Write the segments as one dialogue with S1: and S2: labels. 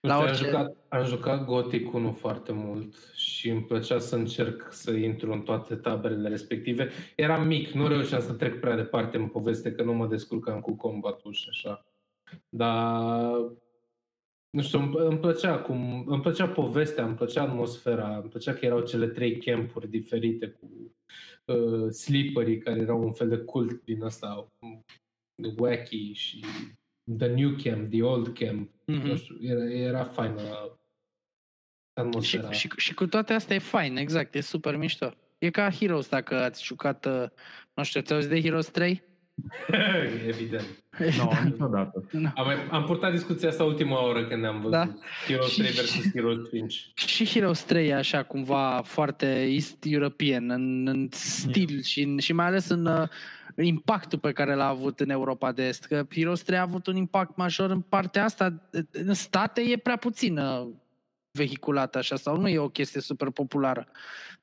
S1: La
S2: Uite,
S1: orice-
S2: am, jucat, am jucat Gothic 1 foarte mult și îmi plăcea să încerc să intru în toate taberele respective. Eram mic, nu reușeam să trec prea departe în poveste, că nu mă descurcam cu combatul și așa. Dar, nu știu, îmi, îmi plăcea cum, îmi plăcea povestea, îmi plăcea atmosfera, îmi plăcea că erau cele trei campuri diferite cu uh, slipperii care erau un fel de cult din ăsta, um, wacky și the new camp, the old camp. Nu
S1: Mhm.
S2: știu, era, era faină
S1: Și,
S2: atmosfera.
S1: și, și cu toate astea e fain, exact, e super mișto. E ca Heroes dacă ați jucat, uh, nu știu, ți-auzi de Heroes 3?
S2: Evident.
S3: Nu, niciodată.
S2: Am, mai- am purtat discuția asta ultima oră când ne-am văzut.
S1: Da.
S2: Da. Heroes
S1: Și-
S2: 3 versus Heroes 5.
S1: Și Heroes 3 e așa cumva foarte East European în, în stil și, în, și mai ales în uh, impactul pe care l-a avut în Europa de Est. Că Heroes 3 a avut un impact major în partea asta. În state e prea puțină vehiculată așa sau nu e o chestie super populară.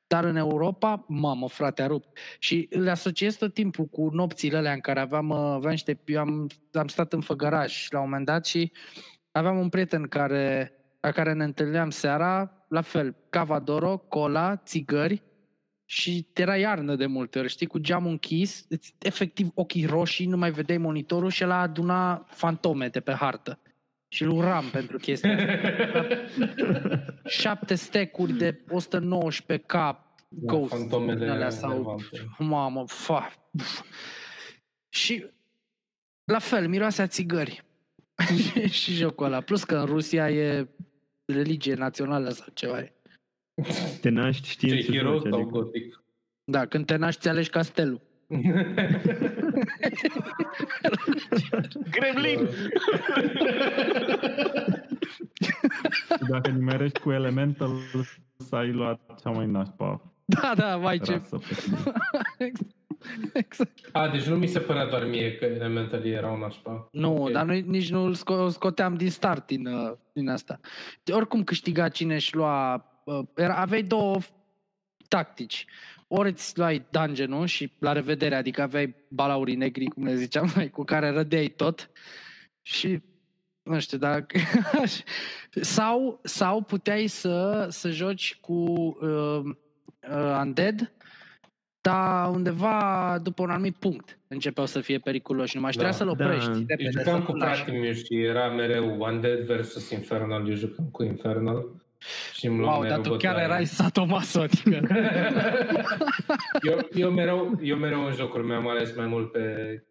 S1: Dar în Europa, mamă, frate, a rupt. Și le asociez tot timpul cu nopțile alea în care aveam, uh, aveam niște, eu am, am stat în Făgăraș la un moment dat și aveam un prieten care la care ne întâlneam seara, la fel, cavadoro, cola, țigări și era iarnă de multe ori, știi, cu geamul închis, îți- efectiv ochii roșii, nu mai vedeai monitorul și el aduna fantome de pe hartă. Și îl uram pentru chestia asta. Da. Șapte stecuri de 119 cap,
S2: Da,
S1: Ghost,
S2: fantomele
S1: din alea sau-
S2: relevante.
S1: mamă, fa. uf. Și la fel, miroase a țigări. și jocul ăla. Plus că în Rusia e religie națională sau ceva. e.
S3: Te naști știind
S2: Ce
S3: să
S2: hero
S3: joci,
S2: sau
S3: adică
S2: gotic?
S1: Da, când te naști, ți alegi castelul.
S4: Gremlin!
S3: dacă nimerești cu elemental să ai luat cea mai nașpa
S1: Da, da,
S2: Păi
S1: vai ce...
S3: rasă pe tine.
S1: exact.
S2: A, deci nu mi se părea doar mie că Elemental erau nașpa.
S1: Nu,
S2: Ok.
S1: dar noi nici nu îl sco- o scoteam din start din, uh, din asta. Oricum câștiga cine își lua... uh, Era, aveai două tactici. Ori îți luai dungeon și la revedere, adică aveai balaurii negri, cum le ziceam noi, cu care rădeai tot și nu știu, dar sau, sau puteai să, să joci cu uh, uh, Undead, dar undeva după un anumit punct începeau să fie periculoși, numai da,
S2: Da,
S1: trebuia să-l
S3: da.
S1: oprești.
S3: Eu
S1: repede, Exact.
S2: Eu
S1: să
S2: jucam
S1: nu
S2: cu
S1: lași.
S2: fratele meu și era mereu Undead versus Infernal. Eu jucam cu Infernal și îmi luam
S1: Wow,
S2: mereu
S1: dar tu chiar
S2: bătaie.
S1: erai satomaso, adică.
S2: eu, eu, mereu, eu mereu în jocuri mi-am ales mai mult pe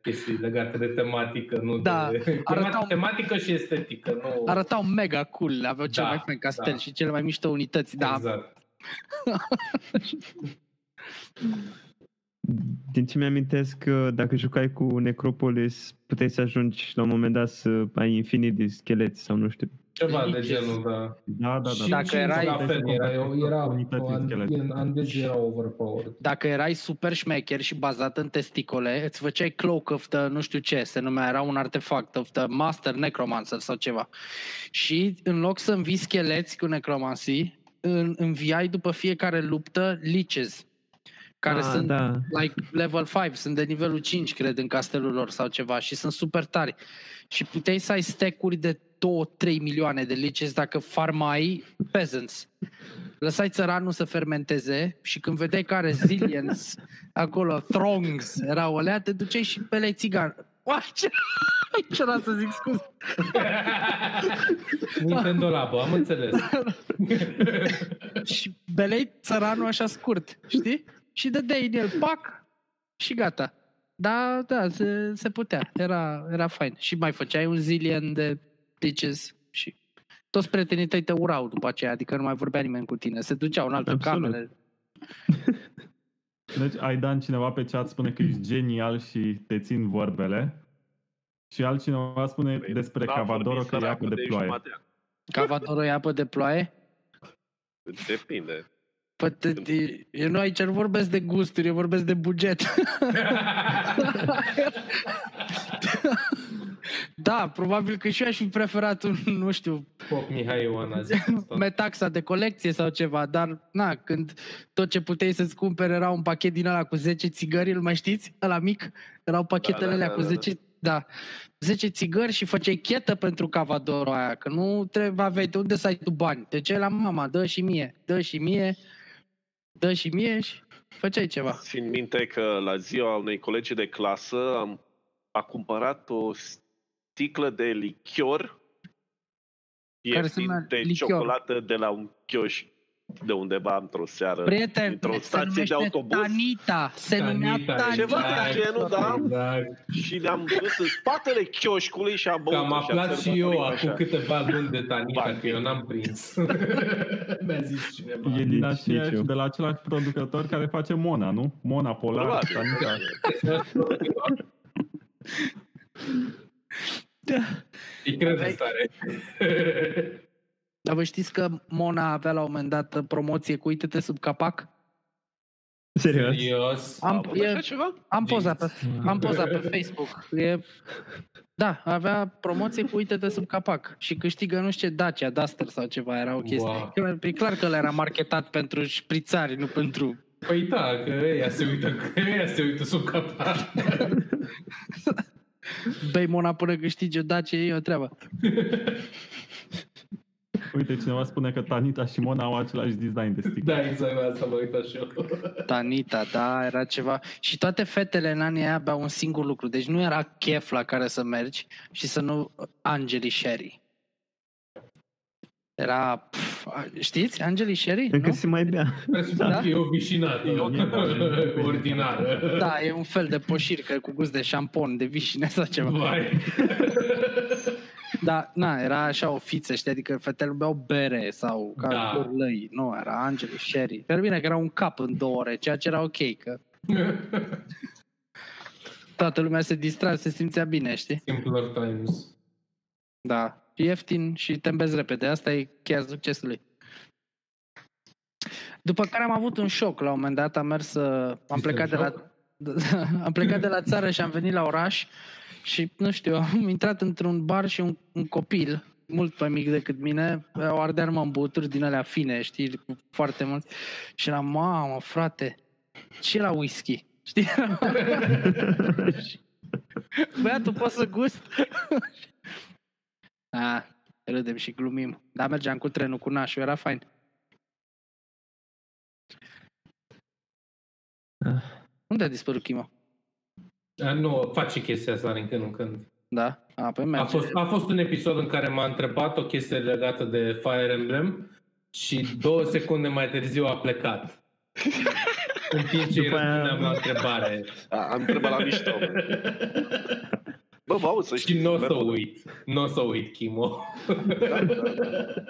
S2: chestii legate de tematică, nu
S1: Da,
S2: de...
S1: arătau-
S2: Tema, tematică și estetică, nu...
S1: Arătau mega cool, aveau cel
S2: Da,
S1: mai fain castel
S2: da.
S1: și cele mai mișto unități, da.
S2: Exact.
S3: Din ce mi-amintesc, că dacă jucai cu Necropolis, puteai să ajungi la un moment dat să ai infinit de scheleți sau nu știu.
S2: Ceva de
S1: Religious.
S2: genul, da.
S3: Da, da, da.
S2: Și,
S1: Dacă
S2: și
S1: erai-
S2: la fel, era, era,
S3: Unități de schelet.
S2: era, Andezi era overpowered.
S1: Dacă erai super șmecher și bazat în testicole, îți făceai cloak of the, nu știu ce, se numea, era un artefact of the master necromancer sau ceva. Și în loc să învii scheleți cu necromancy, în, înviai după fiecare luptă liches, care
S3: Ah,
S1: sunt
S3: da.
S1: like level 5, sunt de nivelul 5, cred, în castelul lor sau ceva și sunt super tari. Și puteai să ai stack-uri de 2-3 milioane de liches dacă farmai peasants. Lăsai țăranul să fermenteze și când vedeai că are zillions acolo, throngs, erau alea, te duceai și pe lei țigan. Uai, ce... Ce era să zic scuze?
S2: Nintendo Labo, am înțeles.
S1: Și belei țăranul așa scurt, știi? Și dădeai în el, pac, și gata. Da, da, se, se putea. Era, era fain. Și mai făceai un zilien de pitches și toți prietenii tăi te urau după aceea, adică nu mai vorbea nimeni cu tine. Se duceau în altă
S3: Absolut.
S1: cameră.
S3: Deci ai dat cineva pe chat spune că ești genial și te țin vorbele. Și altcineva spune
S4: Păi,
S3: despre
S4: N-am
S3: Cavadoro
S4: vorbit
S3: că e
S4: săracul
S3: apă de ploaie.
S4: jumătate.
S1: Cavadorul e apă de ploaie.
S4: Depinde.
S1: Păi, te- te- eu nu aici nu vorbesc de gusturi, eu vorbesc de buget. da, probabil că și eu aș fi preferat un, nu știu,
S2: Pop Mihai Ioan a zis
S4: Exact.
S2: asta.
S1: metaxa de colecție sau ceva, dar na, când tot ce puteai să-ți cumperi era un pachet din ăla cu 10 țigări, îl mai știți? Ăla mic? Erau pachetele
S4: da,
S1: alea
S4: da,
S1: cu
S4: da, da.
S1: 10 da, 10 țigări și făceai chetă pentru cavadorul aia, că nu trebuie aveai de unde să ai tu bani. De ce la mama, dă și mie, dă și mie, dă și mie și făceai ceva.
S4: Țin minte că la ziua unei colegi de clasă am, a cumpărat o sticlă de lichior
S1: Care se
S4: ieftin
S1: numea
S4: de
S1: lichior.
S4: ciocolată de la un chioș de undeva într-o seară.
S1: Prieten,
S4: Dintr-o
S1: se
S4: stație de
S1: numește
S4: autobuz.
S1: Tanita, se numea Tanita.
S4: Ceva
S1: Tanita.
S4: de genul, da.
S2: Exact.
S4: Și le-am dus în spatele chioșcului și am
S2: Că
S4: băut.
S2: am
S4: și am
S2: aflat și
S4: sărbătorit
S2: eu acum
S4: așa.
S2: câteva luni de Tanita,
S4: Bani.
S2: că eu n-am prins. Mi-a zis cineva.
S5: E
S3: Nici-
S5: din aceeași,
S3: nici eu.
S5: de la același producător care face Mona, nu? Mona Polar.
S4: Probabil.
S5: Tanita.
S1: Da.
S2: Îi cred în stare.
S1: Dar vă știți că Mona avea la un moment dat promoție cu uite-te sub capac?
S3: Serios.
S2: Serios.
S1: Am,
S4: Am
S1: e,
S4: așa ceva?
S1: am,
S2: Jeez.
S1: poza pe, am poza pe Facebook. E, da, avea promoție cu uite-te sub capac și câștigă nu știu ce Dacia, Duster sau ceva, era o chestie.
S2: Wow.
S1: Wow. E clar că le era marketat pentru șprițari, nu pentru...
S2: Păi da, că ăia se uită, că ăia se uită sub capac.
S1: Bei Mona până câștigi o Dacia, e o treabă.
S5: Uite, cineva spune că Tanita și Mona au același design de sticlă.
S2: Da, exact la asta mă uitat și eu.
S1: Tanita, da, era ceva. Și toate fetele în anii aia aveau un singur lucru. Deci nu era chef la care să mergi și să nu Angeli Sherry. Era, pf, a- știți, Angeli Sherry?
S3: Încă
S1: Nu?
S3: se mai bea.
S2: Presupun
S1: Da.
S2: că e o vișinată,
S5: E o vișinată.
S2: ordinară.
S1: Da, e un fel de poșircă cu gust de șampon, de vișine sau ceva.
S2: Vai.
S1: Da, na, era așa o fiță, știi, adică fetele beau bere sau ca
S2: Da.
S1: da. lăi. Nu, era Angeli Sherry. Dar bine că era un cap în două ore, ceea ce era ok, că toată lumea se distra, se simțea bine, știi?
S2: Simpler times.
S1: Da. Ieftin și te îmbezi repede. Asta e cheia succesului. După care am avut un șoc la un moment dat. Am mers, uh, am
S2: Este
S1: plecat de
S2: un
S1: la, am plecat de la țară și am venit la oraș și, nu știu, am intrat într-un bar și un, un copil mult mai mic decât mine, o ardeam în buturi din alea fine, știi, cu foarte mult. Și era, mamă, frate, ce la whisky? Știi? Băiatul, poți să gust? A, râdem și glumim. Dar mergeam cu trenul cu nașul, era fain.
S3: Ah.
S1: Unde a dispărut Chimo?
S2: Dar Nu, face chestia asta din când în când.
S1: Da? A, păi
S2: A
S1: merge.
S2: fost, a fost un episod în care m-a întrebat o chestie legată de Fire Emblem și două secunde mai târziu a plecat. În timp ce îi
S3: După aia-
S2: răspundeam la întrebare.
S4: A, am întrebat la mișto. Bă, bă, bă auzi, să știi.
S2: Și nu o să
S4: merg-
S2: uit. Nu o să uit, Chimo.
S4: Da, da, da.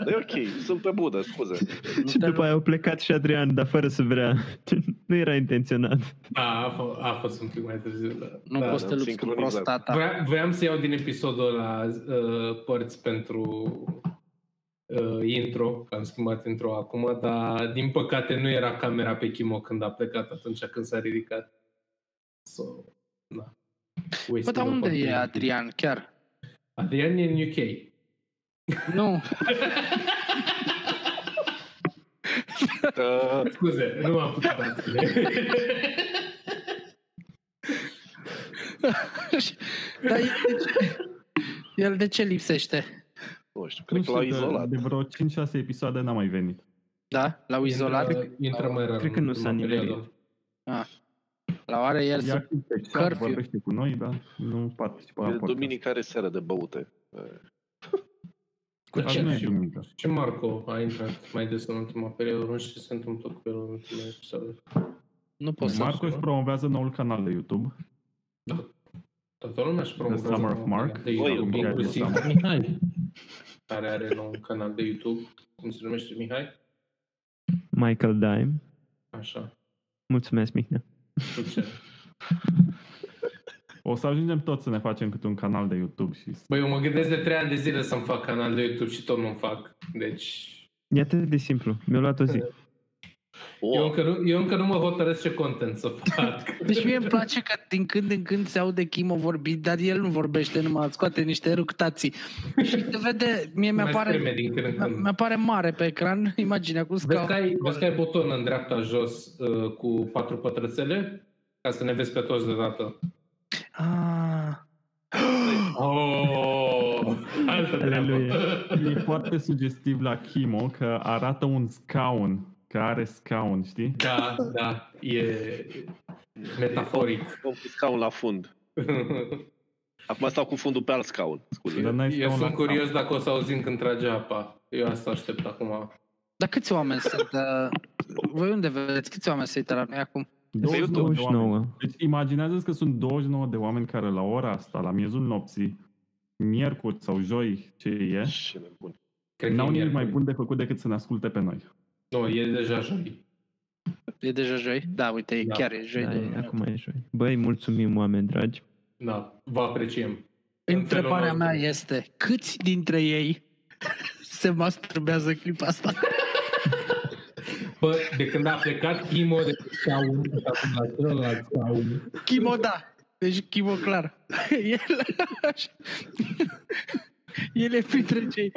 S4: Dar e ok, sunt pe budă, scuze.
S1: Nu
S3: Și
S1: te
S3: după aia au plecat și Adrian, dar fără să vrea. nu era intenționat.
S2: Da, a, f- a fost un pic mai târziu. Da.
S1: Nu
S2: da.
S1: poți da. să te
S4: am
S1: lupți cu
S4: sincronizat.
S1: prostata.
S2: Vrea, voiam să iau din episodul ăla uh, părți pentru uh, intro, că am schimbat intro acum, dar din păcate nu era camera pe Chimo când a plecat atunci când s-a ridicat. So, da.
S1: Bă, Păi, dar unde e Adrian, chiar?
S2: Adrian e în UK.
S1: Nu,
S4: Da,
S2: Scuze, nu m-am putut aține.
S1: dar el de ce, el de ce lipsește?
S4: nu știu,
S5: Nu
S4: cred că l-au
S5: știu, de-
S4: izolat.
S5: De vreo 5-6 episoade n-a mai venit.
S1: Da? L-au izolat?
S2: Intră, intră mai rar.
S3: Cred că nu s-a nimerit.
S1: L-au are el
S5: E
S1: sub...
S5: activ pe chat,
S1: curfew.
S5: vorbește cu noi, dar nu participă la
S4: E
S5: podcast.
S4: duminicare seară de băute.
S1: Cu
S2: Da,
S1: ce?
S5: nu e
S2: Și-
S5: duminică.
S2: Și Marco a intrat mai des în ultima perioadă. Nu știu ce se întâmplă cu el în ultima episod.
S1: Nu pot să...
S5: Marco își promovează noul canal de YouTube.
S2: Toată lumea își promovează.
S5: Summer of Mark.
S2: De
S4: Voi,
S2: YouTube,
S4: voi,
S2: inclusiv
S5: Summer.
S2: Mihai. Care are nou un canal de YouTube. Cum se numește Mihai?
S3: Michael Dime.
S2: Așa.
S3: Mulțumesc, Mihnea.
S2: Succes.
S5: O să ajungem toți să ne facem câte un canal de YouTube și să-
S2: Băi, eu mă gândesc de trei ani de zile să-mi fac canal de YouTube și tot nu-mi fac. Deci...
S3: E atât de simplu. Mi-a luat o zi.
S2: Eu
S4: O,
S2: încă, nu, eu încă nu mă hotărăsc ce content să fac.
S1: Deci mie îmi place că din când în când se aude Chimo vorbit, dar el nu vorbește, numai scoate niște ructații. Și se vede, mie
S2: Mai
S1: mi-apare
S2: scrime din când în când.
S1: Mi-apare mare pe ecran imaginea cu
S2: Vezi că,
S1: scaun.
S2: ai, vezi că ai buton în dreapta jos uh, cu patru pătrățele? Ca să ne vezi pe toți deodată.
S1: Ah,
S2: Oh! Altă
S3: Aleluia.
S2: treabă.
S5: E foarte sugestiv la Chimo că arată un scaun, că are scaun, știi?
S2: Da, da, e metaforic.
S4: Am pus scaun la fund. Acum stau cu fundul pe alt scaun. Scuze.
S5: Dar n-ai
S2: Eu
S5: scaun
S2: sunt
S5: la
S2: curios dacă o să auzim când trage apa. Eu asta aștept acum.
S1: Dar câți oameni sunt? uh, Voi unde vedeți? Câți oameni se uită la noi acum?
S4: YouTube.
S5: 29 de oameni.
S3: 29.
S5: Deci imaginează-ți că sunt 29 de oameni care la ora asta, la miezul nopții, miercuri sau joi, ce e,
S4: Ce nebun.
S2: Cred
S5: n-au
S2: că e
S5: nimic mai
S2: miercuri.
S5: bun de făcut decât să ne asculte pe noi.
S2: Nu, e deja joi.
S1: E deja joi? Da, uite, e
S2: Da.
S1: chiar e joi.
S3: Da,
S1: de-
S3: e, acum e joi. Băi, mulțumim, oameni dragi.
S2: Da, vă apreciem. În
S1: Întrebarea
S2: felul
S1: mea
S2: nostru.
S1: este, câți dintre ei se masturbează în clipa asta?
S2: Bă, de când a plecat Chimo de pe scaun, acum la celălalt scaun.
S1: Chimo, da. Deci Chimo, clar. El, așa. El e printre cei.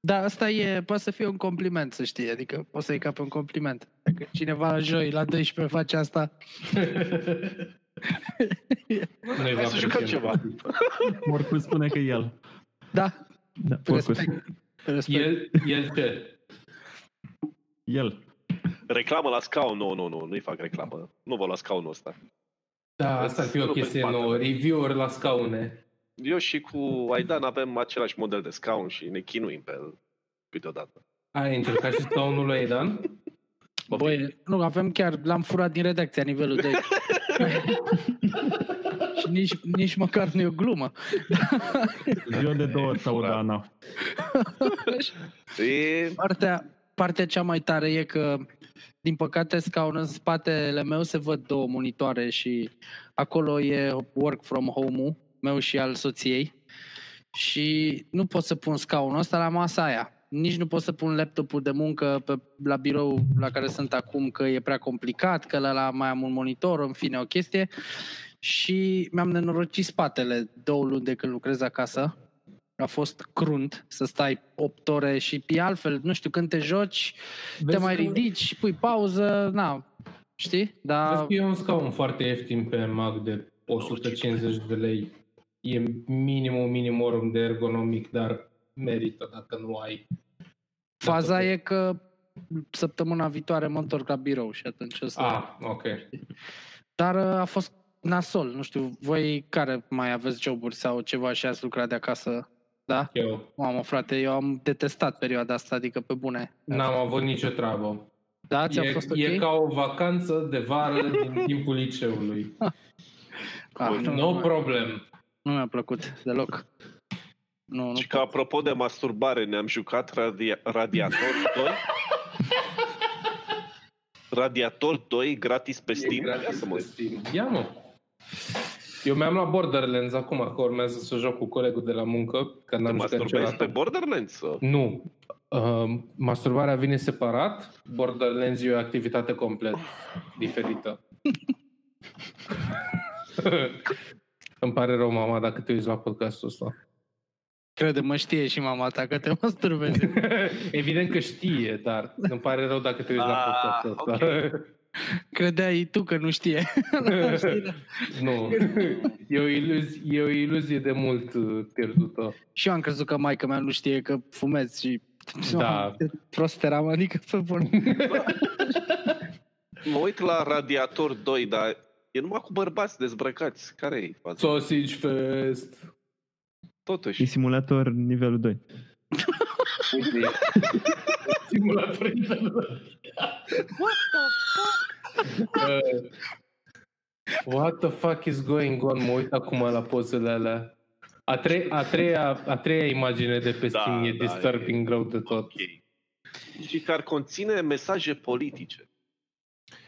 S1: Da, asta e, poate să fie un compliment, să știi, adică poți să-i cape un compliment. Dacă cineva joi la 12 face asta,
S2: Noi
S4: Hai
S2: vă
S4: să jucăm
S2: apreciem.
S4: ceva.
S5: Oricum spune că el.
S1: da,
S3: Da, porcus.
S1: respect. respect.
S2: El, el ce?
S5: El.
S4: Reclamă la scaun? Nu, nu, nu. Nu-i fac reclamă. Nu vă las scaunul ăsta.
S2: Da, asta ar fi o
S4: Rupem
S2: chestie
S4: spatele.
S2: nouă. Review-uri la scaune.
S4: Eu și cu Aidan avem același model de scaun și ne chinuim pe el câteodată.
S2: Ai încercat și scaunul lui Aidan?
S1: Băi, nu, avem chiar, l-am furat din redacția nivelul 2. Și nici, nici măcar nu e o glumă.
S5: Eu de două ori aud
S4: furat.
S5: Ana.
S4: E...
S1: Partea, partea cea mai tare e că, din păcate, scaunul în spatele meu se văd două monitoare și acolo e work from home-ul meu și al soției și nu pot să pun scaunul ăsta la masa aia. Nici nu pot să pun laptopul de muncă pe, la birou la care sunt acum, că e prea complicat, că la, la mai am un monitor, în fine, o chestie. Și mi-am nenorocit spatele două luni de când lucrez acasă a fost crunt să stai 8 ore și e altfel, nu știu, când te joci, te
S2: Vezi
S1: mai
S2: că-
S1: ridici, pui pauză, na, știi?
S2: Vezi
S1: Dar
S2: că e un scaun foarte ieftin pe Mac de 150 de lei. E minimum, minimorum de ergonomic, dar merită dacă nu ai.
S1: faza
S2: dacă-
S1: e că săptămâna viitoare mă întorc la birou și atunci o să...
S2: Ah, ok.
S1: Dar uh, a fost nasol, nu știu, voi care mai aveți joburi sau ceva și ați lucrat de acasă, da?
S2: Eu
S1: Mamă, frate, eu am detestat perioada asta, adică pe bune.
S2: n-am avut nicio treabă.
S1: Da, ți-a
S2: E,
S1: fost ok?
S2: e ca o vacanță de vară din timpul liceului.
S1: ah, nu, nu,
S2: No
S1: mi-a-
S2: problem.
S1: nu mi-a plăcut deloc. Nu, nu
S4: Și că apropo de masturbare, ne-am jucat radia- Radiator 2. Radiator 2 gratis pe
S2: E
S4: Steam. Ia
S2: gratis
S4: să
S2: pe
S4: mă
S2: Steam. Ia mă. Eu mi-am luat Borderlands acum, că urmează să joc cu colegul de la muncă, că
S4: te
S2: n-am jucat
S4: masturbezi
S2: niciodată.
S4: pe Borderlands? sau?
S2: Nu. Uh, masturbarea vine separat, Borderlands e o activitate complet diferită. Îmi pare rău, mama, dacă te uiți la podcastul ăsta.
S1: Crede, mă știe și mama ta că te masturbezi.
S2: Evident că știe, dar îmi pare rău dacă te uiți la
S4: Ah,
S2: podcastul ăsta.
S1: Credeai tu că nu știe.
S2: nu. E o, iluzie, e o iluzie de mult uh, pierdută.
S1: și eu am crezut că maica mea nu știe că fumez și...
S2: Da.
S1: Prost eram, adică pe bun.
S4: Mă uit la Radiator 2, dar e numai cu bărbați dezbrăcați. Care e faza?
S2: Sausage Fest.
S3: E
S4: Totuși.
S3: simulator nivelul 2.
S2: Simulator internet. Uh, What the fuck is going on? Mă uit acum la pozele alea. A, tre- a, treia, a treia imagine de pe
S4: Da,
S2: Steam e
S4: da,
S2: disturbing rău de tot. Uh,
S4: Ok. Și care conține mesaje politice.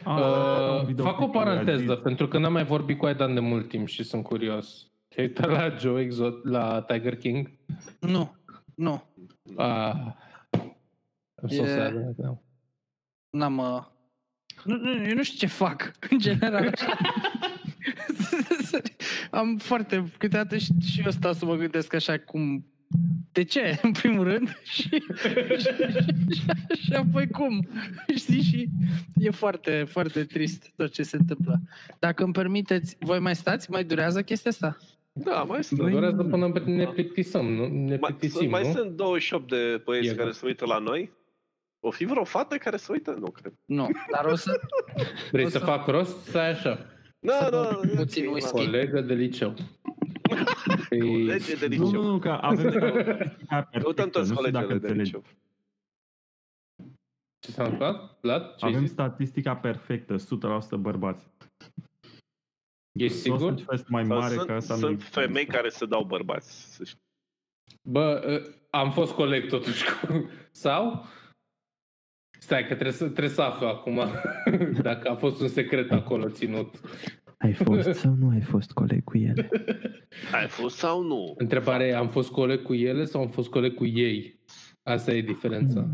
S5: Ah,
S2: Uh,
S5: un videoclip
S2: fac o
S5: al lui
S2: paranteză,
S5: Aziz.
S2: pentru că n-am mai vorbit cu Aidan de mult timp și sunt curios. Te-ai uitat la Joe Exot, la Tiger King?
S1: Nu, nu,
S4: Da.
S2: Ah. I'm so
S1: E-
S2: sad right now.
S1: n-am... uh, Nu, nu, eu nu știu ce fac, în general. Am foarte... Câteodată și, și eu stau să mă gândesc așa cum de ce, în primul rând, și, și, și, și apoi cum, știi, și e foarte, foarte trist tot ce se întâmplă. Dacă îmi permiteți, voi mai stați? Mai durează chestia asta?
S4: Da, mai sunt.
S2: Băi,
S4: Mai,
S2: Durează până ne plictisăm, nu? Ne
S4: sunt-
S2: plictisim,
S4: mai
S2: nu?
S4: sunt 28 de băieți
S2: E,
S4: care
S2: da.
S4: se uită la noi. O fi vreo fată care se uită? Nu cred.
S1: Nu, dar o să...
S2: Vrei
S1: o
S2: să
S1: să-
S2: fac rost? Stai așa.
S4: Da,
S1: Să
S4: da,
S1: bag
S4: e
S1: puțin
S4: ok,
S1: whisky.
S4: da.
S2: Colegă de liceu.
S4: Colege de
S5: Nu, nu,
S4: liceu.
S5: nu, că avem
S4: Căutăm
S5: perfectă,
S4: toți
S5: nu știu dacă
S4: colegele de
S5: înțelegi.
S4: liceu.
S2: Ce s-a întâmplat? Vlad? Ce ai
S5: Avem
S2: zis?
S5: statistica perfectă, 100% bărbați.
S2: Ești
S5: Sigur?
S2: sigur?
S5: Fest mai
S4: Sau
S5: mare
S4: sunt,
S5: ca asta nu
S4: sunt femei care se dau bărbați. Să știi.
S2: Bă, ă, am fost coleg totuși cu... Sau? Stai că trebuie să, trebuie să aflu acum dacă a fost un secret acolo ținut.
S3: Ai fost sau nu ai fost coleg cu el?
S4: Ai fost sau nu?
S2: Întrebarea e, am fost coleg cu ele sau am fost coleg cu ei? Asta e diferența.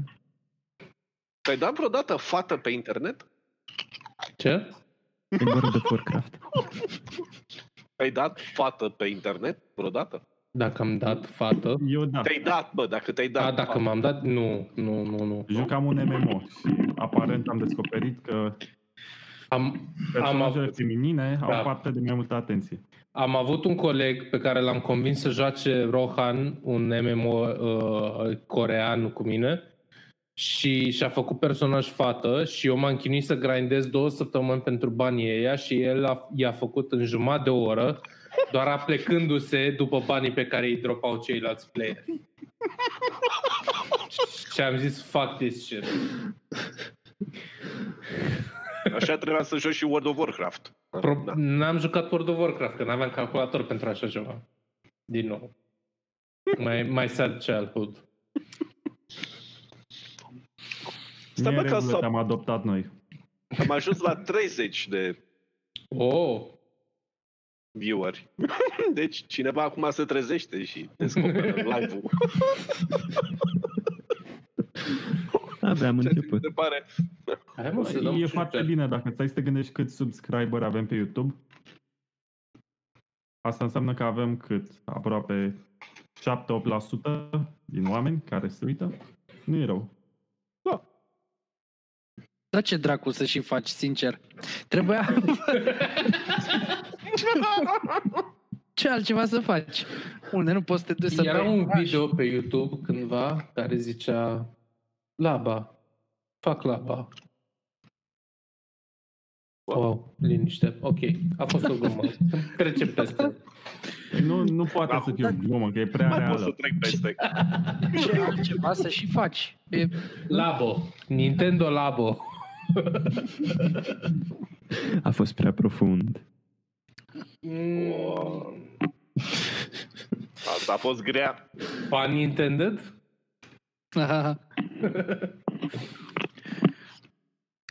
S4: Te-ai dat vreodată fată pe internet?
S2: Ce?
S3: E World of Warcraft.
S4: Ai dat fată pe internet vreodată?
S2: Dacă am dat fată?
S5: Eu da,
S4: Te-ai dat, bă, dacă te-ai
S2: Da,
S4: dat.
S2: A, dacă
S4: fată.
S2: m-am dat? Nu, nu, nu, nu.
S5: jucam un MMO și aparent am descoperit că
S2: Am,
S5: personajele
S2: avut-
S5: feminine
S2: Da.
S5: au parte de mai multă atenție.
S2: Am avut un coleg pe care l-am convins să joace Rohan, un MMO uh, corean cu mine și și-a făcut personaj fată și eu m-am chinuit să grindez două săptămâni pentru banii ei și el a, i-a făcut în jumătate de oră doar aplecându-se după banii pe care îi dropau ceilalți player. și am zis, fuck this shit.
S4: Așa trebuia să joci și World of Warcraft.
S2: Pro-
S4: Da.
S2: N-am jucat World of Warcraft, că n-aveam calculator pentru așa ceva. Din nou. My, my sad childhood.
S5: Nu
S4: Stai
S5: e
S4: bă, că
S5: regulă că
S4: s-a-
S5: am adoptat noi.
S4: am ajuns la 30 de
S2: Oh,
S4: vieweri. Deci cineva acum se trezește și descoperă live-ul.
S3: Abia da, am început.
S4: Se pare.
S2: hai mă să dăm
S5: E
S2: și
S5: foarte
S2: pe-
S5: bine dacă stai să te gândești cât subscriber avem pe YouTube. Asta înseamnă că avem cât? Aproape 7-8% din oameni care se uită. Nu e rău.
S1: Da, ce dracu să și faci, sincer. Trebuia... ce altceva să faci? Unde nu poți să te duci să
S2: Era
S1: bei
S2: un
S1: oraș?
S2: video pe YouTube cândva care zicea Laba, fac laba. Wow, liniște. Ok, a fost o glumă. Trecem peste.
S5: Păi Nu, nu poate
S4: Da.
S5: să fie o glumă, că e prea
S4: Mai pot să
S5: reală.
S4: trec peste.
S1: Ce altceva să și faci? E...
S2: Labo, Nintendo Labo.
S5: da.
S3: A fost prea profund.
S4: Wow. Asta a fost grea.
S2: Pan intended?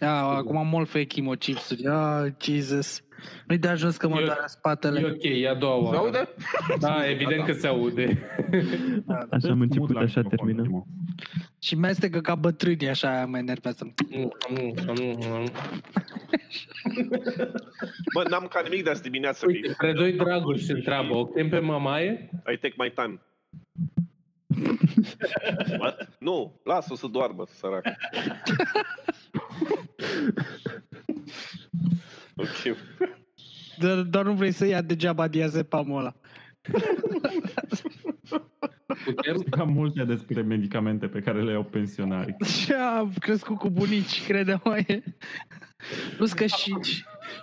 S1: A, acum mult fake chemo chipsuri. Ah, Jesus. Nu-i de ajuns că mă
S2: Eu-
S1: doare
S2: E
S1: spatele.
S2: ok, e a doua oară.
S4: Se aude?
S2: Da, evident că se aude.
S3: Așa am
S5: Mut
S3: început,
S5: da, la
S3: așa
S5: microfon, da.
S3: terminăm.
S5: Timo.
S1: Și mi-a ca bătrânii, așa mă enervează.
S2: Nu, nu, nu, nu.
S4: Bă, n-am ca nimic de azi dimineață. că
S2: Uite, între doi draguri se întreabă, o chem pe mamaie?
S4: I take my time. What? Nu, las-o să doarmă, sărac. ok.
S1: Dar, dar nu vrei să ia degeaba diazepamul ăla.
S2: Putem?
S5: Știam multe despre medicamente pe care le iau pensionarii.
S1: Și am crescut cu bunici, crede mă e. Plus că și,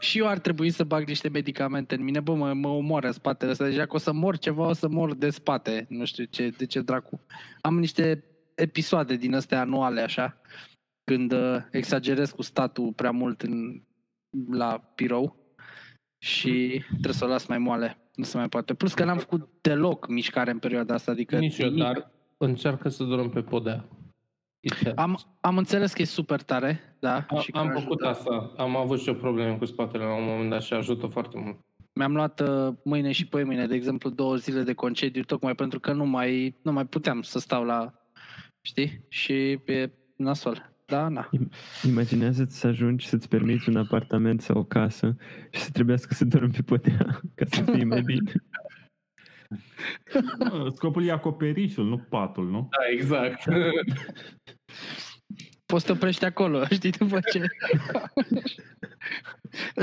S1: și eu ar trebui să bag niște medicamente în mine. Bă, mă, mă omoară spatele ăsta. Deja că o să mor ceva, o să mor de spate. Nu știu ce, de ce dracu. Am niște episoade din astea anuale, așa, când uh, exagerez cu statul prea mult în, la pirou și trebuie să o las mai moale. Nu se mai poate. Plus că n-am făcut deloc mișcare în perioada asta. Adică
S2: Nici eu,
S1: nimic.
S2: dar încearcă să dorm pe podea.
S1: Am, am înțeles că e super tare, da.
S2: A,
S1: că
S2: am
S1: ajută.
S2: făcut asta. Am avut și eu probleme cu spatele la un moment dat și ajută foarte mult.
S1: Mi-am luat uh, mâine și poi mâine, de exemplu, două zile de concediu, tocmai pentru că nu mai, nu mai puteam să stau la, știi? Și e nasol. Da, na.
S3: Imaginează-ți să ajungi să-ți permiți un apartament sau o casă și să trebuiască să dormi pe podea ca să fii mai bine.
S5: Mă, Scopul e acoperișul, nu patul, nu?
S2: Da, exact.
S1: Poți să te oprești acolo, știi după ce?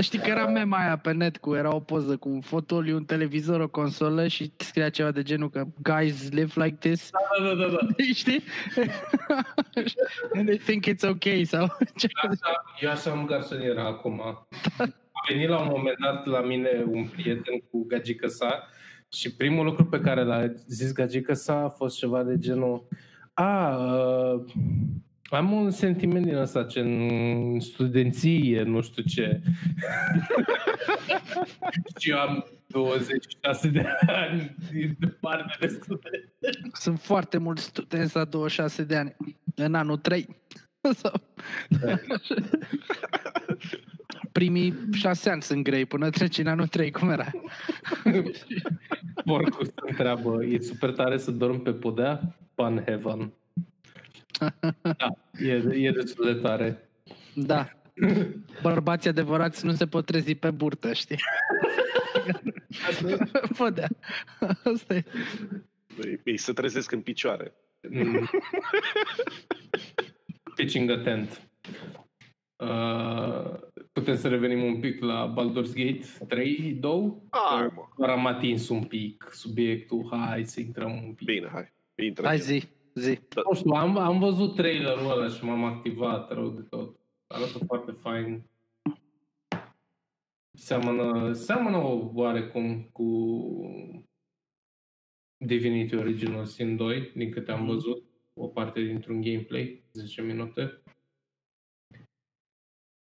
S1: știi că era mema aia pe net cu, era o poză cu un fotoliu, un televizor, o consolă și scria ceva de genul că guys live like this,
S2: da, da, da, da.
S1: știi? And they think it's okay sau ce?
S2: Așa, eu așa am garsoniera acum. A venit la un moment dat la mine un prieten cu gagică sa și primul lucru pe care l-a zis gagică sa a fost ceva de genul a, uh, am un sentiment din ăsta, ce în studenție, nu știu ce. și eu am 26 de ani din departe de student.
S1: Sunt foarte mulți studenți la 26 de ani, în anul 3. Sau- Primii șase ani sunt grei până treci în anul 3, cum era?
S2: Porcu se întreabă, e super tare să dorm pe podea? Pan heaven. Da, e, e destul de tare.
S1: Da. Bărbații adevărați nu se pot trezi pe burtă, știi? Bă, da. Asta e.
S4: Ei- Ei se trezesc în picioare.
S2: Mm. Pitching a tent. Uh, putem să revenim un pic la Baldur's Gate 3, 2?
S4: Hai, mă.
S2: Doar am atins un pic subiectul, hai să intrăm un pic.
S4: Bine, hai. Intră.
S1: Hai zi, zi.
S4: Da.
S2: Nu știu, am, am văzut trailerul ăla și m-am activat rău de tot. Arată foarte fain. Seamănă, seamănă oarecum cu Divinity Original Sin 2, din câte am
S4: Mhm.
S2: văzut. O parte dintr-un gameplay, 10 minute.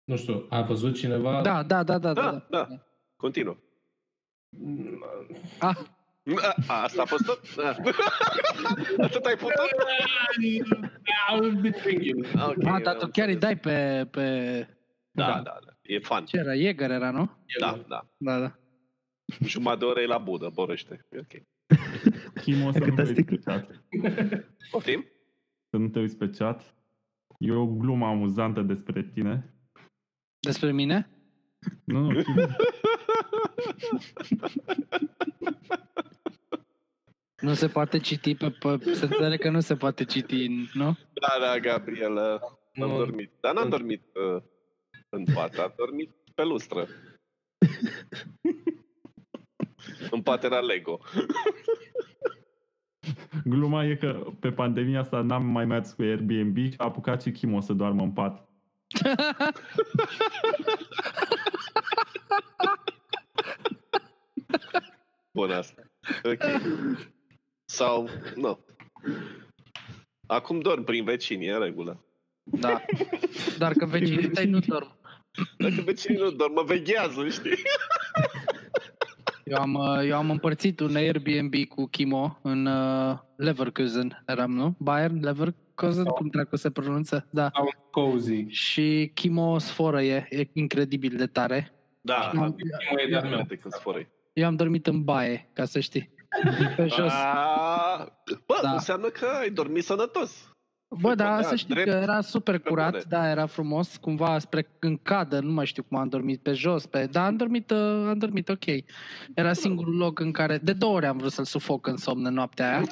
S2: Nu știu, a văzut cineva?
S1: Da, da, da, da, da.
S4: Da,
S1: da.
S4: da. Continuă.
S1: Ah,
S4: A, Asta a fost tot? Da. Atât ai putut?
S2: I'll Ah, be thinking.
S4: Ok,
S1: a, ah, dar tu chiar îi dai pe, pe...
S4: Da, da, da. E fan.
S1: Ce era? Jäger era, nu?
S4: Da, da.
S1: Da, da.
S4: Jumătate de oră e la budă, borește. E Ok.
S5: Chimo să
S3: Dacă
S5: nu te
S3: te-a
S5: uiți pe chat.
S4: Poftim?
S5: Să nu te uiți pe chat. E o glumă amuzantă despre tine.
S1: Despre mine?
S5: Nu, nu, Chimo.
S1: Nu se poate citi pe... pe se înțelege că nu se poate citi, nu?
S4: Da, da, Gabriel, am
S2: Nu,
S4: dormit. Dar n-am dormit uh, în pat, am dormit pe lustră. în pat era Lego.
S5: Gluma e că pe pandemia asta n-am mai mers cu Airbnb și a apucat și Chimo să doarmă în pat.
S4: Bun asta. Ok. Sau, nu. Acum dorm prin vecini, e în regulă.
S1: Da. Dar că vecinii tăi nu dorm.
S4: Dacă vecinii nu dorm, mă veghează, știi?
S1: Eu am, uh, eu am împărțit un Airbnb cu Kimo în uh, Leverkusen, eram, nu? Bayern, Leverkusen, cum dracu se pronunță, da.
S2: cozy.
S1: Și Kimo sforă e, e incredibil de tare.
S4: Da,
S1: Și am-
S2: Nu e de-al meu.
S4: de când sforăi.
S1: Eu am dormit în baie, ca să știi. Pe jos.
S4: Ah. A, Bă,
S1: Da.
S4: înseamnă că ai dormit sănătos.
S1: Bă, da,
S4: da,
S1: să știi
S4: drept
S1: că era super
S4: pe bune.
S1: curat, da, era frumos, cumva spre în cadă, nu mai știu cum am dormit, pe jos, pe... Dar am dormit, uh, am dormit ok. Era singurul loc în care... De două ori am vrut să-l sufoc în somn în noaptea aia.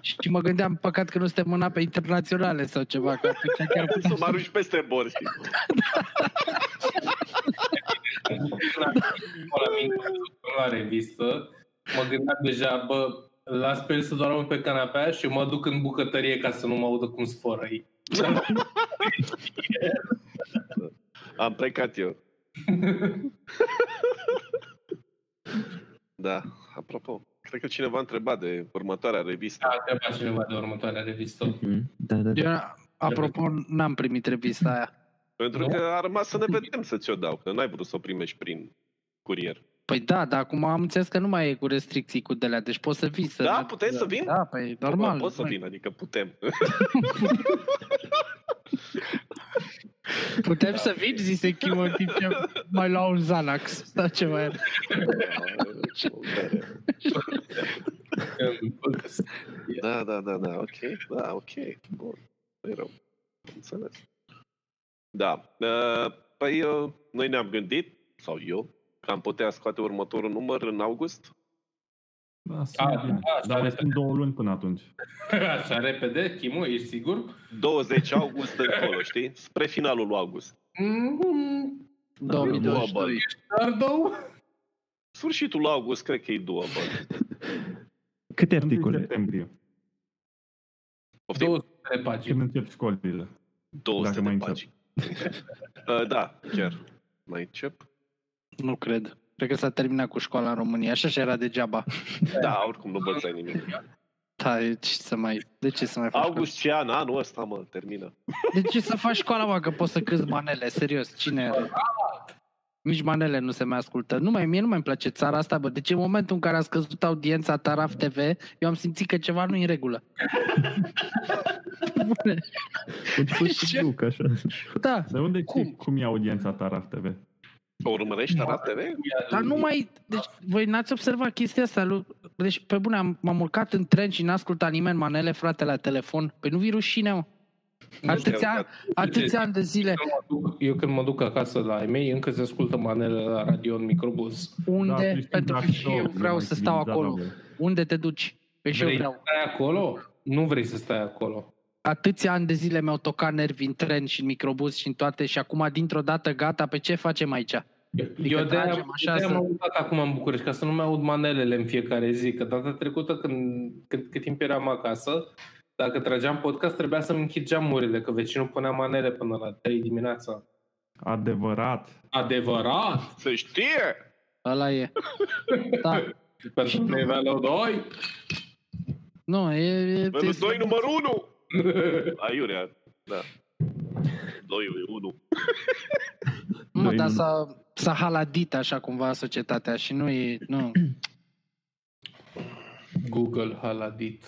S1: Și mă gândeam, păcat că nu suntem în ape internaționale sau ceva, că atunci chiar
S4: Să mă arunci peste bord, știi?
S2: la mine la revistă, mă gândeam deja, bă, las pe el să doarmă pe canapea și eu mă duc în bucătărie ca să nu mă audă cum sforă ei.
S4: Am plecat eu. da, apropo, cred că cineva a întrebat de următoarea revistă.
S2: A întrebat cineva de următoarea revistă.
S5: Mm.
S3: Da, da, da.
S1: Eu, apropo, n-am primit revista aia.
S4: Pentru
S2: Nu?
S4: că a rămas să ne vedem să ți-o dau, că n-ai vrut să o primești prin curier.
S1: Păi da, dar acum am înțeles că nu mai e cu restricții cu delea, deci poți să vii să...
S4: Da, puteți să vin?
S1: Da, păi normal.
S4: Pot să
S1: măi.
S4: vin, adică putem.
S1: Putem să vin, zise Chimo, în timp ce mai lua un Xanax sau ceva. era.
S4: da, da, da, da, ok, da, ok, bun, nu rău, Am înțeles. Da, uh, păi uh, noi ne-am gândit, sau eu, că am putea scoate următorul număr în august,
S5: Da, sună
S2: A,
S5: bine.
S2: da,
S5: Dar mai
S2: așa.
S5: sunt două luni până atunci.
S2: Așa, repede, Chimu, ești sigur?
S4: 20 august încolo, știi? Spre finalul lui august.
S2: Mm,
S1: 2022.
S2: Doar două?
S4: Sfârșitul lui august cred că e doable.
S3: Câte
S5: În
S3: articole?
S5: septembrie,
S4: Poftim?
S2: 200 de pagini.
S5: când încep școlile.
S4: 200
S5: Dacă mai
S4: de
S5: încep.
S4: pagini. uh, da, chiar. Mai încep?
S1: Nu cred. Cred că s-a terminat cu școala în România. Așa și era degeaba.
S4: Da, oricum nu băgai nimic.
S1: Da, e- ce să mai... De ce să mai faci
S4: August și an, anul ăsta, mă, termină.
S1: școală? De ce să faci școala, mă, că poți să câți manele? Serios, cine are? Nici manele nu se mai ascultă. Nu mai mie nu mai place țara asta, bă. Deci în momentul în care a scăzut audiența Taraf TV, eu am simțit că ceva nu e în regulă. Bune.
S3: Îți pui și
S1: Ce?
S3: duc, așa.
S1: Da,
S5: Dar unde
S1: Cum?
S5: știi cum e audiența Taraf TV?
S4: O urmărești Taraf TV?
S1: Dar nu mai... Deci, voi n-ați observat chestia asta? lu- Deci, pe bune, am, m-am urcat în tren și n-a ascultat nimeni manele, frate, la telefon. Păi nu vi rușine, mă. Atâția, atâția ani de zile.
S2: Eu mă duc- Eu când mă duc acasă la ai mei, încă se ascultă manele la radio în microbus.
S5: Da,
S1: Unde?
S5: știi,
S1: Pentru că
S5: dacă
S1: și eu
S5: tot e
S1: vreau
S5: mai
S1: să stau
S5: civilizat
S1: acolo.
S5: la voi.
S1: Unde te duci? Păi și eu
S2: Vrei să
S1: vreau.
S2: stai acolo? Nu vrei să stai acolo.
S1: Atâția ani de zile mi-au tocat nervii în tren și în microbuz și în toate și acum, dintr-o dată, gata, pe ce facem aici?
S2: Eu de-aia
S1: tragem așa
S2: de-aia
S1: să-
S2: m-am mutat acum în București, ca să nu mai aud manelele în fiecare zi. Că data trecută, când, cât, cât timp eram acasă, dacă trageam podcast, trebuia să-mi închid geamurile, că vecinul punea manele până la 3 dimineața.
S5: Adevărat.
S2: Adevărat!
S4: Să știe!
S1: Ăla e. Da.
S2: Pentru nivelul 2!
S1: Nu, e... e
S4: Velu
S1: e-
S4: 2 numărul 1! Aiurea, da. 2 1.
S1: Mă,
S3: Doi
S1: dar
S3: nu-
S1: s-a, s-a haladit așa cumva societatea și nu e... Nu.
S2: Google haladit.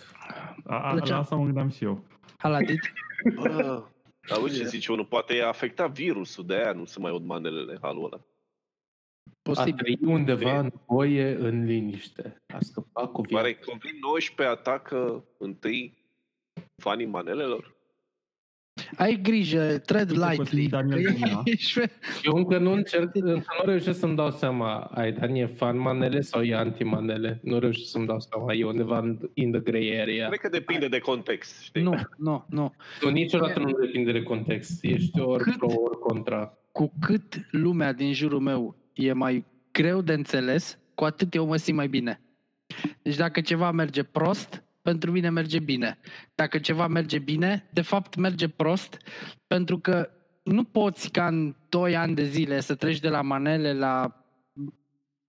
S5: A, a,
S1: Plăcea.
S5: la asta mă gândeam și eu.
S1: Haladit?
S4: Bă, auzi ce zice unul, poate e afectat virusul, de aia nu se mai aud manelele în halul ăla.
S2: A
S1: Posibil.
S2: trăi undeva în voie, în liniște. A scăpat cu viața.
S4: Oare COVID-19 atacă întâi fanii manelelor?
S1: Ai grijă, tread
S5: Uite,
S1: lightly.
S5: Cosmin Daniel
S1: că e-
S5: Cumna.
S1: ești fe-
S2: Eu încă nu încerc, încă nu reușesc să-mi dau seama, Aidan e fan manele sau e anti-manele? Nu reușesc să-mi dau seama, e undeva în- in the gray area.
S4: Cred că depinde de context, știi?
S1: Da. Nu, nu, nu.
S2: Tu niciodată nu depinde de context, ești ori
S1: Cât?
S2: pro, ori contra.
S1: Cu cât lumea din jurul meu e mai greu de înțeles, cu atât eu mă simt mai bine. Deci dacă ceva merge prost, pentru mine merge bine. Dacă ceva merge bine, de fapt merge prost, pentru că nu poți ca în 2 ani de zile să treci de la manele la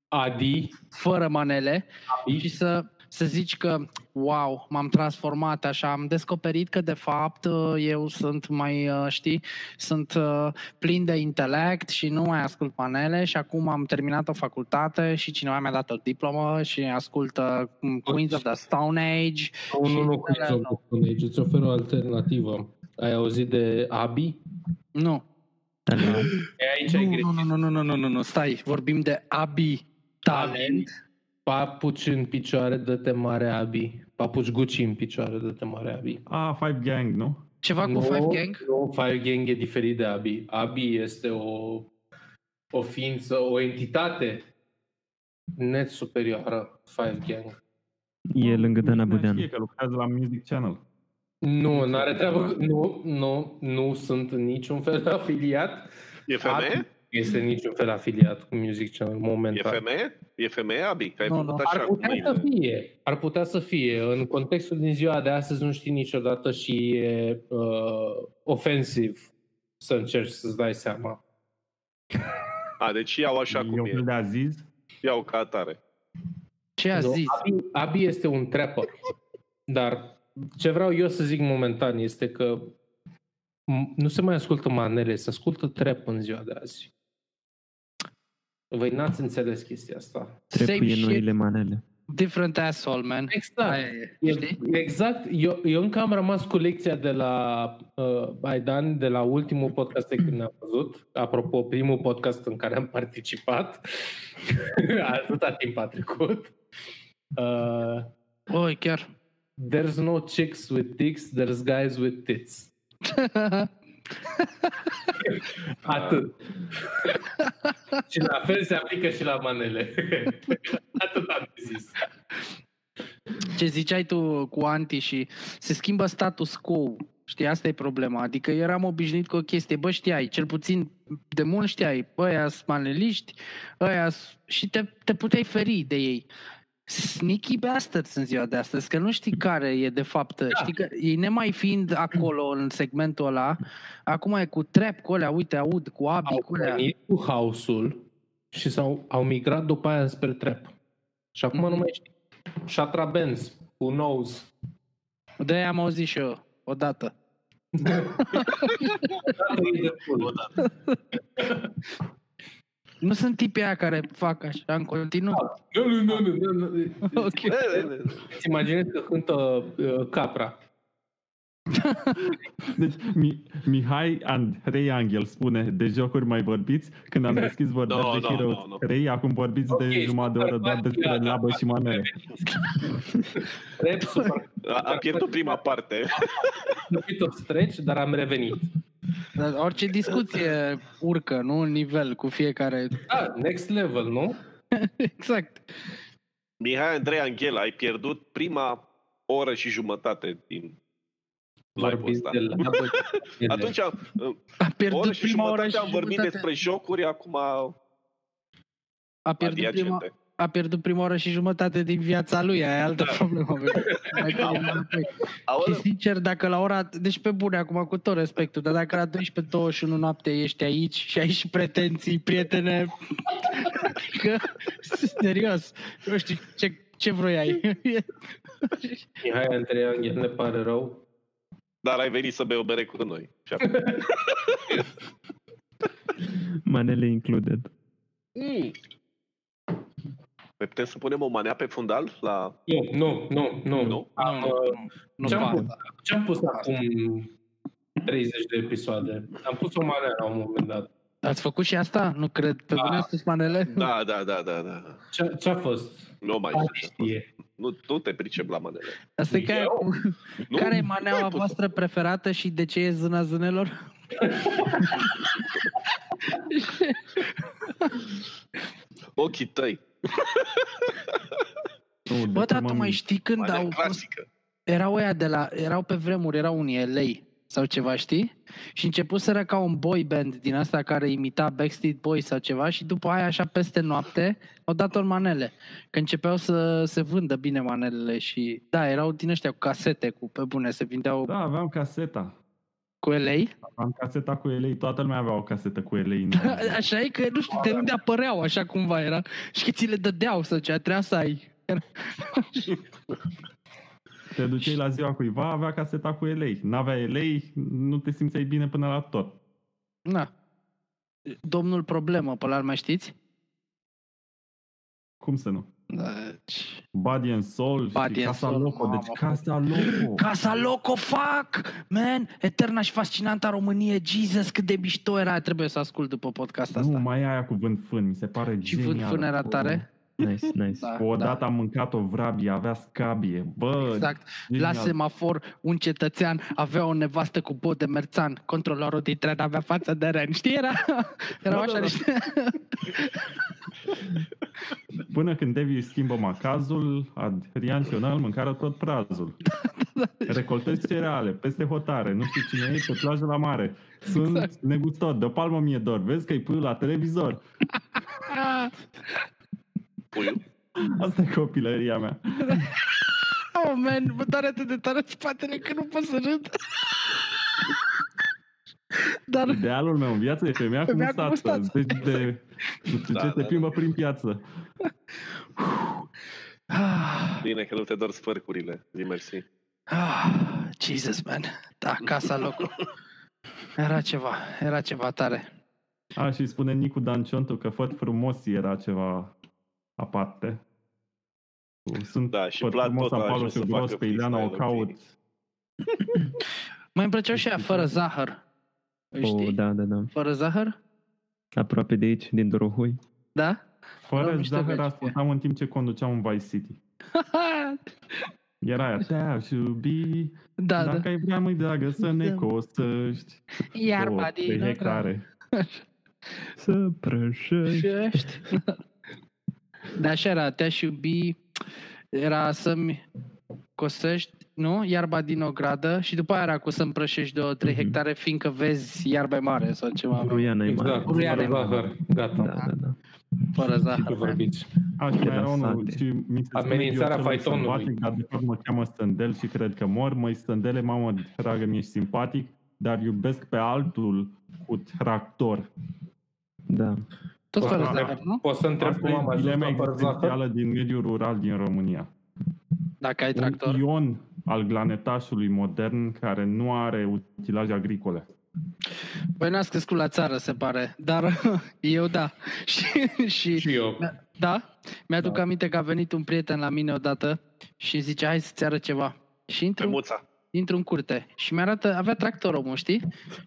S2: Adi,
S1: fără manele și
S2: Adi
S1: să, să zici că, wow, m-am transformat așa, am descoperit că de fapt uh, eu sunt mai, uh, știi, sunt uh, plin de intelect și nu mai ascult manele și acum am terminat o facultate și cineva mi-a dat o diplomă și ascultă mm, Queens of the Stone Age. și
S2: nu locuiești
S1: unele
S2: cu Tunei, Deci îți ofer o alternativă. Ai auzit de Abi?
S1: Nu.
S5: Da,
S2: E aici ai
S1: Nu,
S2: greșit.
S1: nu, nu, nu, nu, nu, nu, nu, stai, vorbim de abi talent.
S2: Papuci în picioare, dă-te mare Abi. Papuci Gucci în picioare, dă-te mare Abi.
S5: A, Five Gang, nu?
S1: Ceva cu
S2: Nu,
S1: Five Gang?
S2: Nu, Five Gang e diferit de Abi. Abi este o, o ființă, o entitate net superioară Five Gang.
S3: E lângă Dana
S5: Bine
S3: Budeanu.
S5: Știe că lucrează la Music Channel.
S2: Nu, nu are treabă. cu- Nu, nu, nu sunt în niciun fel afiliat.
S4: E
S2: Abi
S4: femeie?
S2: nu este în niciun fel afiliat cu Music Channel
S4: E
S2: momentan.
S4: femeie? E femeie, Abi? Că ai
S1: da. Nu,
S4: făcut
S1: nu.
S4: așa
S2: Ar
S4: cu
S2: putea să
S4: mâinile.
S2: fie. Ar putea să fie. În contextul din ziua de astăzi nu știi niciodată și e uh, ofensiv să încerci să-ți dai seama.
S4: A, deci iau așa
S5: Eu
S4: cum e.
S5: cred de Aziz.
S4: Iau ca atare.
S1: Ce a
S2: Nu,
S1: zis?
S2: Abi, Abi este un trapper. Dar ce vreau eu să zic momentan este că m- nu se mai ascultă manele, se ascultă trap în ziua de azi. Voi n-ați înțeles chestia asta.
S1: Same
S3: Trebuie
S1: shit,
S3: noile manele.
S1: different asshole, man. Aia
S2: Exact.
S1: e,
S2: E-
S1: știi?
S2: Exact. Eu, eu încă am rămas cu lecția de la uh, Aidan, de la ultimul podcast de când ne-am văzut. Apropo, primul podcast în care am participat. Atâta timp a trecut. Uh,
S1: Oi, chiar.
S2: There's no chicks with dicks, there's guys with tits. Atât. și la fel se aplică și la manele. Atât am zis.
S1: Ce ziceai tu cu anti și se schimbă status quo. Știi, asta e problema. Adică eram obișnuit cu o chestie. Bă, știai, cel puțin de mult știai. Bă, aia sunt maneliști, aia și te, te puteai feri de ei. Sneaky bastards în ziua de astăzi, că nu știi care e de fapt. Da. Știi că ei nemai fiind acolo în segmentul ăla, acum e cu trap cu alea, uite, aud, cu abi,
S2: Au
S1: cu alea.
S2: venit cu house-ul și s-au, au migrat după aia spre trap. Și acum nu mai știu. Shatra Benz, who knows?
S1: De aia am auzit și eu, odată.
S2: Da,
S4: Odată.
S1: Nu sunt tipii aia care fac așa în continuu.
S2: Nu, nu, nu, nu, nu.
S1: Ok.
S4: E, e, e.
S2: Îți imaginezi că cântă uh, capra.
S5: Deci, Mi- Mihai Andrei Angel spune de jocuri mai vorbiți, când am deschis vorbeați
S4: No,
S5: de
S4: no,
S5: Hero
S4: no, no.
S5: 3, acum vorbiți de
S2: Ok,
S5: jumătate de oră doar
S2: Superparty,
S5: despre
S2: da,
S5: labă
S2: da,
S5: și manele.
S2: Rap, super.
S4: A- Am pierdut prima parte.
S2: Nu o stretch, dar am revenit.
S1: Dar orice discuție urcă, nu? Un nivel cu fiecare.
S2: Da, next level, nu?
S1: Exact.
S4: Mihai Andrei Anghel, ai pierdut prima oră și jumătate din live-ul
S2: Vorbiți
S4: ăsta.
S2: de la...
S4: Atunci, uh,
S1: A
S4: o oră
S1: pierdut
S4: și
S1: prima oră
S4: jumătate
S1: și
S4: am vorbit
S1: jumătate.
S4: despre jocuri, acum
S1: A pierdut, prima,
S4: adiacente.
S1: a pierdut prima oră și jumătate din viața lui, aia e altă problemă. bă. Mai
S4: Da.
S1: pune înapoi.
S4: Aoleu,
S1: Și sincer, dacă la ora... Deci pe bune acum, cu tot respectul, dar dacă la 12-21 noapte ești aici și ai și pretenții, prietene... Că, serios, nu știu ce, ce vroiai.
S2: Mihai Andrei Angel, ne pare rău.
S4: dar ai venit să bei o bere cu noi. Și acum-
S3: Manele included.
S4: Mm. Păi putem să punem o manea pe fundal la...
S2: Nu, nu, nu, nu.
S4: Nu?
S2: Am,
S1: Nu,
S2: uh,
S1: nu,
S2: ce-am
S1: nu,
S2: pus? Ce-am pus acum 30 de episoade? Am pus o mare la un moment dat.
S1: Ați făcut și asta? Nu cred. Pe
S2: Da.
S1: bune ați spus manele?
S4: Da, da, da, da, da.
S2: Ce- Ce-a fost?
S4: Nu
S1: Da,
S4: mai
S2: Hai,
S4: știu.
S2: știe.
S4: Nu, nu te pricep la manele.
S1: Asta e ca aia
S2: Eu?
S1: cu...
S4: Nu,
S1: Care e
S4: nu ai
S1: maneaua
S4: putut.
S1: voastră preferată și de ce e zâna zânelor?
S4: Ochii tăi.
S5: Nu, deci
S1: Bă,
S5: de
S1: dar
S5: cum
S1: tu
S5: am-
S1: mai știi când
S4: Manea
S1: au fost
S4: clasică.
S1: erau ăia de la, erau pe vremuri, erau unii elei sau ceva, știi? Și începuseră ca un boy band din asta care imita Backstreet Boys sau ceva și după aia așa peste noapte au dat în manele. Că începeau să se vândă bine manelele și da, erau din ăștia cu casete, cu pe bune, se vindeau
S5: Da, aveam caseta.
S1: cu elei.
S5: Am caseta cu elei, toată lumea avea o casetă cu elei. în ea.
S1: Așa e că nu știu de unde apăreau așa cumva era și că ți le dădeau sau ce trebuia să ai.
S5: Te duceai la ziua cuiva, avea caseta cu elei. N-avea elei, nu te simțeai bine până la tot. Da.
S1: Na. Domnul Problemă, pe la mai știți?
S5: Cum să nu?
S1: Da.
S5: Body and Soul
S1: Body
S5: și
S1: and
S5: Casa
S1: Soul,
S5: Loco.
S1: mamă.
S5: Deci Casa Loco.
S1: Casa Loco fac! Man, eterna și fascinanta Românie, Jesus, cât de mișto era! Trebuie să ascult după podcast
S5: Nu,
S1: asta.
S5: mai e aia cu vânt fân, mi se pare
S1: și
S5: genial.
S1: vânt era tare.
S3: Nice, nice.
S1: Da,
S5: Odată
S1: da.
S5: am mâncat o vrabie, avea scabie. Bă,
S1: Exact. La
S5: genial.
S1: semafor, un cetățean avea o nevastă cu bot de merțan, controlorul din tren avea față de ren. Știi, era, era
S5: da,
S1: așa
S5: da.
S1: niște...
S5: Până când Devi își schimbă macazul, Adrian Sional mâncară tot prazul.
S1: Da,
S5: Recoltezi cereale, peste hotare, nu știu cine e, pe plajă la mare. Sunt
S1: Exact.
S5: negustor, de palmă mie dor, vezi că îi pui la televizor.
S1: Ah,
S4: Puiul.
S5: Asta e copilăria mea.
S1: Oh, man, mă doare atât de tare spatele că nu pot să râd. Dar
S5: Idealul meu în viață e femeia cu
S1: Femeia Exact. cu
S5: mustață.
S1: mustață.
S5: Deci de, nu știu
S4: Da,
S5: ce,
S4: da,
S5: te
S4: da.
S5: plimbă prin piață.
S1: Ah,
S4: Bine că nu te dor spărcurile. Zi mersi.
S1: ah, Jesus, man. Da, casa locu. Era ceva, era ceva tare.
S5: A, și spune Nicu Danciontu că Făt Frumos era ceva aparte. Sunt
S4: Da, și
S5: Făt
S4: Vlad
S5: Frumos,
S4: tot a
S5: Apalo
S4: ajuns
S5: și
S4: să
S5: Gros,
S4: facă
S5: pe Ileana o
S4: freestyle-ul
S5: caut.
S4: clinic.
S1: Mai îmi plăceau și aia fără zahăr. Îi Știi?
S3: Oh, da, da, da.
S1: Fără zahăr?
S3: Aproape de aici, din Dorohoi.
S1: Da? Erau
S5: Fără
S1: mișto
S5: zahăr
S1: găci,
S5: ascultam în timp ce conduceam în Vice City. Era aia, te-aș iubi,
S1: da, da.
S5: dacă ai vrea, măi dragă, să ne
S3: Da.
S5: cosăști.
S3: Oh,
S1: Iarba
S5: Două, trei
S1: din ogradă.
S5: hectare.
S3: Să prășești.
S1: Și ești. Da, așa era, te-aș iubi... Era să-mi cosești, nu? Iarba din ogradă și după aia era cu să împrășești de 3
S3: Mhm.
S1: hectare, fiindcă vezi iarba e mare sau ceva,
S3: Buruiana e mare.
S2: Exact,
S1: Acum iar
S2: fără
S1: Da. e mare.
S2: zahăr, gata.
S3: Da,
S2: Da.
S3: da, da.
S1: fără
S2: Că
S1: zahăr.
S2: vorbiți.
S5: Aș mai era unul
S3: Interesante.
S5: și mi se spune
S2: Amenințarea
S5: că eu cel mai
S2: faitonului.
S5: sălbatic, Dar de fapt mă cheamă Stândel și cred că mor. Măi Stândele, mamă, dragă, mi ești simpatic, dar iubesc pe altul cu tractor.
S3: Da.
S1: Tot fără
S2: Da.
S1: zahăr, nu?
S2: Poți să întreb
S5: Asta
S2: cum am
S5: e
S2: ajuns
S5: dilema
S2: la fără zahăr?
S5: existențială din mediul rural din România.
S1: Dacă ai
S5: Un
S1: tractor.
S5: ion al glanetașului modern care nu are utilaje agricole.
S1: Păi n-ați crescut la țară, se pare, dar eu da. și, și
S2: Și eu.
S1: Da, mi-aduc
S5: Da.
S1: aminte că a venit un prieten la mine odată și zice, hai să-ți arăt ceva. Și
S4: Pe
S1: intru,
S4: muța.
S1: intru în curte și mi-arată, avea tractor omul, știi?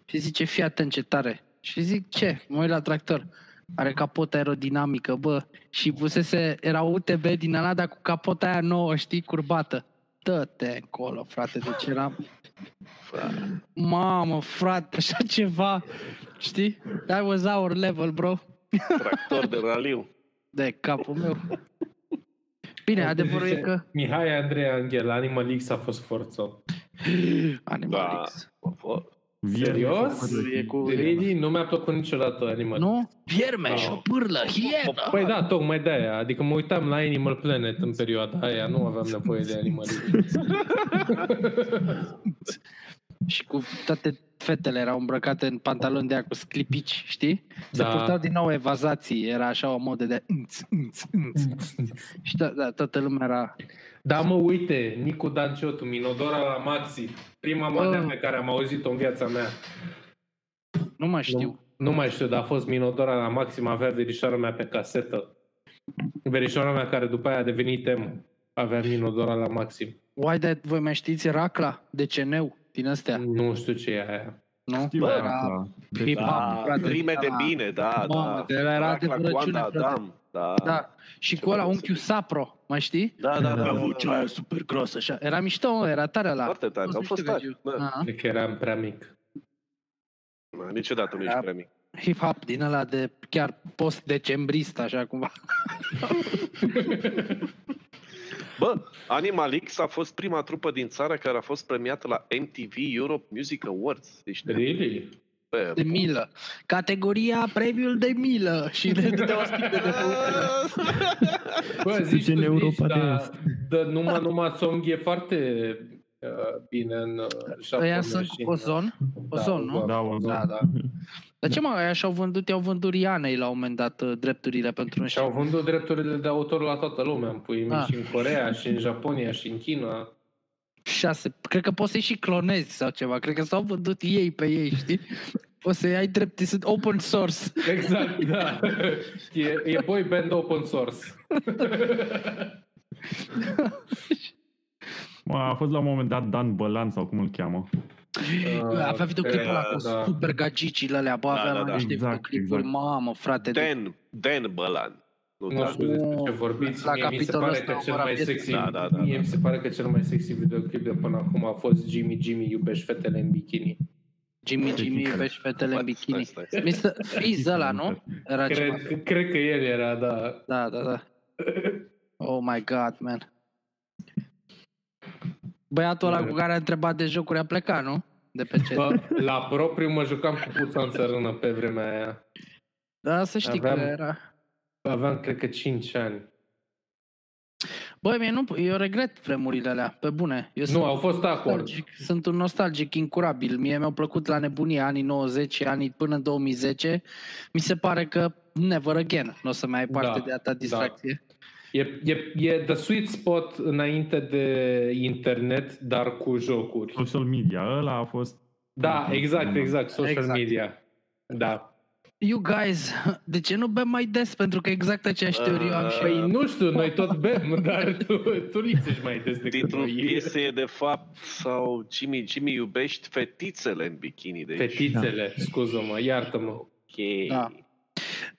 S1: Și zice, fii atent ce tare. Și zic, ce? Mă uit la tractor. Are capotă aerodinamică, bă. Și pusese, era UTB din ala, dar cu capota aia nouă, știi, curbată. Dă-te încolo, frate, deci era... Mamă, frate, așa ceva, știi? That was our level, bro.
S4: Tractor de raliu.
S1: De capul meu. Bine,
S2: Cum
S1: adevărul e
S2: zice
S1: că...
S2: Mihai Andrei Angel, Animal X a fost forțat.
S1: Animal
S4: Da.
S1: X.
S5: Viernes,
S2: Serios?
S5: fără-
S1: E cu...
S2: Really? Nu mi-a plăcut niciodată Animal
S1: Nu? Vierme,
S2: Da.
S1: șopârlă, hienă!
S2: Păi da, tocmai de aia. Adică mă uitam la Animal Planet în perioada aia, nu aveam nevoie de Animal X.
S1: Și cu toate fetele erau îmbrăcate în pantaloni de aia cu sclipici, știi? Se
S2: Da.
S1: purtau din nou evazații, era așa o modă de înț, înț, înț. Și da, da, toată lumea era...
S2: Da, mă, uite, Nicu Danciotu, Minodora la Maxi. Prima
S1: Bă.
S2: manea pe care am auzit-o în viața mea.
S1: Nu mai știu.
S2: Nu mai știu, dar a fost Minodora la Maxim, avea verișoara mea pe casetă. Verișoara mea care după aia a devenit Emu. Avea Minodora la Maxim.
S1: Why that, voi mai știți Racla de CNU din astea,
S2: Nu știu ce e aia.
S1: nu?
S5: Știu
S1: era
S5: asta.
S1: da.
S5: Deci,
S1: hip-hop,
S4: Da,
S1: frate.
S4: rime de
S1: era-
S4: bine, da,
S1: Mamă,
S4: da.
S1: de la- era
S4: Rac
S1: de
S4: la
S1: curăciune,
S4: Coanda
S1: frate.
S4: Adam, da.
S1: Da. Și cu
S4: Ceva
S1: ăla
S4: deosebit.
S1: unchiul Sapro, mai știi?
S4: Da, da, da.
S3: Era
S4: da, da.
S1: aia super gros, așa. Era mișto, mă, era tare la.
S4: Foarte tare, au fost tari. Da.
S2: Cred că eram prea mic.
S4: Da, Niciodată nu
S1: Da.
S4: ești prea mic.
S1: Hip-hop din ăla de chiar post-decembrist, așa cumva.
S4: Bă, Animal X a fost prima trupă din țară care a fost premiată la MTV Europe Music Awards. Deci, de,
S2: Really?
S4: pe,
S1: De milă. Categoria premiul de milă. Și de, de, de o de, de
S2: Bă,
S3: Se
S2: zici
S3: duce
S2: tu,
S3: în Europa
S2: zici,
S3: de
S2: dar-
S3: Est.
S2: Dar numai, numai Song e foarte uh, bine în uh, Japonia
S1: Ăia sunt
S2: și în-
S1: cu ozon. Ozon, nu?
S5: Da, o
S2: Da, da.
S1: Dar ce mă, aia și-au vândut, i-au vândut Rianei la un moment dat uh, drepturile pentru un
S2: Și au vândut drepturile de autor la toată lumea, în pui
S1: Ah.
S2: și în Corea, și în Japonia, și în China.
S1: șase. Cred că poți să-i și clonezi sau ceva. Cred că s-au vândut ei pe ei, știi? Poți să-i ai drept, sunt open source.
S2: Exact, da. e, e boy band open source.
S5: Mă, A fost la un moment dat Dan Bălan sau cum îl cheamă.
S2: Uh,
S1: Avea videoclipul ăla
S4: da,
S1: cu
S2: da.
S1: super gagicile alea, bă,
S4: Da,
S1: avea
S4: da,
S1: la
S4: da.
S1: niște
S5: Exact,
S1: videoclipuri,
S5: exact.
S1: mamă, frate, de
S4: Dan, Dan Bălan. Nu,
S2: nu
S4: Dan.
S2: știu despre ce vorbiți,
S1: La
S2: mie mi se
S1: capitolul
S2: pare
S1: ăsta
S2: că
S1: am
S2: cel mai
S1: vorbit.
S2: sexy,
S4: Da, da, da,
S2: mie
S4: da.
S2: mi se pare că cel mai sexy videoclip de până acum a fost Jimmy Jimmy iubești fetele în bikini.
S1: Jimmy, Jimmy,
S5: Chicken.
S1: iubești fetele în bikini.
S4: Stai, stai, stai.
S1: Mr. Freeze ăla, nu? Era ceva.
S2: Cred, cred că el era, da.
S1: Da, da, da. Oh my god, man. Băiatul
S5: Da.
S1: ăla cu care a întrebat de jocuri a plecat, nu? De pe ce?
S2: Bă, la propriu mă jucam cu puța în țărână pe vremea aia.
S1: Da, să știi că
S2: aveam-
S1: era.
S2: Aveam, cred că, 5 ani.
S1: Băi, mie nu, eu regret vremurile alea, pe bune. Eu
S2: Nu,
S1: sunt,
S2: au fost acolo.
S1: nostalgic, sunt un nostalgic incurabil. Mie mi-au plăcut la nebunie anii 90, anii până în 2010. Mi se pare că never again nu o să mai ai parte
S2: Da,
S1: de atâta distracție.
S2: E, e, e the sweet spot înainte de internet, dar cu jocuri.
S5: Social media. Ăla a fost...
S2: Da, exact, exact, social
S1: Exact.
S2: media. Da.
S1: You guys, de ce nu bem mai des? Pentru că exact aceeași teorie am și
S2: Păi
S1: eu.
S2: nu știu, noi tot bem, dar tu, tu lipsești mai des decât
S4: Titlul
S2: noi.
S4: piesei e de fapt sau Jimmy, Jimmy iubești fetițele în bikini. Deci,
S2: Fetițele, scuză-mă, iartă-mă.
S4: ok.
S1: Da.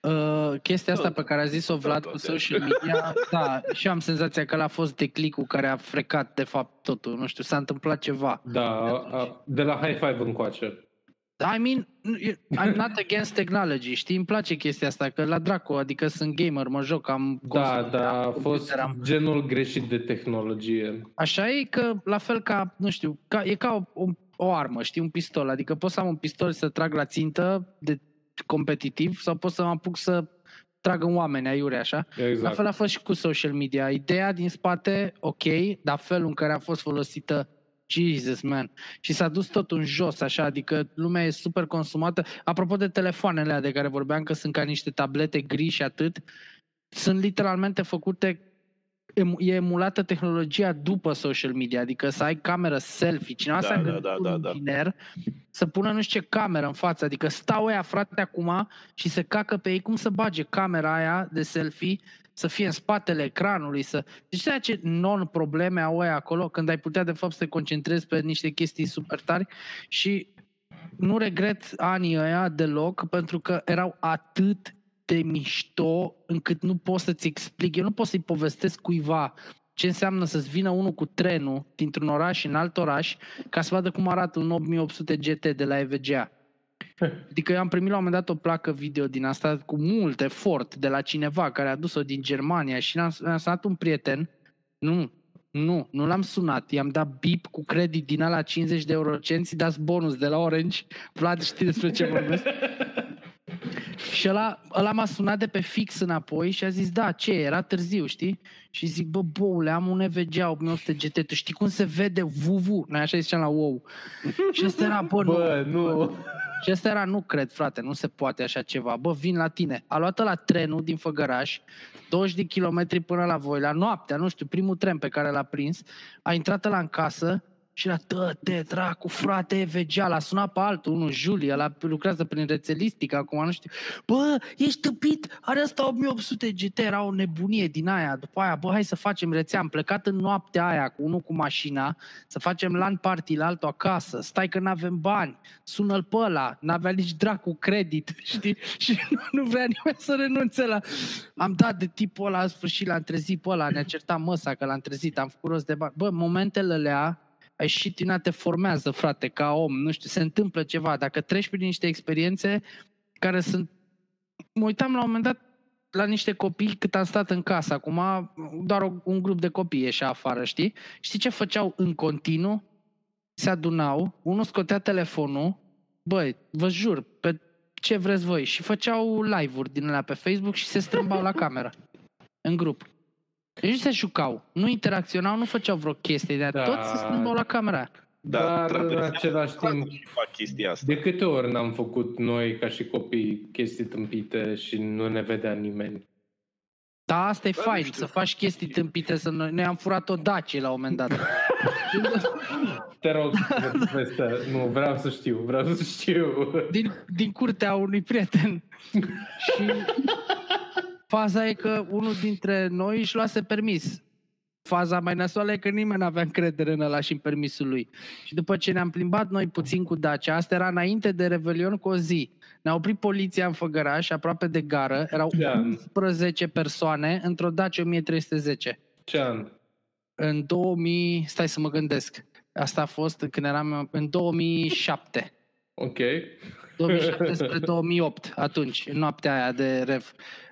S1: Uh, chestia asta pe care a zis-o Vlad
S4: tot
S1: cu
S4: de-
S1: social media, da, și am senzația că l a fost declicul care a frecat de fapt totul. Nu știu, s-a întâmplat ceva.
S2: Da, a, de la high five încoace.
S1: I mean, I'm not against technology, știi? Îmi place chestia asta, că la dracu, adică sunt gamer, mă joc, am...
S2: Da,
S1: console,
S2: da,
S1: am
S2: a fost
S1: computer, am-
S2: genul greșit de tehnologie.
S1: Așa e că, la fel ca, nu știu, ca, e ca o, o, o armă, știi, un pistol. Adică pot să am un pistol să trag la țintă de competitiv sau pot să mă apuc să trag în oameni, aiure, așa. La
S2: Exact.
S1: fel a fost și cu social media. Ideea din spate, ok, dar felul în care a fost folosită, Jesus, man. Și s-a dus tot în jos, așa, adică lumea e super consumată. Apropo de telefoanele alea de care vorbeam, că sunt ca niște tablete gri și atât, sunt literalmente făcute em- e emulată tehnologia după social media, adică să ai cameră selfie, cineva
S4: Da,
S1: s-a
S4: da,
S1: gândit
S4: da,
S1: un
S4: da, da.
S1: inginer să pună nu știu ce cameră în față, adică stau ăia frate acum și se cacă pe ei, cum să bage camera aia de selfie să fie în spatele ecranului, să... Deci ceea ce non-probleme au ăia acolo, când ai putea de fapt să te concentrezi pe niște chestii super tari și nu regret anii ăia deloc, pentru că erau atât de mișto încât nu pot să-ți explic, eu nu pot să-i povestesc cuiva ce înseamnă să-ți vină unul cu trenul dintr-un oraș în alt oraș ca să vadă cum arată un 8800 GT de la EVGA. Adică eu am primit la un moment dat o placă video din asta cu mult efort de la cineva care a dus-o din Germania și l-am, am sunat un prieten. Nu, nu, nu l-am sunat. I-am dat bip cu credit din ala 50 de eurocenți, dați bonus de la Orange. Vlad știi despre ce vorbesc. Și ăla, ăla m-a sunat de pe fix înapoi și a zis, da, ce, era târziu, știi? Și zic, bă, boule, am un EVGA 8900 GT, tu știi cum se vede VV? Noi așa ziceam la wow. Și ăsta era, bă, nu,
S2: Bă, nu.
S1: și ăsta era, nu cred, frate, nu se poate așa ceva. Bă, vin la tine. A luat la trenul din Făgăraș, 20 de kilometri până la voi, la noaptea, nu știu, primul tren pe care l-a prins, a intrat la în casă și era, tă, te, dracu, frate, EVGA, l-a sunat pe altul, unul, Julia, la lucrează prin rețelistică, acum nu știu. Bă, ești tâpit, are ăsta 8800 GT, era o nebunie din aia. După aia, bă, hai să facem rețea. Am plecat în noaptea aia cu unul cu mașina, să facem LAN party la altul acasă, stai că n-avem bani, sună-l pe ăla, n-avea nici dracu credit, știi? Și nu, nu vrea nimeni să renunțe la... Am dat de tipul ăla, în sfârșit l-am trezit pe ăla, ne-a certat măsa că l-am trezit, am făcut rost de bani. Bă, momentele alea, ai și tine te formează, frate, ca om, nu știu, se întâmplă ceva. Dacă treci prin niște experiențe care sunt... Mă uitam la un moment dat la niște copii cât am stat în casă. Acum doar o- un grup de copii ieșea afară, știi? Știi ce făceau în continuu? Se adunau, unul scotea telefonul, băi, vă jur, pe ce vreți voi, și făceau live-uri din alea pe Facebook și se strâmbau la cameră, în grup. Deci nu se jucau, nu interacționau, nu făceau vreo chestie, dar
S2: Da.
S1: da. toți se strâmbau la camera.
S4: Da,
S2: Dar în
S4: într-adevăr,
S2: același timp,
S4: nu fac chestia asta.
S2: de câte ori n-am făcut noi, ca și copii, chestii tâmpite și nu ne vedea nimeni?
S1: Da, asta e
S4: Bă, nu
S1: fain,
S4: știu.
S1: să faci chestii tâmpite, să noi, noi am furat o Dacia la un moment dat.
S2: Te rog, nu povestea. nu, vreau să știu, vreau să știu.
S1: din, din curtea unui prieten. și faza e că unul dintre noi își luase permis. Faza mai nasoală e că nimeni nu avea încredere în ăla și în permisul lui. Și după ce ne-am plimbat noi puțin cu Dacia, asta era înainte de Revelion cu o zi, ne-a oprit poliția în Făgăraș, aproape de gară, erau
S2: Ce an?
S1: 11 persoane într-o Dacia 1310
S2: Ce an?
S1: în 2000, stai să mă gândesc, asta a fost când eram în 2007,
S2: Ok.
S1: 2007 spre 2008, atunci, în noaptea aia de rev.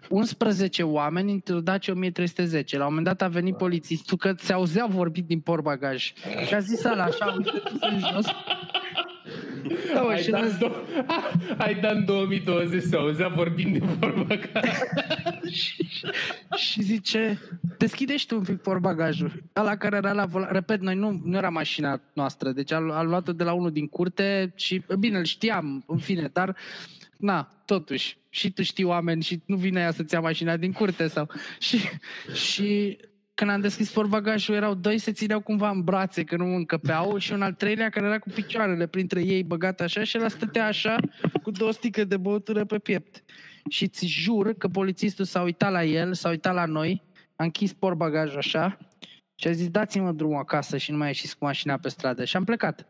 S1: 11 oameni într-o Dacia 1310. La un moment dat a venit polițistul că se auzea vorbit din porbagaj și a zis ala așa, uitându-se în jos. Da, mă,
S2: ai,
S1: și
S2: dat
S1: l-a-
S2: do- ai dat în 2020 să auzea vorbind de vorba ca...
S1: și, și zice, deschideți tu un pic porbagajul. Ăla care era la volan, repet, noi nu, nu era mașina noastră, deci a, a luat-o de la unul din curte și, bine, îl știam, în fine, dar, na, totuși, și tu știi oameni și nu vine ea să-ți ia mașina din curte sau... Și, și când am deschis porbagajul, erau doi se țineau cumva în brațe, că nu încăpeau, și un al treilea care era cu picioarele printre ei băgat așa și ăla stătea așa cu două sticle de băutură pe piept. Și ți jur că polițistul s-a uitat la el, s-a uitat la noi, a închis porbagajul așa și a zis dați-mă drumul acasă și nu mai ieșiți cu mașina pe stradă. Și am plecat.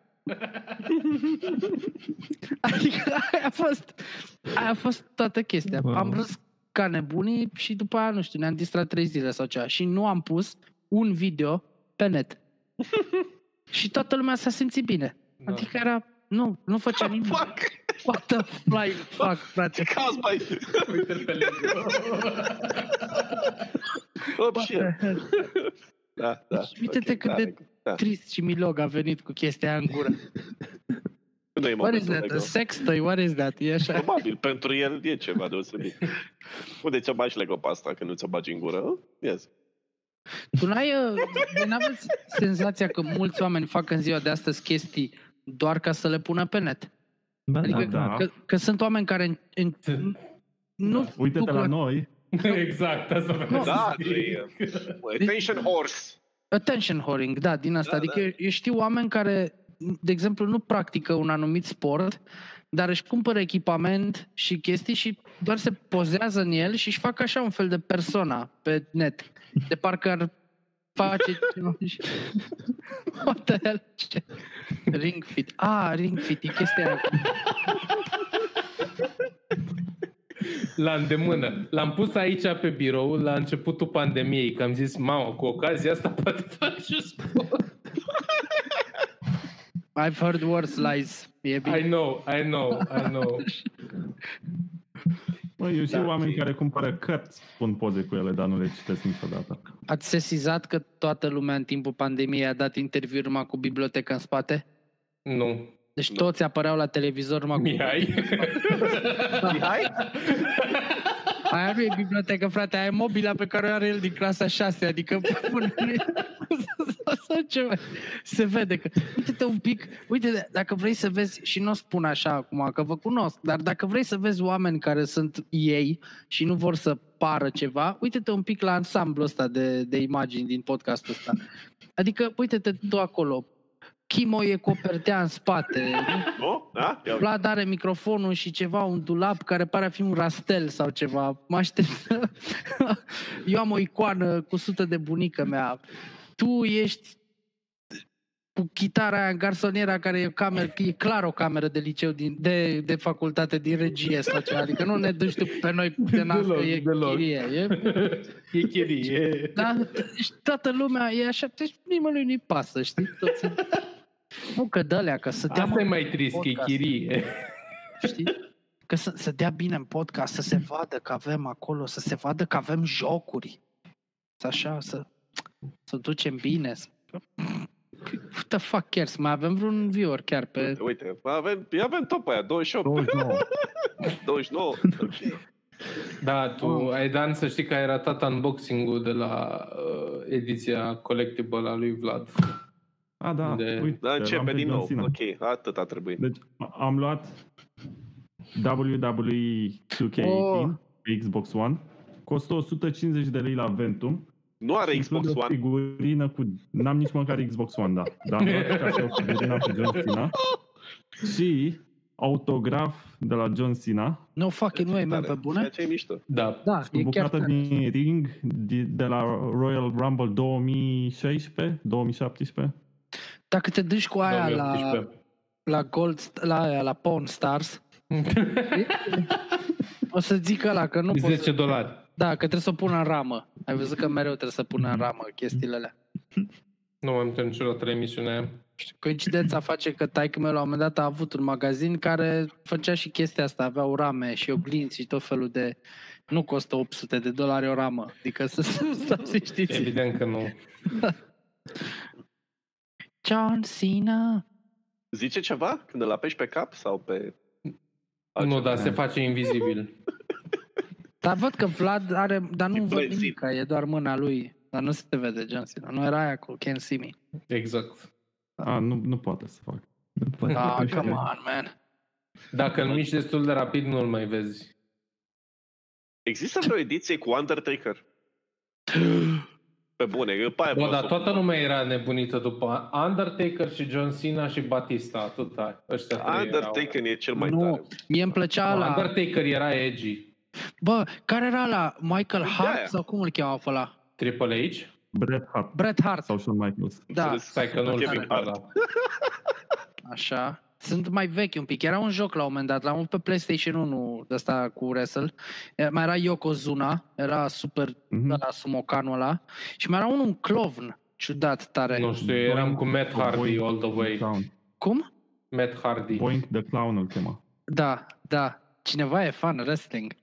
S1: adică aia a fost, aia a fost toată chestia.
S3: Wow.
S1: Am râs ca nebunii și după aia, nu știu, ne-am distrat trei zile sau ceva. Și nu am pus un video pe net. și toată lumea s-a simțit bine. Adică era, nu, nu făcea nimic.
S4: Fuck!
S1: What the fly fuck, frate?
S4: Caz mai...
S2: Uite-l pe Lego.
S4: Oh,
S1: What
S4: shit.
S1: the hell?
S4: Da, da.
S1: Deci, uite-te
S4: ok,
S1: cât
S4: da,
S1: de-
S4: Lego. Da.
S1: Trist și milog a venit cu chestia aia în gură.
S4: Nu e
S1: What is
S4: momentul
S1: that? A
S4: Lego.
S1: sextoy? What is that? E așa.
S4: Probabil, pentru el e ceva deosebit. Unde ți-o bagi Lego pe asta când nu ți-o bagi în gură? Yes.
S1: Tu n-ai, uh, voi n-aveți senzația că mulți oameni fac în ziua de astăzi chestii doar ca să le pună pe net.
S3: Ba,
S1: Adică
S3: da,
S5: da.
S1: că, că sunt oameni care în, în, nu
S5: Uite-te
S1: duc
S5: la noi.
S2: exact, asta vreau
S4: Da,
S2: să zic.
S4: Attention horse!
S1: attention holding, da, din asta.
S4: Da,
S1: adică da. eu știu oameni care, de exemplu, nu practică un anumit sport, dar își cumpără echipament și chestii și doar se pozează în el și își fac așa un fel de persona pe net. De parcă ar face ceva și... What the hell? Ce? Ring fit. Ah, ring fit, e chestia aia.
S2: La îndemână. L-am pus aici pe birou la începutul pandemiei, că am zis, mamă, cu ocazia asta poate fac și sport.
S1: I've heard worse lies. E bine.
S2: I know, I know, I know.
S5: Mă, eu și
S4: Da,
S5: oameni
S4: și-
S5: care cumpără cărți pun poze cu ele, dar nu le citesc niciodată.
S1: Ați sesizat că toată lumea în timpul pandemiei a dat interviuri numai cu biblioteca în spate?
S2: Nu.
S1: Deci
S4: Nu.
S1: toți apăreau la televizor numai cu...
S2: Mihai?
S4: Mihai?
S1: Aia nu e bibliotecă, frate, aia e mobila pe care o are el din clasa 6, adică pune sau ceva. Se vede că... Uite-te un pic, uite, dacă vrei să vezi, și nu o spun așa acum, că vă cunosc, dar dacă vrei să vezi oameni care sunt ei și nu vor să pară ceva, uite-te un pic la ansamblul ăsta de, de imagini din podcastul ăsta. Adică, uite-te tu acolo, Chimo e cu o pertea în spate,
S4: Nu? Da? Ia uite.
S1: Vlad are microfonul și ceva, un dulap care pare a fi un rastel sau ceva. Mă aștept. să- Eu am o icoană cu sută de bunică mea. Tu ești cu chitara aia în garsoniera care e, cameră, e clar o cameră de liceu, din, de, de facultate, din regie sau ceva. Adică nu ne duci tu pe noi de nas că
S2: Deloc,
S1: e
S2: deloc.
S1: chirie. E,
S2: e chirie.
S1: da? Deci toată lumea e așa, deci nimănui nu-i pasă, știi? Toți nu că dă că să te
S2: Asta e mai trist, că e
S1: podcast.
S2: chirie.
S1: știi? Că să, să dea bine în podcast, să se vadă că avem acolo, să se vadă că avem jocuri. Să Așa, să, să ducem bine. să- What the fuck cares? Mai avem vreun viewer chiar pe...
S4: Uite, uite, avem, avem top aia, 28,
S5: 29.
S4: 29.
S2: Da, tu, Aidan, să știi că ai ratat unboxing-ul de la uh, ediția collectible a lui Vlad.
S5: A, da,
S2: De-
S5: uite.
S4: Da,
S5: l-am
S4: începe
S5: pe
S4: din
S5: John
S4: nou.
S5: Cena.
S4: Ok, atât a trebuit.
S5: Deci am luat WWE 2K18
S1: Oh.
S5: pe Xbox One. Costă 150 de lei la Ventum.
S4: Nu are
S5: și
S4: Xbox
S5: include o
S4: One.
S5: Figurină cu... N-am nici măcar Xbox One, da. Dar am luat ca și o figurină cu John Cena. Și autograf de la John Cena
S1: No fucking way, man, pe bune?
S4: Deci, Ceea ce e mișto.
S2: Da.
S1: Da,
S5: cu
S1: e chiar
S5: bucată
S1: tare.
S5: din ring de, de la Royal Rumble 2016, 2017.
S1: Dacă te duci cu aia la,
S2: 2018.
S1: la Gold, la, aia, la Pawn Stars, o să zic ăla că nu poți
S2: 10
S1: să...
S2: dolari.
S1: Da, că trebuie să o pună în ramă. Ai văzut că mereu trebuie să pună în ramă chestiile alea.
S2: Nu am întâlnit niciodată la emisiunea aia.
S1: Și Coincidența face că taică meu la un moment dat a avut un magazin care făcea și chestia asta, aveau rame și oglinzi și tot felul de... Nu costă 800 de dolari o ramă, adică să stați să știți.
S2: Evident că nu.
S1: John Cena.
S4: Zice ceva când îl apeși pe cap sau pe...
S2: Nu,
S4: altceva?
S2: dar se face invizibil.
S1: Dar văd că Vlad are, dar
S4: E
S1: nu văd
S4: blăzit.
S1: nimic, e doar mâna lui. Dar nu se vede John Cena, nu era aia cu Can't See Me.
S2: Exact.
S5: A, Ah, nu, nu poate să fac.
S3: nu poate
S1: Ah,
S3: să
S1: come
S3: știu.
S1: on, man.
S2: Dacă îl miști destul de rapid, nu-l mai vezi.
S4: Există vreo ediție cu Undertaker? Pe bune, eu pe aia
S2: Bă,
S4: vreau
S2: dar
S4: să-
S2: toată lumea era nebunită după Undertaker și John Cena și Batista, atâta. Ăștia trei
S4: Undertaker e cel mai tare.
S1: Nu, mie îmi plăcea
S2: erau.
S1: la...
S2: Undertaker era edgy.
S1: Bă, care era la Michael
S4: Da.
S1: Hart sau cum îl cheamă pe ăla?
S2: Triple H?
S5: Bret Hart
S1: Bret Hart,
S5: sau Shawn Michaels.
S1: da.
S2: Stai că nu-l
S4: Kevin
S2: știu,
S4: Hart.
S2: da.
S1: Așa. Sunt mai vechi un pic. Era un joc la un moment dat, l-am avut pe PlayStation 1 de asta cu Wrestle. E, Mai era Yokozuna, era super
S5: Mhm.
S1: ăla sumocanul ăla și mai era unul un clovn ciudat tare.
S2: Nu știu, eram cu Matt Hardy all the way.
S5: Clown.
S1: Cum?
S2: Matt Hardy.
S5: Boink the Clown îl chema.
S1: Da, da. Cineva e fan wrestling.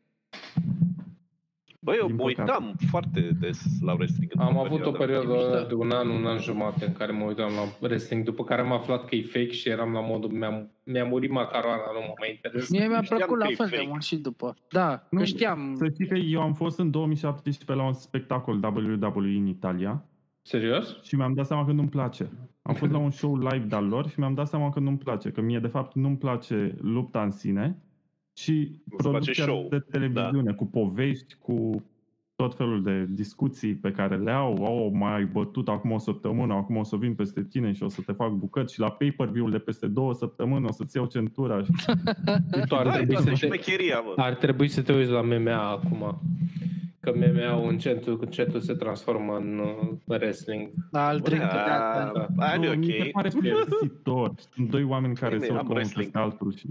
S4: Băi, eu
S5: Din
S4: mă
S5: păcate.
S4: uitam foarte des la wrestling.
S2: Am
S4: într-o
S2: avut o
S1: E
S2: perioadă
S1: mișto.
S2: de un an, un an jumate în care mă uitam la wrestling, după care am aflat că e fake și eram la modul, mi-a, mi-a murit macaroana, nu mă mai interesează.
S1: Mie mi-a
S4: Știam
S1: plăcut
S4: că
S1: la
S4: e
S1: fel de
S4: fake.
S1: mult și după. Da,
S5: Nu,
S1: nu știam.
S5: Să știi că eu am fost în 2017 la un spectacol WWE în Italia
S2: Serios?
S5: și mi-am dat seama că nu-mi place. Am fost la un show live de-al lor și mi-am dat seama că nu-mi place, că mie de fapt nu-mi place lupta în sine și
S4: place
S5: producția
S4: show-ul,
S5: de televiziune, cu povești, cu tot felul de discuții pe care le au, au mai bătut acum o săptămână, acum o să vin peste tine și o să te fac bucăți și la pay-per-view-ul de peste două săptămâni o să-ți iau centura. Și...
S2: Tu ar
S4: Da, e
S2: trebui
S4: toată
S2: să te,
S4: șmecheria, mă.
S2: ar trebui să te uiți la MMA acum. Că MMA-ul încetul, încetul se transformă în uh, wrestling.
S1: Al drink
S4: Bă,
S2: da.
S1: de da.
S4: a-
S1: altă.
S4: aia nu
S5: Mi se
S4: e ok.
S5: pare plictisitor. Sunt doi oameni care
S4: Bine,
S5: se
S4: am
S5: urcă unul
S4: wrestling.
S5: peste altul și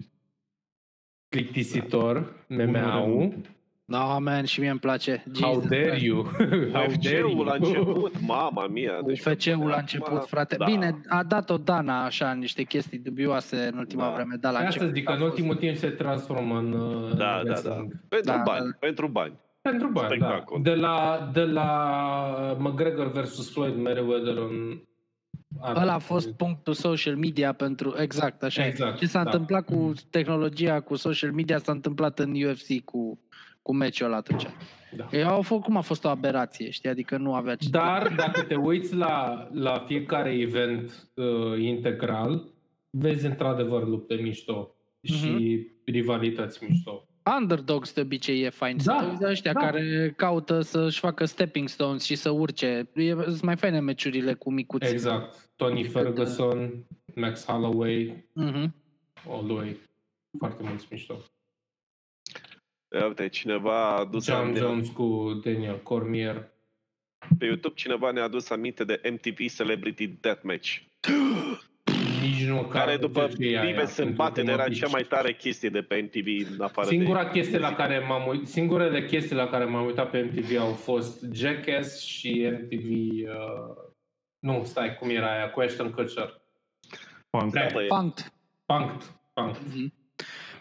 S2: Plictisitor, MMA-ul.
S5: renunță.
S1: No, man, și mie îmi place.
S2: How
S1: Jesus
S2: dare
S1: Christ.
S2: you? How dare
S4: UFC-ul la
S2: you?
S4: început, mama mia. deci-
S1: UFC-ul la
S4: acum-
S1: început, frate.
S4: da.
S1: Bine, a dat-o Dana așa niște chestii dubioase în ultima
S4: Da.
S1: vreme, da, la
S2: Asta
S1: început.
S2: zic, că
S1: a
S2: în
S1: fost-
S2: ultimul timp se transformă în uh,
S4: Da, da,
S2: wrestling.
S4: Pentru
S1: Da,
S4: bani,
S1: da.
S4: pentru bani.
S2: Pentru bani, da.
S4: Spectacol.
S2: De la, de la McGregor versus Floyd Mayweather în... anul.
S1: Ăla a fost punctul social media pentru, exact, așa.
S2: Exact,
S1: Ce s-a
S2: da.
S1: întâmplat cu tehnologia, cu social media, s-a întâmplat în UFC cu, cu meciul ăla atunci.
S2: Da.
S1: Ei au fost, cum a fost o aberație, știi, adică nu avea ce...
S2: Dar dacă te uiți la, la fiecare event uh, integral, vezi într-adevăr lupte mișto
S1: Mhm.
S2: și rivalități mișto.
S1: Underdogs de obicei e fain.
S2: Da,
S1: Da, Sunt ăștia
S2: da.
S1: da. care caută să-și facă stepping stones și să urce. E, sunt mai faine meciurile cu micuți.
S2: Exact. Tony
S1: Adică, da.
S2: Ferguson, Max Holloway,
S1: Mhm.
S2: all the way. Foarte mulți mișto.
S4: Ia uite, cineva a dus
S2: John
S4: aminte-
S2: Jones cu Daniel Cormier.
S4: pe YouTube, cineva ne-a adus aminte de MTV Celebrity Deathmatch,
S2: Nici nu
S4: care
S2: caută
S4: după
S2: ce e aia,
S4: Live
S2: pentru
S4: Sâmbate
S2: că mă
S4: era
S2: pici.
S4: cea mai tare chestie de pe MTV în afară
S2: Singura
S4: de...
S2: chestie la care m-am uit, singurele chestii la care m-am uitat pe MTV au fost Jackass și MTV uh, nu, stai, cum era aia, Question Culture.
S5: punk.
S2: Da.
S4: Bă, e-
S1: Punked.
S2: Punked. Punked.
S1: Mhm.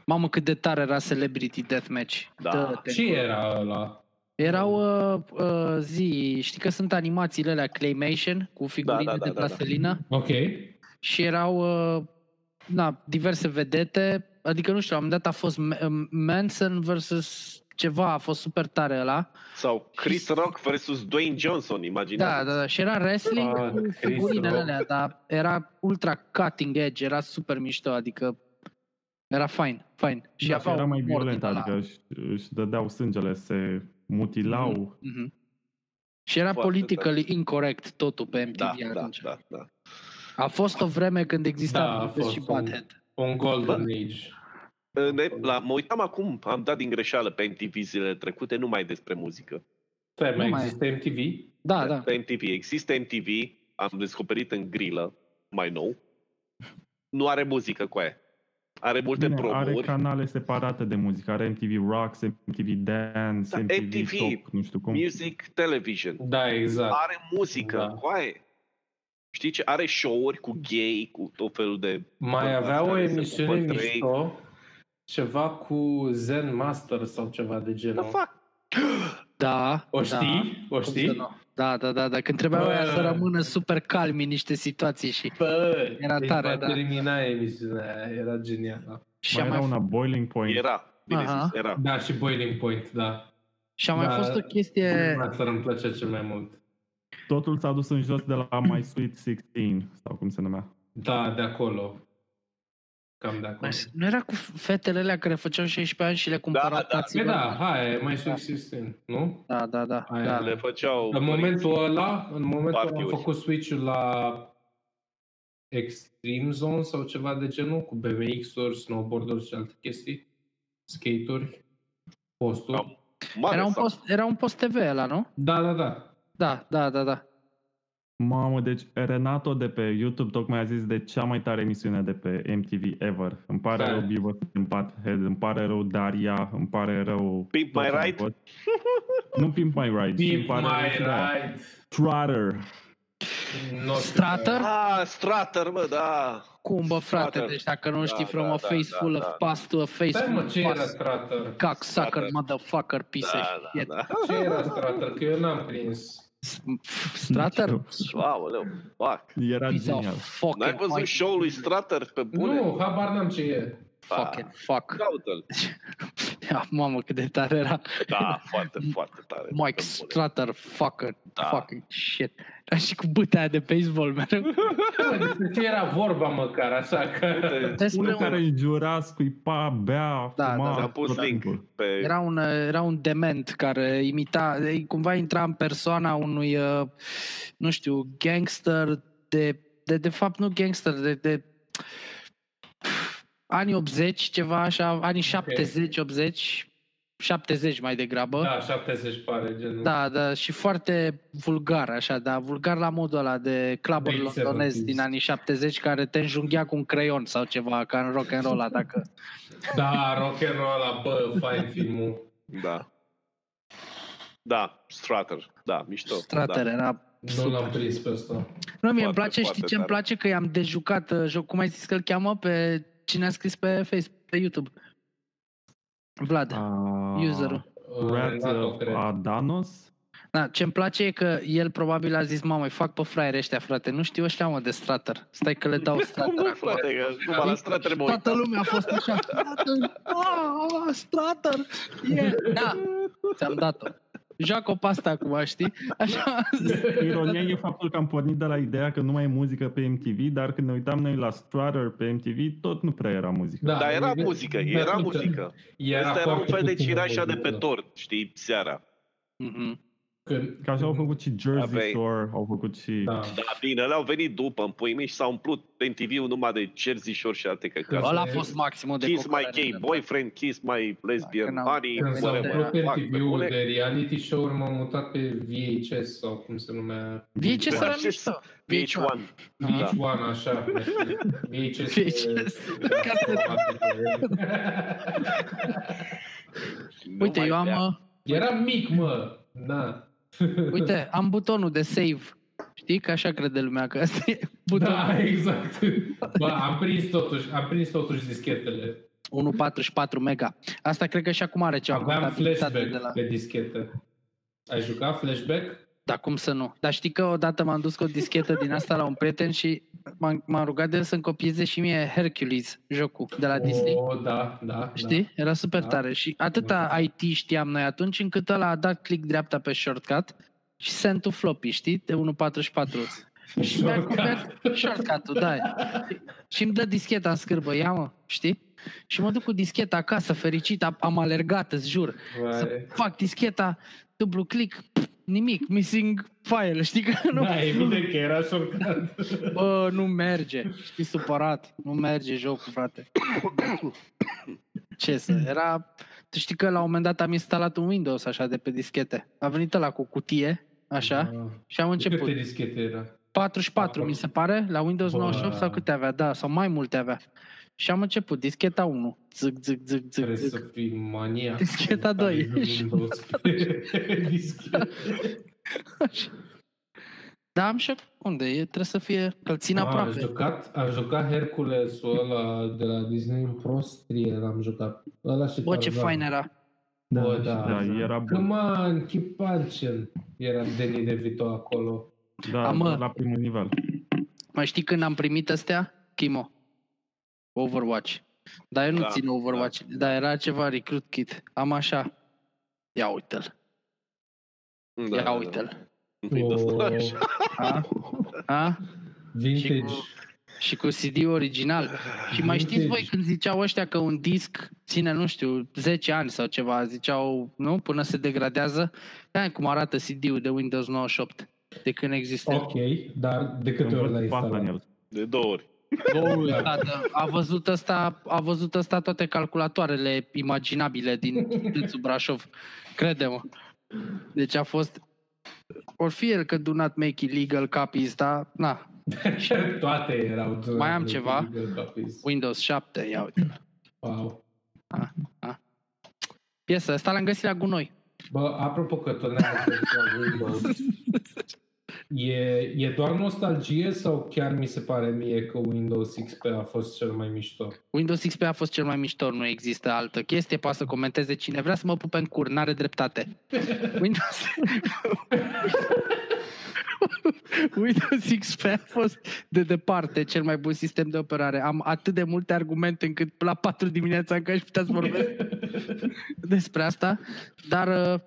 S1: Mamă cât de tare era Celebrity Deathmatch.
S4: Da.
S1: Dă-te.
S2: Ce era ăla?
S1: Erau
S4: Mm.
S1: uh, uh, zi, știi că sunt animațiile alea Claymation cu figurine
S4: da, da,
S1: de
S4: da, da.
S1: plaselină
S2: Ok.
S1: și erau uh, na, diverse vedete, adică nu știu, la un moment dat a fost Ma- um, Manson versus ceva, a fost super tare ăla.
S4: Sau Chris Rock versus Dwayne Johnson,
S1: Da,
S4: imaginați.
S1: da, da, și era wrestling
S2: Ah,
S1: cu
S2: Chris
S1: figurinele
S5: da.
S2: Rock.
S1: alea, dar era ultra cutting edge, era super mișto, adică era fain, fain. Și
S5: Da,
S1: avea
S5: era
S1: un
S5: mai
S1: umor
S5: violent,
S1: din ăla.
S5: adică își, își dădeau sângele, se mutilau.
S4: Mm-hmm.
S1: Mhm. Mhm. Și era
S4: Foarte
S1: politically incorrect totul pe MTV
S4: da, da,
S1: atunci.
S4: da, da.
S1: A fost o vreme când exista
S2: Da, a
S1: Beavis și
S2: fost un-
S1: Butthead.
S2: Un Golden Age.
S4: Ne, la, mă uitam acum, am dat din greșeală pe MTV zilele trecute, numai despre muzică.
S2: Stai, mai
S1: Nu mai
S2: există MTV?
S1: Da, da.
S4: Pe MTV. Există MTV, am descoperit în grilă, mai nou. Nu are muzică cu aia. Are multe
S5: Bine, are
S4: promuri.
S5: canale separate de muzică, are MTV Rocks, MTV Dance,
S4: Da,
S5: MTV,
S4: MTV
S5: Top, nu știu cum.
S4: Music Television.
S2: Da, exact.
S4: Are muzică
S2: Da.
S4: cu aia. Știi ce? Are show-uri cu gay, cu tot felul de...
S2: Mai
S4: Bă,
S2: avea o
S4: astea se
S2: emisiune
S4: pupă trei.
S2: mișto, ceva cu Zen Master sau ceva de
S4: Da,
S2: genul.
S4: fac.
S1: Da,
S2: O
S1: da.
S2: știi? O
S1: Cum să
S2: știi?
S1: nu? Da, da, da, da. Când trebuia
S2: Bă.
S1: aia să rămână super calmi în niște situații și...
S2: Bă,
S1: Era
S2: deci
S1: tare,
S2: va
S1: da.
S2: termina emisiunea aia, era genială.
S1: Și a
S5: Mai era
S1: mai,
S5: una Boiling Point.
S4: Era. Bine
S1: Aha.
S4: zis, era.
S2: Da, și Boiling Point, da.
S1: și a mai
S2: Da.
S1: fost o chestie...
S2: Asta îmi plăcea cel mai mult.
S5: Totul s-a dus în jos de la My Sweet 16, sau cum se numea.
S2: Da, de acolo. Cam de acolo.
S1: Nu era cu fetele alea care făceau 16 ani și le cumpărau
S4: da,
S2: Păi
S1: taților?
S2: da, hai, mai subsistent, nu?
S1: da, da, da.
S2: Aia
S1: da.
S4: Le făceau...
S2: În momentul ăla, în momentul ăla am
S4: Party-uri.
S2: făcut switch-ul la Extreme Zone sau ceva de genul, cu BMX-uri, snowboard-uri și alte chestii, skate-uri, posturi.
S4: Am- Mare
S1: Era un,
S4: sau-
S1: post, era un post TV ăla, nu?
S2: Da, da, da.
S1: Da, da, da, da.
S5: Mamă, deci Renato de pe YouTube tocmai a zis de cea mai tare emisiune de pe MTV ever. Îmi pare
S2: Da.
S5: rău Beavis în Butthead, îmi pare rău Daria, îmi pare rău...
S4: Pimp My Ride?
S5: Nu Pimp My Ride.
S2: Deep
S5: pare rău
S2: My
S5: și de aia.
S2: Ride.
S5: Trotter.
S2: Nu știu.
S1: Stratter?
S4: Ah, Stratter, mă, da.
S1: Cum, bă, frate,
S4: Stratter.
S1: deci dacă nu
S4: Da,
S1: știi from
S4: da,
S1: a
S4: da,
S1: face
S4: da,
S1: full
S4: da,
S1: of pus to a face
S2: Stai
S1: full
S2: mă,
S1: of
S2: ce era
S1: pus.
S2: Stratter?
S1: Cac, sucker,
S4: Stratter.
S1: motherfucker, piece of
S4: Da, da,
S1: shit.
S4: da.
S2: Ce era Stratter? Că eu n-am prins.
S1: Stratter?
S4: da. Aoleu, fuck.
S5: Era
S1: Piece
S5: genial.
S1: of fucking...
S4: N-ai văzut
S1: white-
S4: show-ul lui Stratter pe bune?
S2: Nu, habar n-am ce e.
S1: Fucking fuck.
S4: Caută-l.
S1: Ia, Mamă, cât de tare era.
S4: Da, foarte, foarte tare.
S1: Mike
S4: Pe bune.
S1: Stratter, fucker,
S4: Da.
S1: fucking shit. Dar și cu bâtea aia de baseball, mereu.
S2: Bă, Despre Păi, ce era vorba măcar, așa că...
S4: Uite,
S1: Despre
S5: Unul
S1: un-
S5: care îi jura, scuipa, bea,
S1: Da,
S5: fuma,
S1: da,
S4: Am pus
S5: tot
S4: link
S5: timpul.
S4: pe...
S1: Era un, uh, era un dement care imita, ei, cumva intra în persoana unui, uh, nu știu, gangster de, de, de fapt nu gangster, de, de anii 80, ceva așa, anii 70, 80, 70 mai degrabă.
S2: Da, 70 pare, genul.
S1: Da, da, și foarte vulgar, așa, dar vulgar la modul ăla de cluburi
S2: Băi,
S1: londonez din
S2: seventies.
S1: anii 70 care te înjunghea cu un creion sau ceva, ca în rock and roll dacă...
S2: Da, rock and roll ăla, bă, fain filmul.
S4: Da. Da, Stratter. Da, mișto.
S1: Strater era
S2: Nu l-am prins pe ăsta.
S1: da. Nu, mie îmi
S4: Foarte,
S1: place, știi
S4: foarte
S1: ce îmi
S4: tare.
S1: place? Că i-am dejucat uh, joc, cum ai zis că îl cheamă pe cine a scris pe Facebook, pe YouTube. Vlad, ah.
S5: Ah,
S1: userul.
S5: Rat uh,
S2: Renato,
S5: of
S2: cred.
S5: Adanos.
S1: Da, ce îmi place e că el probabil a zis, mamă, îi fac pe fraiere ăștia, frate, nu știu ăștia, mă, de strater. Stai că le dau
S4: Da. Cum
S1: strater acolo.
S4: mă, frate, că cum la Stratter mă
S1: Toată
S4: uitam.
S1: lumea a fost așa, strater, aaa, strater, yeah, da, ți-am dat-o. Joacă-o pe asta acum, știi? Așa,
S5: Ironia e faptul că am pornit de la ideea că nu mai e muzică pe MTV, dar când ne uitam noi la Strutter pe MTV, tot nu prea era muzică.
S2: Da,
S4: Dar era
S2: de-
S4: muzică,
S2: de-
S4: era
S2: de-
S4: muzică.
S2: Era
S4: Asta era un
S2: foarte
S4: fel de
S2: puțină
S4: cirașa de
S2: muzică.
S4: pe tort, știi, seara.
S1: Mhm.
S2: Când-
S5: Că așa au făcut și
S4: Da, băi.
S5: Jersey Shore, au făcut și...
S2: Da.
S4: Da, bine, le-au venit după, în puii mei, și s-au umplut MTV-ul numai de Jersey Shore și alte căcate.
S2: Asta
S1: ăla a
S2: e-
S1: fost maximul de
S4: Kiss my
S1: cocărare.
S4: gay boyfriend, kiss my lesbian
S1: Dacă n-au-
S4: honey,
S2: Când s-a
S1: Whatever.
S2: umplut
S4: Fuck, pe
S2: MTV-ul
S4: bune.
S2: de reality show-uri, m-am mutat pe VHS sau cum se numea.
S1: Vie ce să
S4: Așa-
S1: mișto?
S4: VH1.
S1: Mhm.
S4: Da.
S2: VH1, așa. VHS.
S1: VHS.
S4: Nu
S1: Uite,
S4: mai
S1: eu am,
S4: bea.
S1: uh,
S2: Era mic, mă. Da.
S1: uite, am butonul de save. Știi că așa crede lumea că asta e butonul
S2: Da, exact. Bă, am prins totuși, am prins totuși dischetele.
S1: 144 mega. Asta cred că și acum are ceva
S2: Aveam
S1: contabilitate
S2: flashback
S1: de la...
S2: pe dischete. Ai jucat flashback?
S1: Dar cum să nu? Dar știi că odată m-am dus cu o dischetă din asta la un prieten și m-am, m-am rugat de el să-mi copieze și mie Hercules, jocul de la Disney.
S2: O, Oh, da, da.
S1: Știi? Era super
S2: Da.
S1: tare și atâta
S2: Da.
S1: IT știam noi atunci încât ăla a dat click dreapta pe shortcut și send to floppy, știi? De 144.
S2: Da.
S1: Și mi-a
S2: Shortcut.
S1: copiat shortcut-ul, da. Și îmi dă discheta în scârbă, ia mă, știi? Și mă duc cu discheta acasă, fericit, am- am alergat, îți jur. Să
S2: Vai.
S1: fac discheta, dublu click, pf, nimic, missing file, știi că nu,
S2: Da, evident că era șortcat.
S1: bă, nu merge. Știi, supărat, nu merge jocul, frate. Ce să, era... Tu știi că la un moment dat am instalat un Windows așa de pe dischete. A venit ăla cu cutie, așa, și am
S2: Început.
S1: început.
S2: Da. Câte dischete era?
S1: 44, mi se pare, la Windows
S2: Bă.
S1: 98 sau câte avea, da, sau mai multe avea. Și am început, discheta 1, zic, zic, zic, zic,
S2: Trebuie să
S1: zic.
S2: fii maniac.
S1: Discheta doi.
S2: Discheta.
S1: Da, am și unde e, trebuie să fie, că îl țin
S2: A
S1: aproape.
S2: jucat, a jucat Herculesul ăla de la Disney în prostrie, l-am jucat. Ăla și
S1: Bă, ce
S2: Tarzan.
S1: fain era.
S2: Bă,
S5: și
S2: da.
S5: da, era bun.
S2: Come on, keep punching. Era Danny DeVito acolo.
S5: Da,
S1: Amă.
S5: la primul nivel.
S1: Mai știi când am primit astea? Chimo. Overwatch. Dar eu nu
S4: Da,
S1: da, țin Overwatch, da. dar era ceva recruit kit. Am așa. Ia uite-l.
S4: Da,
S1: Da, Ia
S4: da, da.
S1: uite-l.
S4: Îi dă
S2: O,
S4: straș.
S1: A? A? Și
S2: Vintage.
S1: cu, și cu CD original. Și mai știți voi când ziceau ăștia că un disc ține, nu știu, 10 ani sau ceva, ziceau, nu, până se degradează? Da, cum arată CD-ul de Windows 98 de când există.
S2: Ok, dar de câte ori l-ai
S5: Învăț pasta în
S2: instalat?
S5: el.
S4: De două ori.
S1: Bă, tată, Da, a văzut asta, a văzut asta toate calculatoarele imaginabile din județul Brașov. Crede-mă. Deci a fost or fi el că do not make illegal copies, da? Na,
S2: Da. Toate erau.
S1: Mai am ceva? Windows 7, ia uite.
S2: Wow.
S1: Piesă, asta l-am găsit la gunoi.
S2: Bă, apropo că tot ne-am gândit la Windows, E, e doar nostalgie sau chiar mi se pare mie că Windows XP a fost cel mai mișto?
S1: Windows XP a fost cel mai mișto, nu există altă chestie, poate să comenteze cine vrea să mă pupe în cur, n-are dreptate. Windows... Windows XP a fost de departe cel mai bun sistem de operare. Am atât de multe argumente încât la 4 dimineața încă aș putea să vorbesc despre asta, dar uh,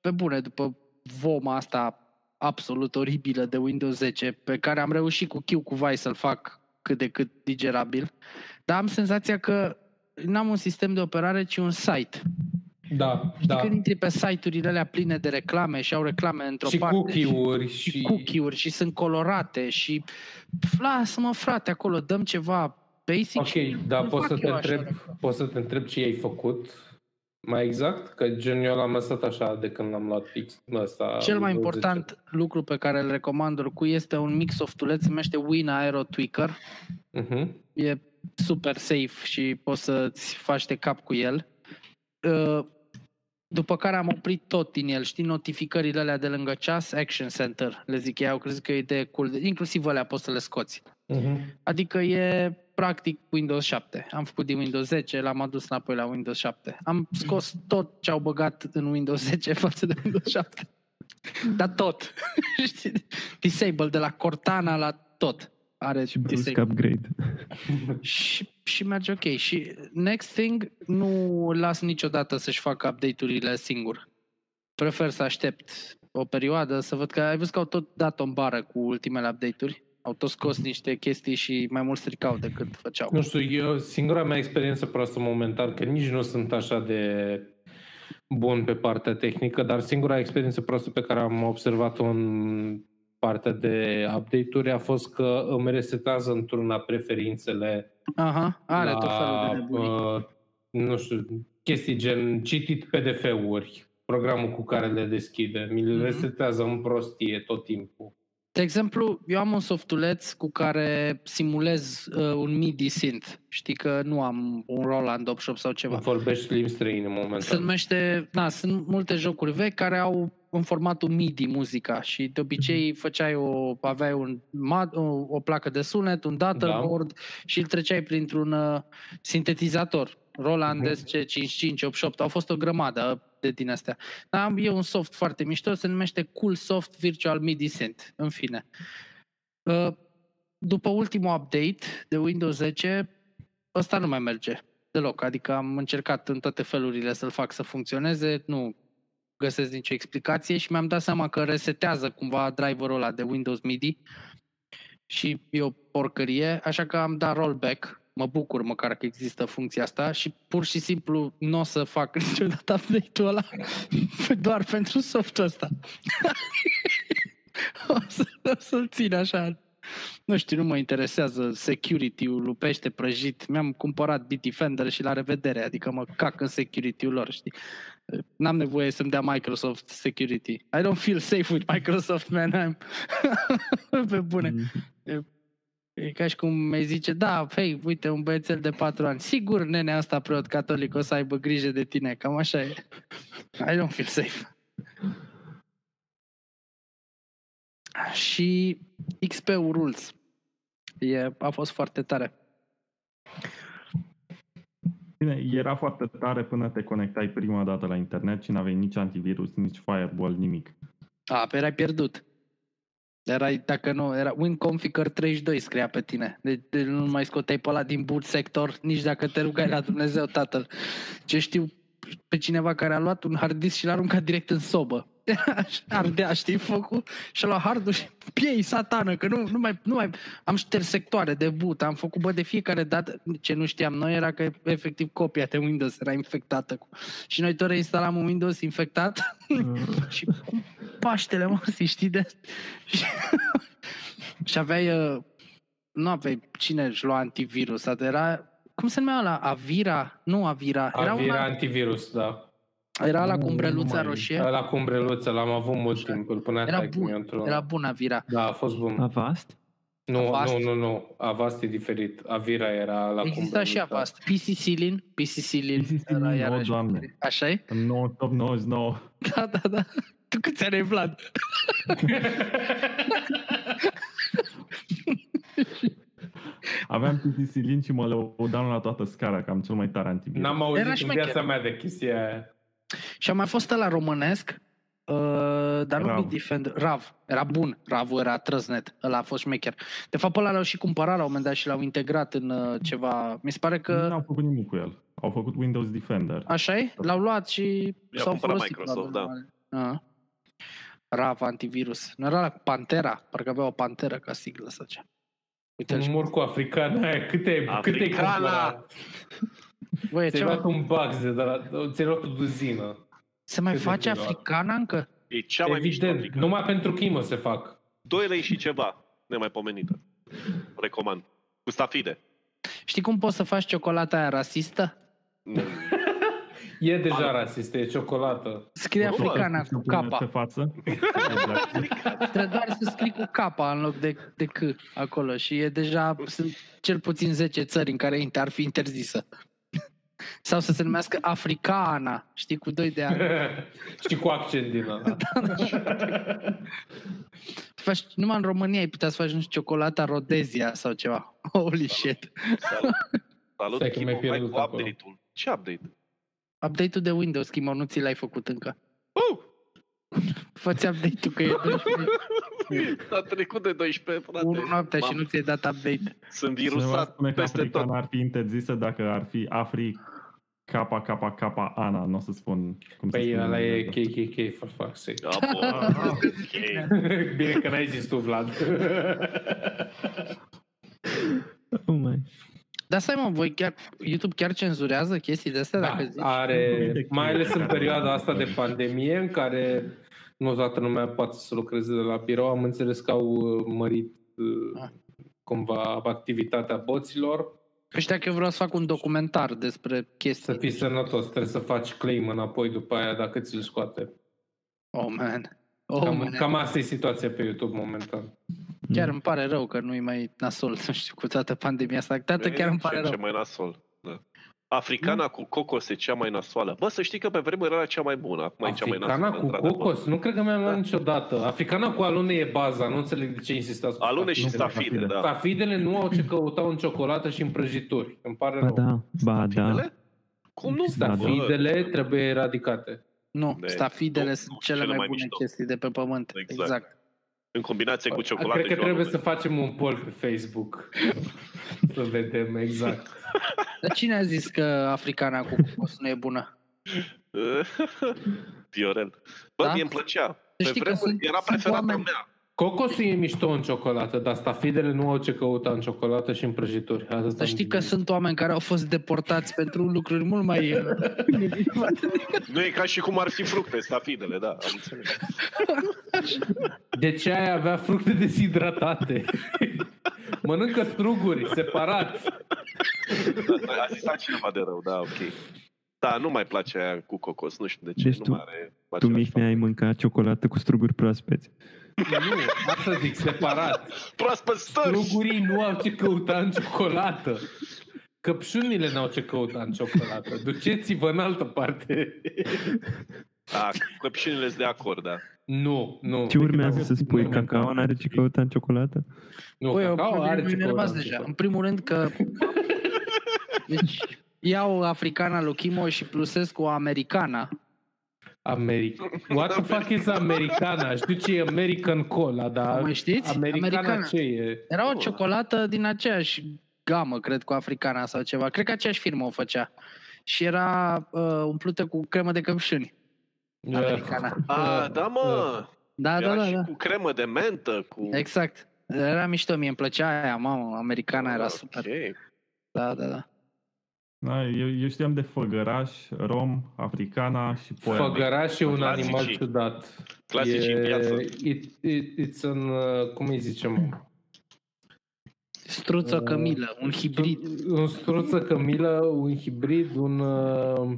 S1: pe bune, după voma asta absolut oribilă de Windows 10, pe care am reușit cu Q cu Vai să-l fac cât de cât digerabil, dar am senzația că n-am un sistem de operare, ci un site.
S2: Da,
S1: Da.
S2: da.
S1: Când intri pe site-urile alea pline de reclame și au reclame într-o
S2: Și
S1: parte
S2: cookie-uri și...
S1: și cookie-uri și sunt colorate și Pf, lasă-mă frate acolo, dăm ceva basic și
S2: Ok, dar
S1: îl
S2: poți să,
S1: fac
S2: te
S1: eu așa.
S2: întreb, poți să te întreb ce ai făcut mai exact? Că gen eu l-am lăsat așa de când am luat X ăsta.
S1: Cel mai
S2: Windows 10.
S1: important lucru pe care îl recomand oricui este un mic softuleț, se numește Win Aero Tweaker.
S2: Mhm.
S1: e super safe și poți să-ți faci de cap cu el. Uh, După care am oprit tot din el, știi, notificările alea de lângă ceas, Action Center, le zic ei, au crezut că e o idee cool, inclusiv alea poți să le scoți.
S2: Mhm.
S1: Adică e practic Windows 7. Am făcut din Windows 10, l-am adus înapoi la Windows 7. Am scos tot ce au băgat în Windows 10 față de Windows 7. Dar tot. Știi? Disable de la Cortana la tot. Are
S3: Și brusc
S1: disable.
S3: upgrade.
S1: Și, și merge ok. Și next thing, nu las niciodată să-și facă update-urile singur. Prefer să aștept o perioadă, să văd că ai văzut că au tot dat o bară cu ultimele update-uri. Au tot scos niște chestii și mai mult stricau decât făceau.
S2: Mm. Nu știu, eu singura mea experiență proastă momentan, că nici nu sunt așa de bun pe partea tehnică, dar singura experiență proastă pe care am observat-o în partea de update-uri a fost că îmi resetează într-una preferințele
S1: Aha, are
S2: la,
S1: tot felul de nebunii.
S2: uh, nu știu, chestii gen citit PDF-uri, programul cu care le deschide, mi le
S1: Mhm.
S2: resetează în prostie tot timpul.
S1: De exemplu, eu am un softuleț cu care simulez uh, un MIDI synth. Știi că nu am un Roland 8 sau ceva.
S2: Vorbești limbi străine
S1: Se
S2: momentan.
S1: numește, da, sunt multe jocuri vechi care au în formatul MIDI muzica și de obicei făceai o, aveai un mad, o, o placă de sunet, un databoard da. și îl treceai printr-un uh, sintetizator. Roland
S2: Mhm.
S1: SC5588, au fost o grămadă de din astea. Dar am- e un soft foarte mișto, se numește Cool Soft Virtual MIDI Synth, în fine. Uh, După ultimul update de Windows 10, ăsta nu mai merge deloc. Adică am încercat în toate felurile să-l fac să funcționeze, nu găsesc nicio explicație și mi-am dat seama că resetează cumva driverul ăla de Windows MIDI și e o porcărie, așa că am dat rollback. Mă bucur măcar că există funcția asta și pur și simplu nu o să fac niciodată update-ul ăla doar pentru softul ăsta. o, să, o să-l țin așa. Nu știu, nu mă interesează security-ul, lupește, prăjit. Mi-am cumpărat Bitdefender și la revedere, adică mă cac în security-ul lor, știi? N-am nevoie să-mi dea Microsoft security. I don't feel safe with Microsoft, man. I'm... Pe bune. E ca și cum mi zice, da, hei, uite, un băiețel de patru ani, sigur nenea asta preot catolic o să aibă grijă de tine, cam așa e. I don't feel safe. Și XP Rules. E, a fost foarte tare.
S5: Bine, era foarte tare până te conectai prima dată la internet și n-aveai nici antivirus, nici firewall, nimic.
S1: A, pe erai pierdut. Erai, dacă nu, era WinConfigure 32 scria pe tine. Deci de, nu mai scoteai pe ăla din boot sector, nici dacă te rugai la Dumnezeu, tatăl. Ce știu pe cineva care a luat un hard disk și l-a aruncat direct în sobă. Ardea, știi, focul și a luat hardul și piei satană, că nu, nu, mai, nu mai... Am șters sectoare de boot, am făcut, bă, de fiecare dată, ce nu știam noi era că efectiv copia de Windows era infectată. Cu... Și noi tot reinstalam un Windows infectat și cu paștele măsii, știi de Și- Și aveai, uh, nu aveai cine își lua antivirus, adică era, cum se numea ăla, Avira? Nu Avira, era,
S2: Avira
S1: una,
S2: antivirus, da.
S1: era la
S5: Nu,
S1: cu
S5: nu
S1: umbreluța
S5: mai-
S1: roșie,
S2: La cu umbreluță l-am avut mult timp, îl punea
S1: Era
S2: taică
S1: bun,
S2: într-un...
S1: era bună Avira.
S2: Da, a fost bun.
S3: Avast?
S2: nu,
S1: Avast.
S2: nu, nu, nu, Avast e diferit. Avira era la cu
S1: Exista și
S2: umbreluța.
S1: Avast, PC Silin, PC Silin,
S5: PC Silin,
S1: era
S5: o,
S1: iarăși-
S5: Doamne.
S1: așa e?
S5: În 98, 99,
S1: Da, da, da. Tu câți ani ai, Vlad?
S5: Aveam pitisilin și mă lăudam la toată scara, că am cel mai tare antibiotic.
S2: N-am
S1: Era
S2: auzit în
S1: șmecher.
S2: viața mea de chestia aia.
S1: Și a mai fost la românesc, uh, dar nu
S5: Rav.
S1: Big Defender, Rav. Era bun, Ravul era trăznet, ăla a fost șmecher. De fapt, ăla l-au și cumpărat la un moment dat și l-au integrat în uh, ceva. Mi se pare
S5: Că...
S1: că
S5: N-au făcut nimic cu el. Au făcut Windows Defender.
S1: așa e, l-au luat și
S4: I-a
S1: s-au
S4: cumpărat
S1: folosit.
S4: Microsoft, da.
S1: probabil, mare. Ah. Rav, antivirus. Nu era la Pantera, parcă avea o panteră ca siglă să cea. Uite-l și
S2: Mor cu africana aia, câte, câte
S4: Africana!
S2: Ți-ai
S1: Băi, ce
S2: luat un bug de la, ți-ai luat o duzină.
S1: Se mai
S2: Cât de
S1: face
S2: greu ar-
S1: africana încă?
S4: E cea mai mișto
S2: Evident,
S4: africană.
S2: numai pentru chimă se fac.
S4: 2 lei și ceva, nemaipomenită. Recomand. Cu stafide.
S1: Știi cum poți să faci ciocolata aia rasistă?
S2: E deja
S4: Al-
S2: rasistă, e ciocolată.
S1: Scrie
S4: Normal.
S1: africana cu
S5: Și o pune Pe
S1: capa.
S5: față.
S2: Exact.
S4: Adică,
S1: Trebuie doar să scrii cu capa în loc de, de C acolo și e deja sunt cel puțin 10 țări în care inter, ar fi interzisă. Sau să se numească africana, știi, cu doi de ani.
S2: și cu accent din
S1: Da,
S2: ăla.
S1: Faci, numai în România ai putea să faci, nu știu, ciocolata Rodezia sau ceva. Holy shit.
S4: Salut. Salut,
S2: Stai că
S4: Chimo,
S2: mi-ai
S4: hai cu
S2: pierdut acolo.
S4: update-ul. Ce update?
S1: Update-ul de Windows, Chimo, nu ți l-ai făcut încă.
S4: Uh!
S1: Fă-ți update-ul că e 12
S4: Deci, A trecut de 12, frate.
S1: unu noaptea și
S4: Mamă,
S1: nu ți-ai dat update.
S4: Sunt
S5: Cineva spune
S4: virusat
S5: că
S4: peste tot.
S5: africana ar fi interzisă dacă ar fi Afri capa capa capa Ana, nu o să spun cum se
S2: Păi
S5: spune.
S2: ăla e
S5: în engleză.
S2: KKK, for fuck's sake.
S4: Ah, bun. Ok.
S2: Bine că n-ai zis tu, Vlad.
S1: Da,
S3: Oh my.
S1: Dar stai mă, voi chiar, YouTube chiar cenzurează chestii de
S2: Da,
S1: astea dacă zici?
S2: Are,
S5: Uite,
S2: mai ales în
S5: care-
S2: perioada asta de pandemie în care nu toată lumea poate să lucreze de la birou, am înțeles că au uh, mărit uh,
S1: Ah.
S2: cumva activitatea boților.
S1: Păi știa că eu vreau să fac un documentar despre
S2: Să
S1: chestii.
S2: fii sănătos, trebuie să faci claim înapoi după aia dacă ți-l scoate.
S1: Oh, man. Oh,
S2: Cam,
S1: man.
S2: cam asta e situația pe YouTube momentan.
S1: Chiar
S3: Mm.
S1: îmi pare rău că nu-i mai nasol, nu știu, cu toată pandemia asta. Tată, chiar îmi pare
S4: Deci, ce, ce
S1: rău.
S4: mai nasol. Da. Africana cu cocos e cea mai nasoală. Bă, să știi că pe vremuri era cea mai bună. Acum e cea mai
S2: Africana
S4: nasoală.
S2: cu
S4: într-adevăr.
S2: cocos? Nu cred că mi-am luat
S4: Da.
S2: niciodată. Africana cu alune e baza, nu înțeleg de ce insistați. cu
S4: Alune și
S5: Nu,
S4: stafide,
S5: stafide.
S4: da.
S2: Stafidele nu au ce căutau în ciocolată și în prăjituri. Îmi pare
S3: Ba
S2: rău.
S3: da, ba da.
S4: Stafidele? Cum nu?
S2: Stafidele
S4: Bă,
S2: trebuie eradicate.
S1: Nu,
S4: De-
S1: stafidele
S4: deci, nu,
S1: sunt
S4: nu,
S1: cele,
S4: cele
S1: mai
S4: mai
S1: bune
S4: mișto.
S1: chestii de pe pământ. Exact.
S4: Exact. În combinație cu ciocolată
S2: Cred că
S4: și
S2: trebuie să
S4: alune.
S2: facem un poll pe Facebook. să vedem exact.
S1: Dar cine a zis că africana cu cocos nu e bună?
S4: Viorel. Bă,
S1: Da?
S4: mie îmi plăcea.
S1: Să
S4: Pe
S1: știi că
S4: vremuri
S1: sunt-
S4: era
S1: sunt
S4: preferata
S1: oameni-
S4: mea.
S2: Cocosul e mișto în ciocolată, dar stafidele nu au ce căuta în ciocolată și în prăjituri. Asta
S1: Să știi că sunt oameni care au fost deportați pentru lucruri mult mai...
S4: Nu e ca și cum ar fi fructe, stafidele, da. Am înțeles.
S2: De ce ai avea fructe deshidratate? Mănâncă struguri, separat.
S4: Da, A zis altcineva de rău, da, ok. Da, nu mai place aia cu cocos, nu știu de ce.
S3: Deci
S4: nu
S3: tu-
S4: mai are
S3: Tu,
S4: același
S3: Mihnea, ai
S4: fapt.
S3: mâncat ciocolată cu struguri proaspeți.
S2: Nu, asta zic, separat.
S4: Proaspăt stări!
S2: Strugurii nu au ce căuta în ciocolată. Căpșunile n-au ce căuta în ciocolată. Duceți-vă în altă parte.
S4: Da, căpșinile sunt de acord, da.
S2: Nu, nu.
S1: Păi,
S3: Ce urmează
S1: da.
S2: Dacă-
S3: să spui?
S2: nu,
S3: Cacao n-are ce căuta în ciocolată?
S2: Nu,
S1: Păi, eu
S2: cacao are
S1: mă
S2: ce
S1: enervați
S2: căuta în
S1: deja. În
S2: ciocolată.
S1: primul rând că... Deci, iau africana lui Chimo și plusesc cu americana.
S2: America. What the fuck is americana? Știu ce e American Cola, dar...
S1: O mai știți?
S2: Americana,
S1: Americana.
S2: ce e?
S1: Era o
S4: Bă.
S1: ciocolată din aceeași gamă, cred, cu africana sau ceva. Cred că aceeași firmă o făcea. Și era uh, umplută cu cremă de căpșuni.
S2: Da. Păi,
S1: Americana.
S4: A, da, mă!
S1: Da, da,
S4: Era
S1: da,
S4: și
S1: da.
S4: cu cremă de mentă, cu...
S1: Exact. Era mișto, mie îmi plăcea aia, mamă, americana era
S4: Ah,
S1: super.
S4: ok.
S1: Da, da, da.
S5: Da, eu, eu știam de făgăraș, rom, africana și poia.
S2: Făgăraș e un
S4: Clasicii.
S2: animal ciudat.
S4: Clasici în viață.
S2: It, it, it's an, uh, cum îi zicem?
S1: Struță
S2: Uh,
S1: cămilă, un hibrid.
S2: Un struță cămilă, un hibrid, un... Uh,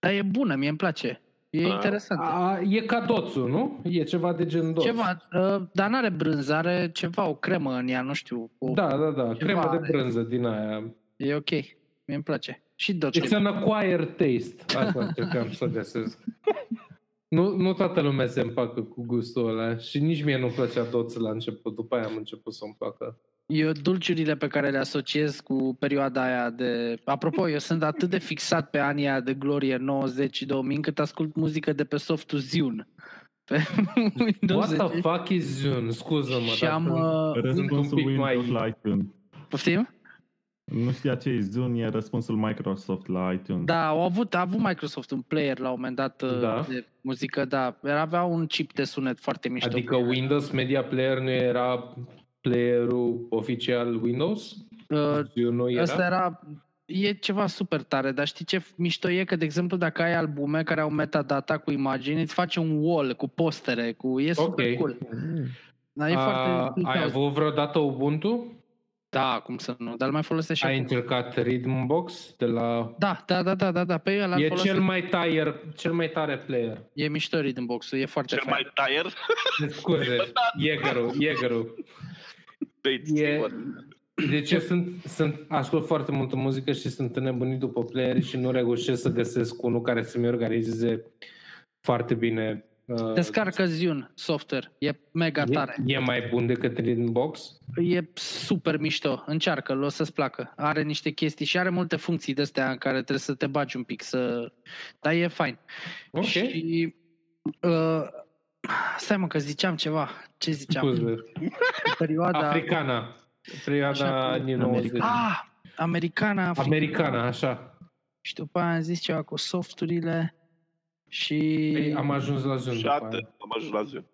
S1: Dar e bună, mie îmi place. E
S4: Ah.
S1: interesant.
S2: a, e ca doțul, nu? E ceva de gen doț.
S1: Da. Ceva, uh, dar n-are brânză, are ceva, o cremă în ea, nu știu. O...
S2: Da, da, da.
S1: Ceva
S2: Cremă de
S1: are.
S2: brânză din aia.
S1: E ok, mie îmi place. Și
S2: It's
S1: doctor.
S2: an acquired taste. Asta încercam să găsesc. Nu, nu toată lumea se împacă cu gustul ăla și nici mie nu-mi plăcea doț la început, după aia am început să o placă.
S1: Eu dulciurile pe care le asociez cu perioada aia de... Apropo, eu sunt atât de fixat pe anii aia de glorie 90 și 2000 încât ascult muzică de pe softul Zune. Pe Windows
S2: What the fuck is Zune? Scuză-mă,
S1: și am...
S2: dacă-
S1: uh,
S2: un
S5: Răspunsul
S2: pic mai-
S5: Windows la iTunes.
S1: Poftim?
S5: Nu știa ce e Zune, e răspunsul Microsoft la iTunes.
S1: Da, au avut, a avut Microsoft un player la un moment dat uh,
S2: Da.
S1: de muzică, da. Era- Avea un chip de sunet foarte mișto.
S2: Adică Windows Media Player nu era playerul oficial Windows?
S1: Uh,
S2: Eu nu era?
S1: Asta era... E ceva super tare, dar știi ce mișto e? Că, de exemplu, dacă ai albume care au metadata cu imagini, îți face un wall cu postere, cu... E super
S2: Ok.
S1: cool. Dar e
S2: A,
S1: foarte...
S2: ai avut vreodată Ubuntu?
S1: Da, cum să nu, dar îl mai folosește și
S2: Ai
S1: acum.
S2: încercat Rhythmbox de la...
S1: Da, da, da, da, da, da, pe el
S2: E
S1: e,
S2: cel mai, tire, cel mai tare player.
S1: e mișto rhythm box-ul, e foarte
S4: Cel
S1: fain.
S4: mai tire?
S2: Scuze, Jägerul, Jägerul.
S4: Băi,
S2: E-
S4: sigur.
S2: Deci eu sunt, sunt, ascult foarte multă muzică și sunt înnebunit după player și nu reușesc să găsesc unul care să-mi organizeze foarte bine. uh,
S1: Descarcă Zune software, e mega tare.
S2: e, e mai bun decât Rhythmbox?
S1: E super mișto, încearcă-l, o să-ți placă. Are niște chestii și are multe funcții de astea în care trebuie să te bagi un pic, să... dar e fain.
S2: Ok.
S1: Și... Uh, stai mă că ziceam ceva. Ce ziceam?
S2: Scuze.
S1: Perioada...
S2: Africana. Perioada
S1: Așa,
S2: anii 90.
S1: Ah, americana. Africa.
S2: Americana, așa.
S1: Și după aia am zis ceva cu softurile și
S2: Ei, Păi, am ajuns la Zoom.
S4: Și
S2: după
S4: atât,
S2: aia.
S4: am ajuns la zi.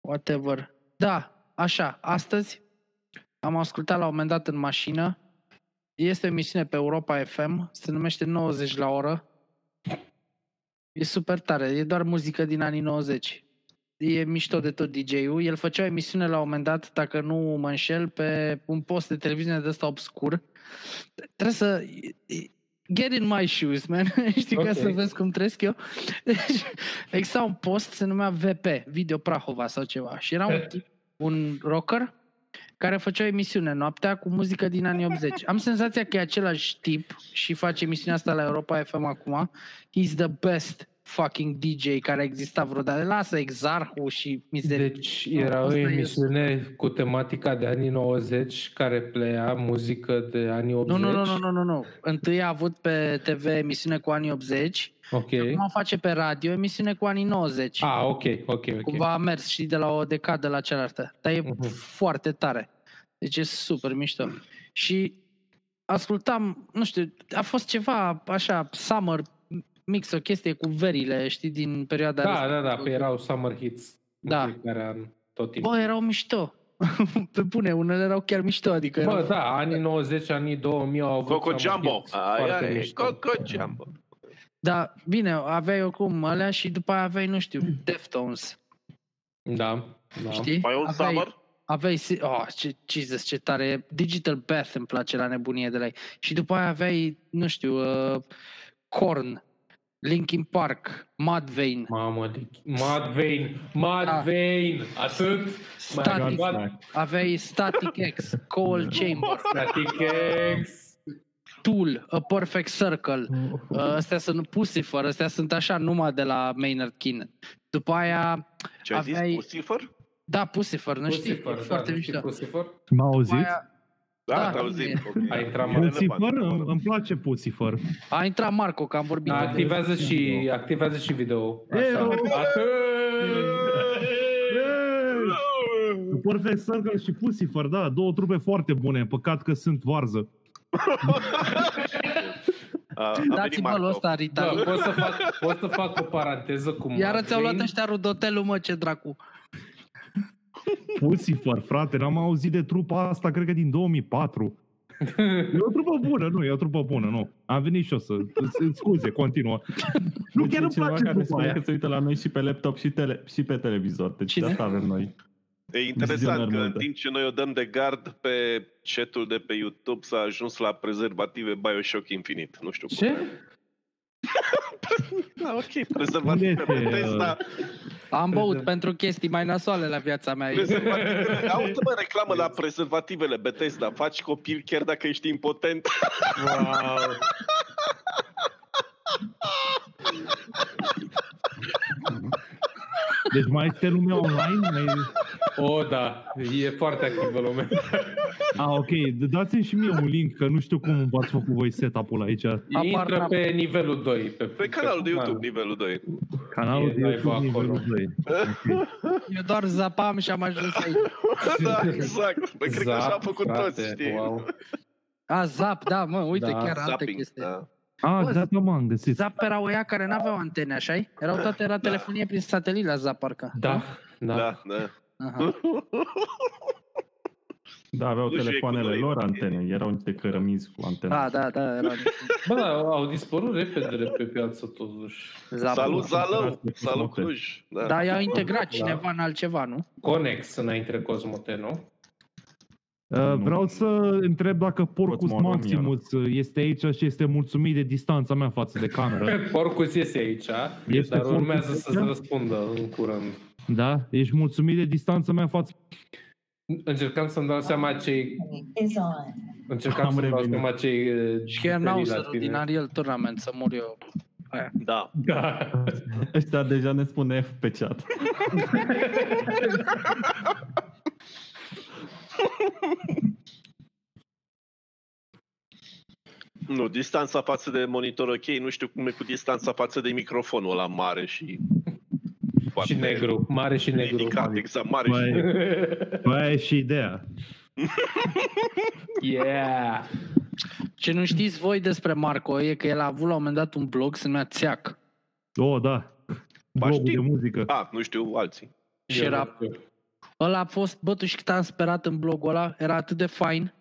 S1: whatever. Da, așa, astăzi am ascultat la un moment dat în mașină. Este o emisiune pe Europa FM, se numește 90 la oră. E super tare, e doar muzică din anii 90. E mișto de tot DJ-ul. El făcea o emisiune la un moment dat, dacă nu mă înșel, pe un post de televiziune de ăsta obscur. Trebuie să... Get in my shoes, man. Știi, okay. ca
S2: Ok.
S1: să vezi cum trăiesc eu. Deci, exista un post, se numea VP, Video Prahova sau ceva. Și era un tip, un rocker, care făcea o emisiune noaptea cu muzică din anii 80. Am senzația că e același tip și face emisiunea asta la Europa FM acum. He's the best fucking DJ care a existat vreodată. Lasă Exarhu și mizerii.
S2: Deci
S1: Nu,
S2: era o
S1: asta e-
S2: emisiune cu tematica de anii 90 care pleia muzică de anii 80.
S1: Nu, nu, nu, nu, nu, nu, nu. Întâi a avut pe TV emisiune cu anii 80,
S2: Ok.
S1: acum face pe radio emisiune cu anii 90.
S2: Ah, ok, ok, ok.
S1: Cumva a mers și de la o decadă la cealaltă. Dar e
S2: Mhm.
S1: foarte tare. Deci e super mișto. Și ascultam, nu știu, a fost ceva așa, summer mix, o chestie cu verile, știi, din perioada
S2: Da,
S1: respectivă.
S2: da, da, pe erau summer hits. în
S1: Da.
S2: Fiecare an, tot timpul.
S1: Bă, erau mișto. Pe bune, unele erau chiar mișto, adică
S2: Bă,
S1: erau...
S2: da, anii 90, anii 2000 au avut
S4: Coco
S2: summer
S4: Jumbo.
S2: hits foarte
S4: Aia e
S2: mișto.
S4: Coco Jumbo.
S1: Da, bine, aveai oricum alea și după aia aveai, nu știu, Deftones,
S2: Da, da.
S1: știi?
S4: Mai un
S1: aveai,
S4: summer?
S1: aveai, si- oh, ce, Jesus, ce tare e. Digital Bath îmi place la nebunie de la ei. Și după aia aveai, nu știu, uh, Korn, Linkin Park, Mudvayne,
S2: Mamă, deci, de... Madvain, Madvain, atât.
S1: Da. Static,
S2: God.
S1: aveai Static X, Coal Chamber,
S2: Static X.
S1: Tool, A Perfect Circle, Uh, Astea sunt Pussifer, astea sunt așa numai de la Maynard Keenan. După aia,
S4: Ce ai
S1: aveai-
S4: zis? Lucifer?
S1: da, Pussifer, nu știi,
S2: Lucifer,
S1: e foarte
S2: da, nu știi
S1: mișto.
S2: Lucifer?
S6: M-a
S1: După
S6: auzit?
S1: aia Da,
S4: Da, te-am zis.
S1: bine.
S4: ok.
S2: A intrat
S4: E
S2: Marco.
S4: relevant.
S6: Puțifer, îmi, îmi place Puțifer.
S1: a intrat Marco, că am vorbit.
S2: Da,
S1: de-
S2: activează și, activează și video. Așa.
S6: Eu!
S2: Atât.
S6: Perfect Circle și Pucifer, da, două trupe foarte bune, păcat că sunt varză.
S4: A, a venit
S1: Dați-mă lui
S4: Marco.
S1: ăsta
S2: Da,
S1: Ritalin.
S2: pot să fac, pot să fac o paranteză cu
S1: Iară ți-au luat
S2: Madvain?
S1: ăștia rudotelul, mă, ce dracu.
S6: Pucifer, frate, n-am auzit de trupa asta, cred că din 2004. E o trupă bună, nu, e o trupă bună, nu. Am venit și eu să... îți- Scuze, continuă. Nu,
S5: Deci
S6: chiar
S5: e
S6: îmi
S5: cineva
S6: place
S5: care
S6: trupa
S5: spune
S6: aia.
S5: că se uită la noi și pe laptop și, tele- și pe televizor. Deci
S1: Cine?
S5: de asta avem noi.
S4: E interesant că în
S5: normală.
S4: timp ce noi o dăm de gard pe chatul de pe YouTube s-a ajuns la prezervative Bioshock Infinite. Nu știu
S2: Ce?
S4: cum. Da, ok, prezervative
S6: Unde este,
S4: Bethesda.
S1: Am băut pentru chestii mai nasoale la viața mea.
S4: prezervativele- Aută-mă reclamă la prezervativele Bethesda. Faci copil chiar dacă ești impotent.
S2: Wow.
S6: Deci mai este lumea online? Mai...
S2: O, oh, da, e foarte activă lumea.
S6: Ah, ok. Dați-mi și mie un link, că nu știu cum v-ați făcut voi setup-ul aici.
S1: Apar
S2: Intră
S1: n-am.
S2: pe nivelul 2. Pe,
S4: Pe canalul de
S2: Da.
S4: YouTube, nivelul 2.
S6: Canalul
S2: E
S6: de
S2: live
S6: YouTube
S2: acolo.
S6: nivelul 2. Ok.
S1: Eu doar zapam și am ajuns aici.
S4: da, exact. Bă, cred că așa am făcut
S2: Exact, frate,
S4: toți, știi?
S2: Wow.
S1: A, zap, da, mă, uite,
S2: Da,
S1: chiar altă
S4: Zapping,
S1: chestie.
S4: da.
S6: Ah,
S1: Bă,
S6: da, da, m-am găsit.
S1: Zap erau ăia care n-aveau antene, așa Erau toate, era telefonie prin satelit la Zap, parcă.
S2: Da, da. da.
S4: Da, da.
S1: Aha.
S5: Da, aveau
S4: Nu știu, e cu
S5: telefoanele
S4: noi.
S5: lor antene, erau niște cărămizi cu antene.
S1: Da, da, da, era
S2: Bă, da, au dispărut repede de pe piață totuși.
S1: Zap.
S4: Salut, Zalău!
S5: Cumpărați
S4: Salut,
S5: Cosmote.
S4: Cluj! Da.
S1: Dar i-au integrat
S2: Da.
S1: cineva în altceva, nu?
S2: Conex înainte de Cosmote, nu?
S6: Uh,
S5: Nu.
S6: vreau să întreb dacă Porcus
S5: Poți mă rog,
S6: Maximus este aici și este mulțumit de distanța mea față de cameră.
S2: Porcus iese aici,
S6: Este
S2: dar urmează
S6: Porcus
S2: să-ți
S6: aici?
S2: răspundă în curând.
S6: Da? Ești mulțumit de distanța mea față...
S2: Încercam să-mi dau seama ce
S7: is on.
S2: Încercam
S5: Am
S2: să-mi dau
S5: revenit.
S2: seama ce e
S1: Și chiar n-au
S2: diferit la
S1: să
S2: tine.
S1: din Ariel Tournament să mor eu.
S4: da.
S2: Da.
S5: Ăștia deja ne spune F pe chat.
S4: Nu, distanța față de monitor ok, nu știu cum e cu distanța față de microfonul ăla mare și...
S2: Și negru, mare și negru.
S4: Ridicat, exact, mare și
S6: Băi, băi, Păi, e și ideea.
S2: yeah!
S1: Ce nu știți voi despre Marco e că el a avut la un moment dat un blog se numea Țeac.
S6: Oh, da. Blogul de
S4: știu.
S6: muzică.
S4: A, nu știu, alții.
S1: Și era, ăla a fost, bă, tu și cât am sperat în blogul ăla, era atât de fain.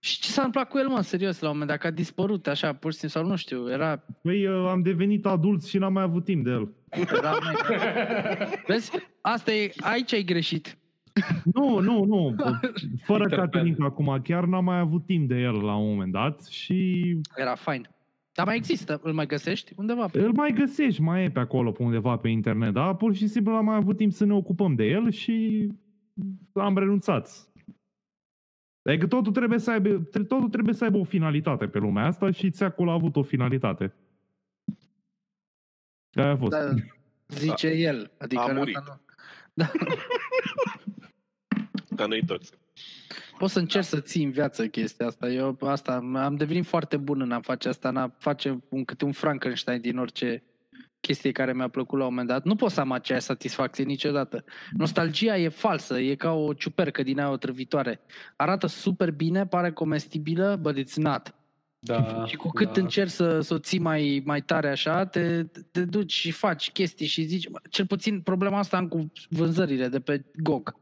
S1: și ce s-a întâmplat cu el, mă, serios, la un moment dat, că a dispărut, așa, pur și simplu, sau nu știu, era...
S6: Păi, uh, am devenit adult și n-am mai avut timp de el.
S1: era Vezi? Asta e, aici ai greșit.
S6: Nu, nu, nu. Fără
S2: Peter
S6: Caterinca acum, chiar n-am mai avut timp de el la un moment dat și
S1: Era fain. Dar mai există, îl mai găsești undeva.
S6: Îl mai găsești, mai e pe acolo, pe undeva pe internet, dar pur și simplu n-am mai avut timp să ne ocupăm de el și am renunțat. Adică totul trebuie să aibă, tre- totul trebuie să aibă o finalitate pe lumea asta și țeacul a avut o finalitate. Care a fost.
S1: Da, zice el. Adică
S4: A
S1: asta
S4: murit.
S1: nu- Da.
S4: Ca noi toți.
S1: Poți să încerci
S2: Da.
S1: să ții în viață chestia asta. Eu asta, am devenit foarte bun în a face asta, în a face un, câte un Frankenstein din orice chestie care mi-a plăcut la un moment dat. Nu pot să am aceeași satisfacție niciodată. Nostalgia e falsă, e ca o ciupercă din aia otrăvitoare. Arată super bine, pare comestibilă, but it's not.
S2: Da,
S1: Și cu cât
S2: da.
S1: încerci să, să o ții mai, mai tare așa, te, te duci și faci chestii și zici, "Bă, cel puțin problema asta am cu vânzările de pe GOG.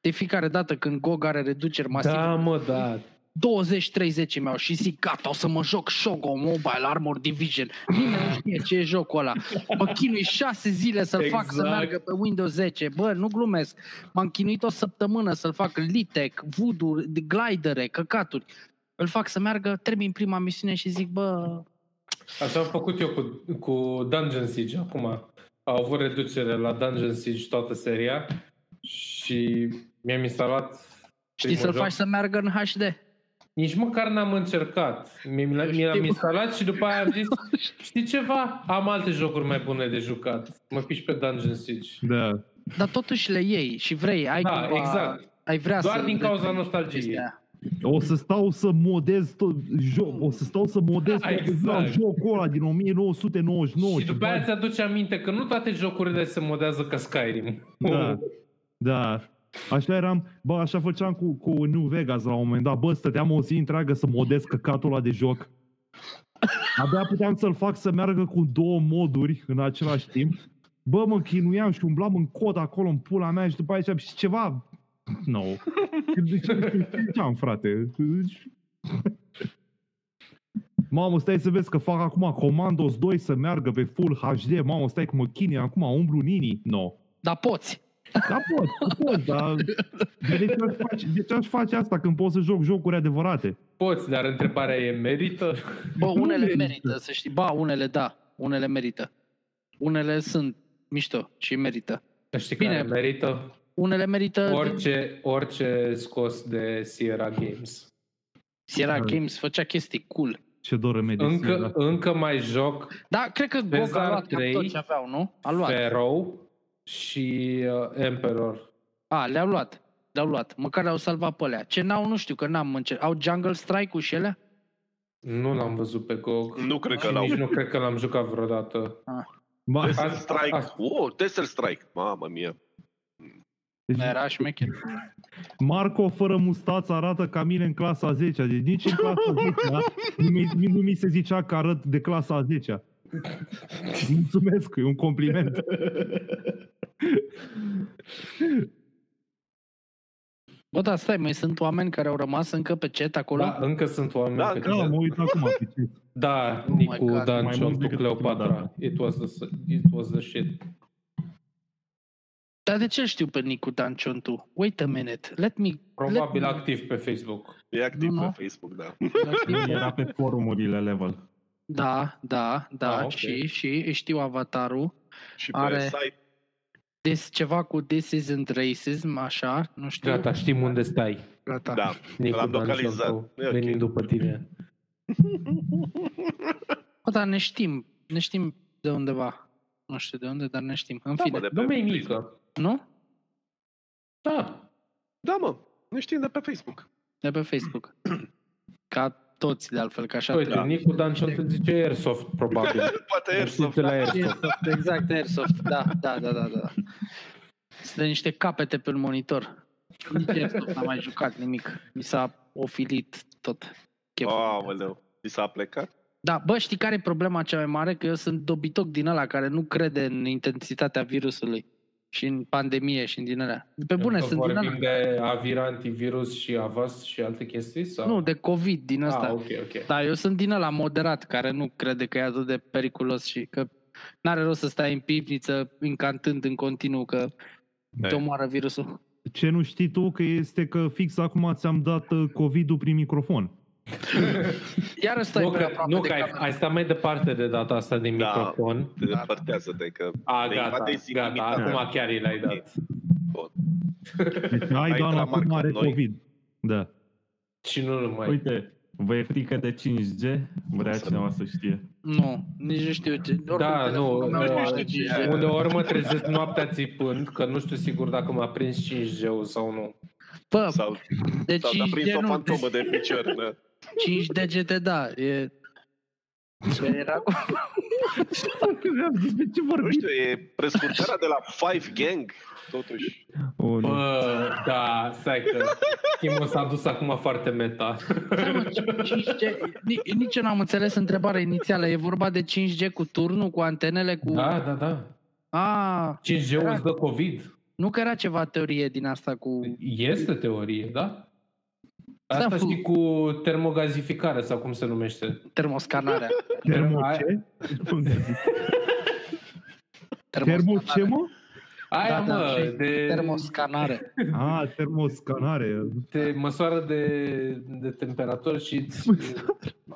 S1: De fiecare dată când GOG are reduceri masive,
S2: Da, mă, da.
S1: 20-30 mi-au și zic, gata, o să mă joc Shogo Mobile Armor Division. Nimeni nu știe ce e jocul ăla. Mă chinui șase zile să-l fac să
S2: Exact.
S1: meargă pe Windows 10. Bă, nu glumesc. M-am chinuit o săptămână să-l fac Litec, Voodoo, glidere, căcaturi. Îl fac să meargă, termin prima misiune și zic, bă,
S2: Păi Așa am făcut eu cu, cu Dungeon Siege acum. Au avut reducere la Dungeon Siege toată seria și mi-am instalat
S1: știi
S2: Primul
S1: să-l
S2: joc.
S1: faci să meargă în HD?
S2: Nici măcar n-am încercat. Mi- Mi l- mi l-am
S1: știu.
S2: instalat și după aia am zis, știi ceva? Am alte jocuri mai bune de jucat. Mă piși pe Dungeon Siege.
S6: Da.
S1: Dar totuși le iei și vrei, ai
S2: Da,
S1: cumva,
S2: exact.
S1: ai vrea
S2: Doar
S1: să...
S2: din cauza nostalgiei.
S1: chestia.
S6: O să stau să modez tot joc, o să stau să modez tot
S2: Exact.
S6: jocul ăla din 1999.
S2: și după
S6: ceva.
S2: aia ți-aduce aminte că nu toate jocurile se modează ca Skyrim.
S6: Da, da. Așa eram, bă, așa făceam cu, cu New Vegas la un moment dat, bă, stăteam o zi întreagă să modez căcatul ăla de joc. Abia puteam să-l fac să meargă cu două moduri în același timp. Bă, mă chinuiam și umblam în cod acolo, în pula mea și după aia ziceam, și ceva... No. Deci, ce am, frate? Mamă, stai să vezi că fac acum Commandos 2 să meargă pe Full HD. Mamă, stai că mă chinuie acum, umblu nini. No.
S1: Dar poți.
S6: Da, pot, pot, dar de ce, aș face, de ce aș face asta când pot să joc jocuri adevărate?
S2: Poți, dar întrebarea e merită?
S1: Bă,
S6: Nu
S1: unele
S6: merită.
S1: merită. să știi. Ba, unele da, unele merită. Unele sunt mișto și merită.
S2: Dar Știi
S1: Bine.
S2: Bine. care merită?
S1: Unele merită...
S2: Orice, orice scos de Sierra Games.
S1: Sierra Games făcea chestii cool.
S6: Ce doră medicina.
S2: Încă, încă mai joc
S1: Da, cred că Gog a
S2: Bezar
S1: luat cam
S2: 3,
S1: tot ce aveau, nu? A luat.
S2: Pharaoh și uh, Emperor.
S1: A, le-au luat. Le-au luat. Măcar le-au salvat pe alea. Ce n-au, nu știu, că n-am încercat. Au Jungle Strike-ul și ele?
S2: Nu l-am văzut pe GOG.
S4: Nu cred că
S2: și
S4: l-au.
S2: nici nu cred că l-am jucat vreodată.
S6: Ba,
S4: Tesla
S2: Asta-
S4: Strike.
S2: asta-
S4: Oh, Tesla Strike. Mamă mia.
S6: deci
S1: Era șmecher.
S6: Marco fără mustață arată ca mine în clasa 10 Deci nici în clasa 10 nu mi, nu mi se zicea că arăt de clasa 10 Mulțumesc, e un compliment.
S1: Bă, dar stai, mai sunt oameni care au rămas încă pe chat acolo?
S2: Da, încă sunt oameni
S4: Da,
S2: pe
S4: da,
S6: Da, mă uit acum pe ce.
S2: Da,
S1: Oh my
S2: Nicu,
S1: God.
S2: Dan,
S5: Mai
S2: John,
S5: mult
S2: tu
S5: decât da. prima
S2: Cleopatra.
S5: dată.
S2: It was, the, it was the shit.
S1: Dar de ce îl știu pe Nicu Dancion tu? Wait a minute, let me...
S2: Probabil
S1: Let-
S2: activ pe Facebook.
S4: E activ
S1: Nu, nu.
S4: pe Facebook, da.
S5: Era pe forumurile level.
S1: Da, da, da,
S2: Ah,
S1: ah,
S2: ok.
S1: și, și îi știu avatarul.
S4: Și pe
S1: Are-
S4: site.
S1: Des, ceva cu This isn't racism, așa, nu știu.
S2: Gata, știm unde stai.
S1: Gata.
S4: Da.
S2: Nicu,
S4: L-am
S2: Dan, John,
S4: localizat.
S2: tu.
S4: E ok.
S2: Venim după tine.
S1: Bă, dar ne știm, ne știm de undeva. Nu știu de unde, dar ne știm. În
S4: Da, mă,
S1: fine,
S4: de pe
S2: Lumea e
S4: Facebook.
S2: mică.
S1: nu?
S2: Da.
S4: Da, mă. Ne știm de pe Facebook.
S1: De pe Facebook. Ca toți, de altfel, ca așa.
S2: Uite,
S1: trebuie.
S2: Nicu Dancion te zice Airsoft, probabil.
S4: Poate Da. Airsoft.
S2: Te la Airsoft.
S1: Airsoft, exact, Airsoft, da, da, da, da, da. Sunt de niște capete pe un monitor. Nici Airsoft n-am mai jucat nimic. Mi s-a ofilit tot. Cheful.
S4: Aoleu. Ți s-a plecat?
S1: Da, bă, știi care e problema cea mai mare? Că eu sunt dobitoc din ăla care nu crede în intensitatea virusului și în pandemie și în din alea. Pe bune,
S2: Că
S1: sunt din
S2: vorbim
S1: alea.
S2: de avir antivirus și avas și alte chestii? Sau?
S1: Nu, de COVID, din
S2: asta.
S1: ăsta.
S2: Ah, ok, ok.
S1: Da, eu sunt din ăla moderat, care nu crede că e atât de periculos și că n-are rost să stai în pivniță încantând în continuu că
S4: Da.
S1: te omoară virusul.
S6: Ce nu știi tu că este că fix acum ți-am dat uh, COVID-ul prin microfon.
S1: Iar ăsta
S2: nu
S1: e prea
S2: că,
S1: aproape
S2: nu
S1: de
S2: că ai,
S1: cameră.
S2: ai stat mai departe de data asta din
S4: Da. Păi,
S2: microfon.
S4: Te Depărtează-te că
S2: A,
S4: Te
S2: gata,
S4: invadezi
S2: gata,
S4: intimitatea.
S2: acum chiar i l-ai dat.
S6: Deci ai
S4: Ai
S6: Dan acum
S4: tramarcat
S6: are
S4: noi.
S6: COVID. Da.
S2: Și nu numai.
S5: Uite, vă e frică de 5G? Vrea
S4: Să-
S5: cineva să știe.
S1: Nu, nici nu știu ce. oricum,
S2: Da,
S1: telefonul
S2: nu,
S1: meu
S2: uh,
S1: știe ce e.
S4: e.
S2: uneori mă trezesc noaptea țipând, că nu știu sigur dacă m-a prins 5G-ul sau nu.
S1: Bă,
S4: sau,
S1: deci
S4: sau te-a Da, prins
S1: 5G
S4: o
S1: nu,
S4: fantomă de picior. da.
S1: 5 degete, da, e... Ce era cu...
S6: Despre ce
S4: Nu
S6: vorbim?
S4: știu, e prescurtarea de la Five Gang, totuși.
S3: O, nu.
S2: Bă, da, stai că Timo s-a dus acum foarte meta.
S1: Stai, mă, 5G, ni- nici eu n-am înțeles întrebarea inițială. E vorba de 5G cu turnul, cu antenele, cu...
S2: Da, da, da.
S1: A,
S2: 5G-ul îți dă COVID.
S1: nu că era ceva teorie din asta cu...
S2: Este teorie, da?
S1: Da,
S2: Asta
S1: fu-
S2: și cu termogazificare sau cum se numește.
S1: Termoscanarea.
S6: Termo
S2: Ai-
S6: ce? Termo ce, mă?
S2: Aia,
S1: Da, da,
S2: mă,
S1: și
S2: de,
S1: Termoscanare.
S6: A, termoscanare.
S2: te măsoară de, de temperatură și îți-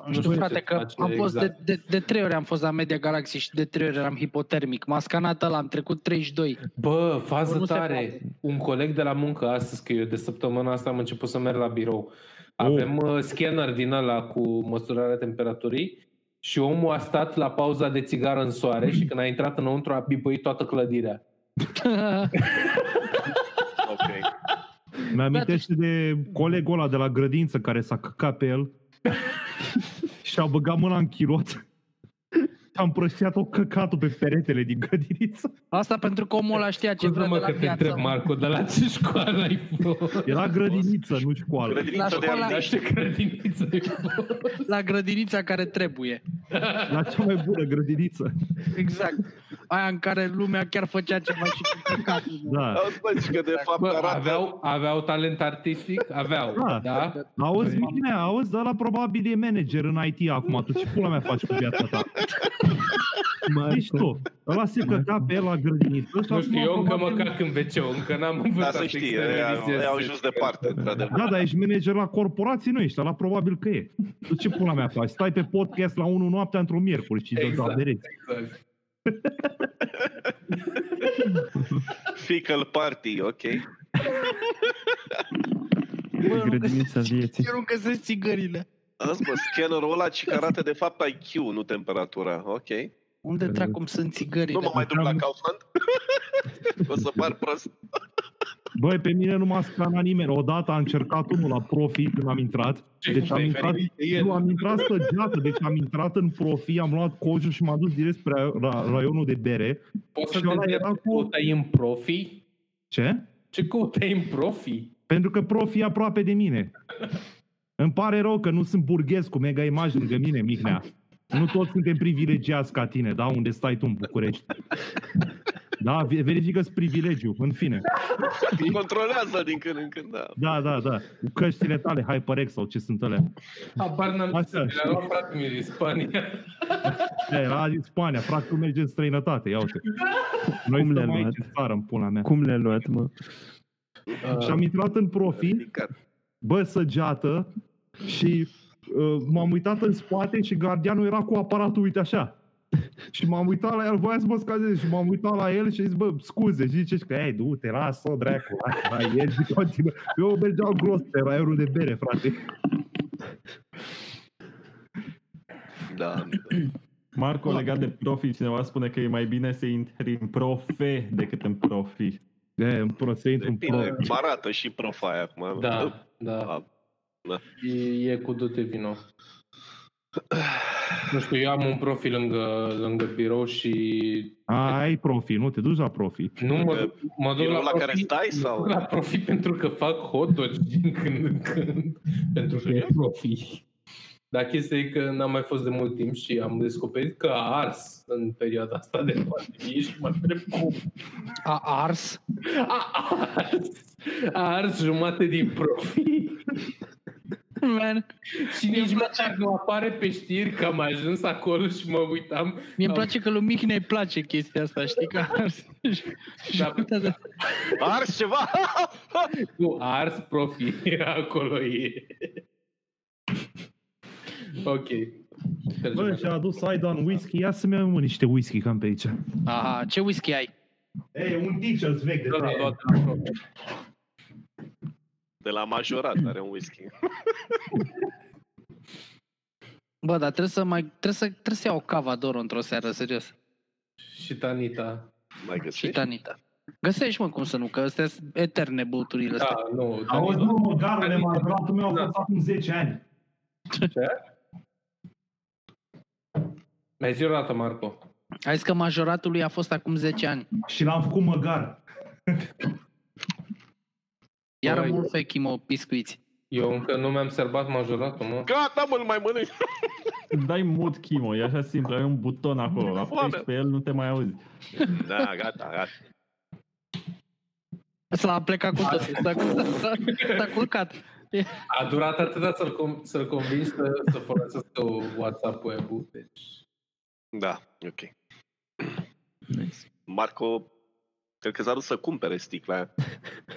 S1: Nu știu, frate,
S2: ce
S1: că
S2: face
S1: am fost
S2: exact.
S1: de, de, de, trei ori am fost la Media Galaxy și de trei ori eram hipotermic. M-a scanat ăla, am trecut 32.
S2: Bă, fază
S1: Nu se
S2: tare.
S1: poate.
S2: Un coleg de la muncă astăzi, că eu de săptămâna asta am început să merg la birou. Avem uh, scanner din ăla cu măsurarea temperaturii și omul a stat la pauza de țigară în soare și când a intrat înăuntru a pipăit toată clădirea.
S4: Ok.
S6: Mi-amintește de colegul ăla de la grădință care s-a căcat pe el și a băgat mâna în chirot și a împrăștiat-o căcatul pe peretele din grădiniță.
S1: Asta pentru că omul ăla știa ce
S2: Ce
S1: vrea de
S2: mă
S1: la
S2: că te întreb,
S1: viață. Da.
S2: Marco, de la ce școală ai fost?
S6: Era grădiniță, nu școală.
S4: Grădinița de
S1: școală-
S2: La
S4: ardești.
S2: ce grădiniță ai fost?
S1: La grădinița care trebuie.
S6: La cea mai bună grădiniță.
S1: Exact. Aia în care lumea chiar făcea ceva și cu căcatul.
S6: Da.
S4: Auzi, și că de fapt
S2: Bă,
S4: arată...
S2: aveau, aveau talent artistic? Aveau,
S6: Da.
S2: da?
S6: Auzi, bine, auzi, dar la probabil e manager în IT acum. Tu ce pula mea faci cu viața ta?
S3: Marco.
S6: Ești tu. Ăla se căca pe el la grădiniță. și
S2: Nu știu,
S6: acum
S2: eu încă mă
S6: probabil-
S2: cac în wc încă n-am
S4: Dar
S2: învățat
S4: Da,
S2: exact
S4: să știi,
S2: externalizez.
S4: ei au jos departe, într-adevăr.
S6: Da, dar ești manager la corporații, nu ești, la probabil că e. Tu ce pula mea faci? Stai pe podcast la 1 noaptea într-un miercuri și exact.
S2: Exact.
S6: da, vedeți.
S2: Exact.
S4: Fickle party, ok.
S1: Păi,
S3: grădinița vieții.
S1: Eu nu găsesc țigările.
S4: Azi, mă, scannerul ăla ci că arată de fapt IQ, nu temperatura. Ok.
S1: Unde
S3: Că-
S1: trag cum sunt
S4: Nu
S1: țigările?
S4: mă mai duc la Kaufland. O să par prost.
S6: Băi, pe mine nu m-a scanat nimeni. Odată a încercat unul la profi când am intrat. Deci am intrat, nu, am intrat stăgeată, deci am intrat în profi, am luat cojul și m-am dus direct spre ra- raionul de bere.
S2: Poți să
S6: și ăla
S2: te
S6: era
S2: era
S6: cu-
S2: căutai în profi?
S6: Ce?
S2: Ce căutai în profi?
S6: Pentru că profi e aproape de mine. Îmi pare rău că nu sunt burghez cu mega imagini lângă mine, Mihnea. Nu toți suntem privilegiați ca tine, da? Unde stai tu în București. Da, ve- verifică-ți privilegiu, în fine.
S4: Îi controlează din când în când, da.
S6: Da, da, da. Cu căștile tale, HyperX sau ce sunt alea.
S2: Apar n-am zis,
S6: Așa.
S2: mi-a luat frate meu din Spania.
S6: Da, era din Spania, practic merge în străinătate, ia uite. Noi
S3: Cum
S6: Cum
S3: le-ai
S6: stăm
S3: luat?
S6: aici în țară, în pula mea.
S3: Cum le-a luat, mă?
S6: Și am intrat în profi,
S4: Ridicat.
S6: bă, săgeată, și uh, m-am uitat în spate și gardianul era cu aparatul, uite așa. Și m-am uitat la el, voia să mă scazeze și m-am uitat la el și a zis, bă, scuze, și zice că, ei, du-te, lasă, dracu, lasă, hai, el și continuă. Eu mergeam gros pe raierul de bere, frate.
S4: Da, da.
S6: Da.
S5: Marco, legat de profi, cineva spune că e mai bine să intri în profe decât în profi.
S6: E, în pro, să intru în pro.
S4: Bine, mă arată și profai acum.
S2: Da, da.
S4: Da.
S2: E, e cu dute vino. Nu știu, eu am un profil lângă, lângă birou și
S6: A, ai profi, nu te duci la profi.
S2: nu mă, mă duc
S4: Birou
S2: la,
S4: la
S2: profi,
S4: care stai
S2: mă
S4: sau-
S2: duc la profi pentru că fac hot dogs din când în când. Pentru că e profi. Dar chestia e că n-am mai fost de mult timp și am descoperit că a ars în perioada asta de pandemie și mă întreb cum.
S1: A ars.
S2: A ars, a ars jumate din profi.
S1: Man.
S2: Și nici măcar nu apare pe știri că am ajuns acolo și mă uitam.
S1: Mie îmi
S2: Am-
S1: place că lui Mihnea îi place chestia asta, știi că a ars. Și
S2: Da.
S1: uite-te.
S4: Ars ceva?
S2: Nu, a ars profi. Acolo e. ok.
S6: Bă, și-a adus Aidan whisky, ia să-mi iau mă, niște whisky cam pe aici.
S1: Aha, ce whisky ai?
S6: Ei, un Dixon's vechi de
S2: Doar a
S6: tăiat.
S2: luat la profi.
S4: De la majorat are un whisky.
S1: Bă, dar trebuie să mai trebuie să, trebuie să iau Cavador într-o seară, serios.
S2: Și Tanita.
S4: Mai
S1: Și
S4: găsești?
S1: Tanita. Găsești, mă, cum să nu, că astea sunt eterne băuturile
S2: Da,
S1: astea.
S2: nu.
S6: Auzi,
S2: Tanita.
S6: nu, mă, garule, mă, bratul meu a fost acum 10 ani.
S2: Mai zi o dată, Marco.
S1: Ai zis că majoratul lui a fost acum 10 ani.
S6: Și l-am făcut măgar.
S1: Iar
S2: Băi.
S1: mult fechimo piscuiți.
S2: Eu încă nu mi-am serbat majoratul, mă.
S4: Gata, mă, nu mai mănânc.
S5: Îmi dai mut chimo, e așa simplu, ai un buton acolo, apeși pe el, nu te mai auzi.
S4: Da, gata, gata.
S1: S-a plecat cu totul, s-a, s-a, s-a culcat.
S2: A durat atâta să-l, com- să-l convingi să, să folosească WhatsApp-ul e-book. Deci,
S4: Da, ok. Marco, cred că s-a dus să cumpere sticla aia.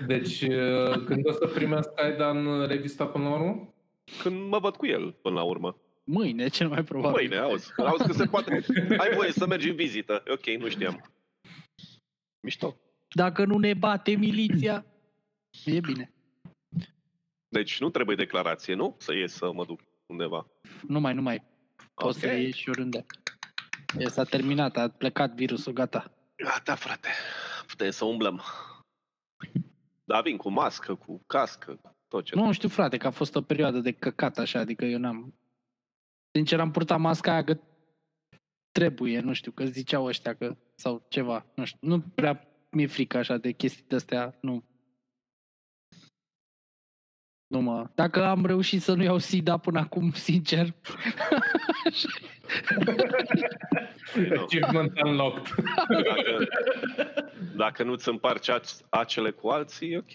S2: deci uh, când o să primească Aidan revista până la urmă?
S4: Când mă văd cu el, până la urmă.
S1: Mâine, cel mai probabil.
S4: Mâine, auzi. Auzi că se poate. Ai voie să mergi în vizită. Ok, nu știam. Mișto.
S1: Dacă nu ne bate miliția, e bine.
S4: Deci nu trebuie declarație, nu? Să ies să mă duc undeva.
S1: Nu mai, nu mai. Poți
S4: Ok.
S1: să ieși oriunde. E, s-a terminat, a plecat virusul, gata.
S4: Gata, frate. Putem să umblăm. Da, vin cu mască, cu cască, cu tot ce...
S1: Nu știu, frate, că a fost o perioadă de căcat așa, adică eu n-am... Sincer, am purtat masca aia că trebuie, nu știu, că ziceau ăștia că... sau ceva, nu știu. Nu prea mi-e frică așa de chestii de-astea, nu. Nu mă... Dacă am reușit să nu iau SIDA până acum, sincer...
S4: Nu.
S2: Achievement unlocked.
S4: Dacă, dacă nu-ți împarci ac- acele cu alții, e ok.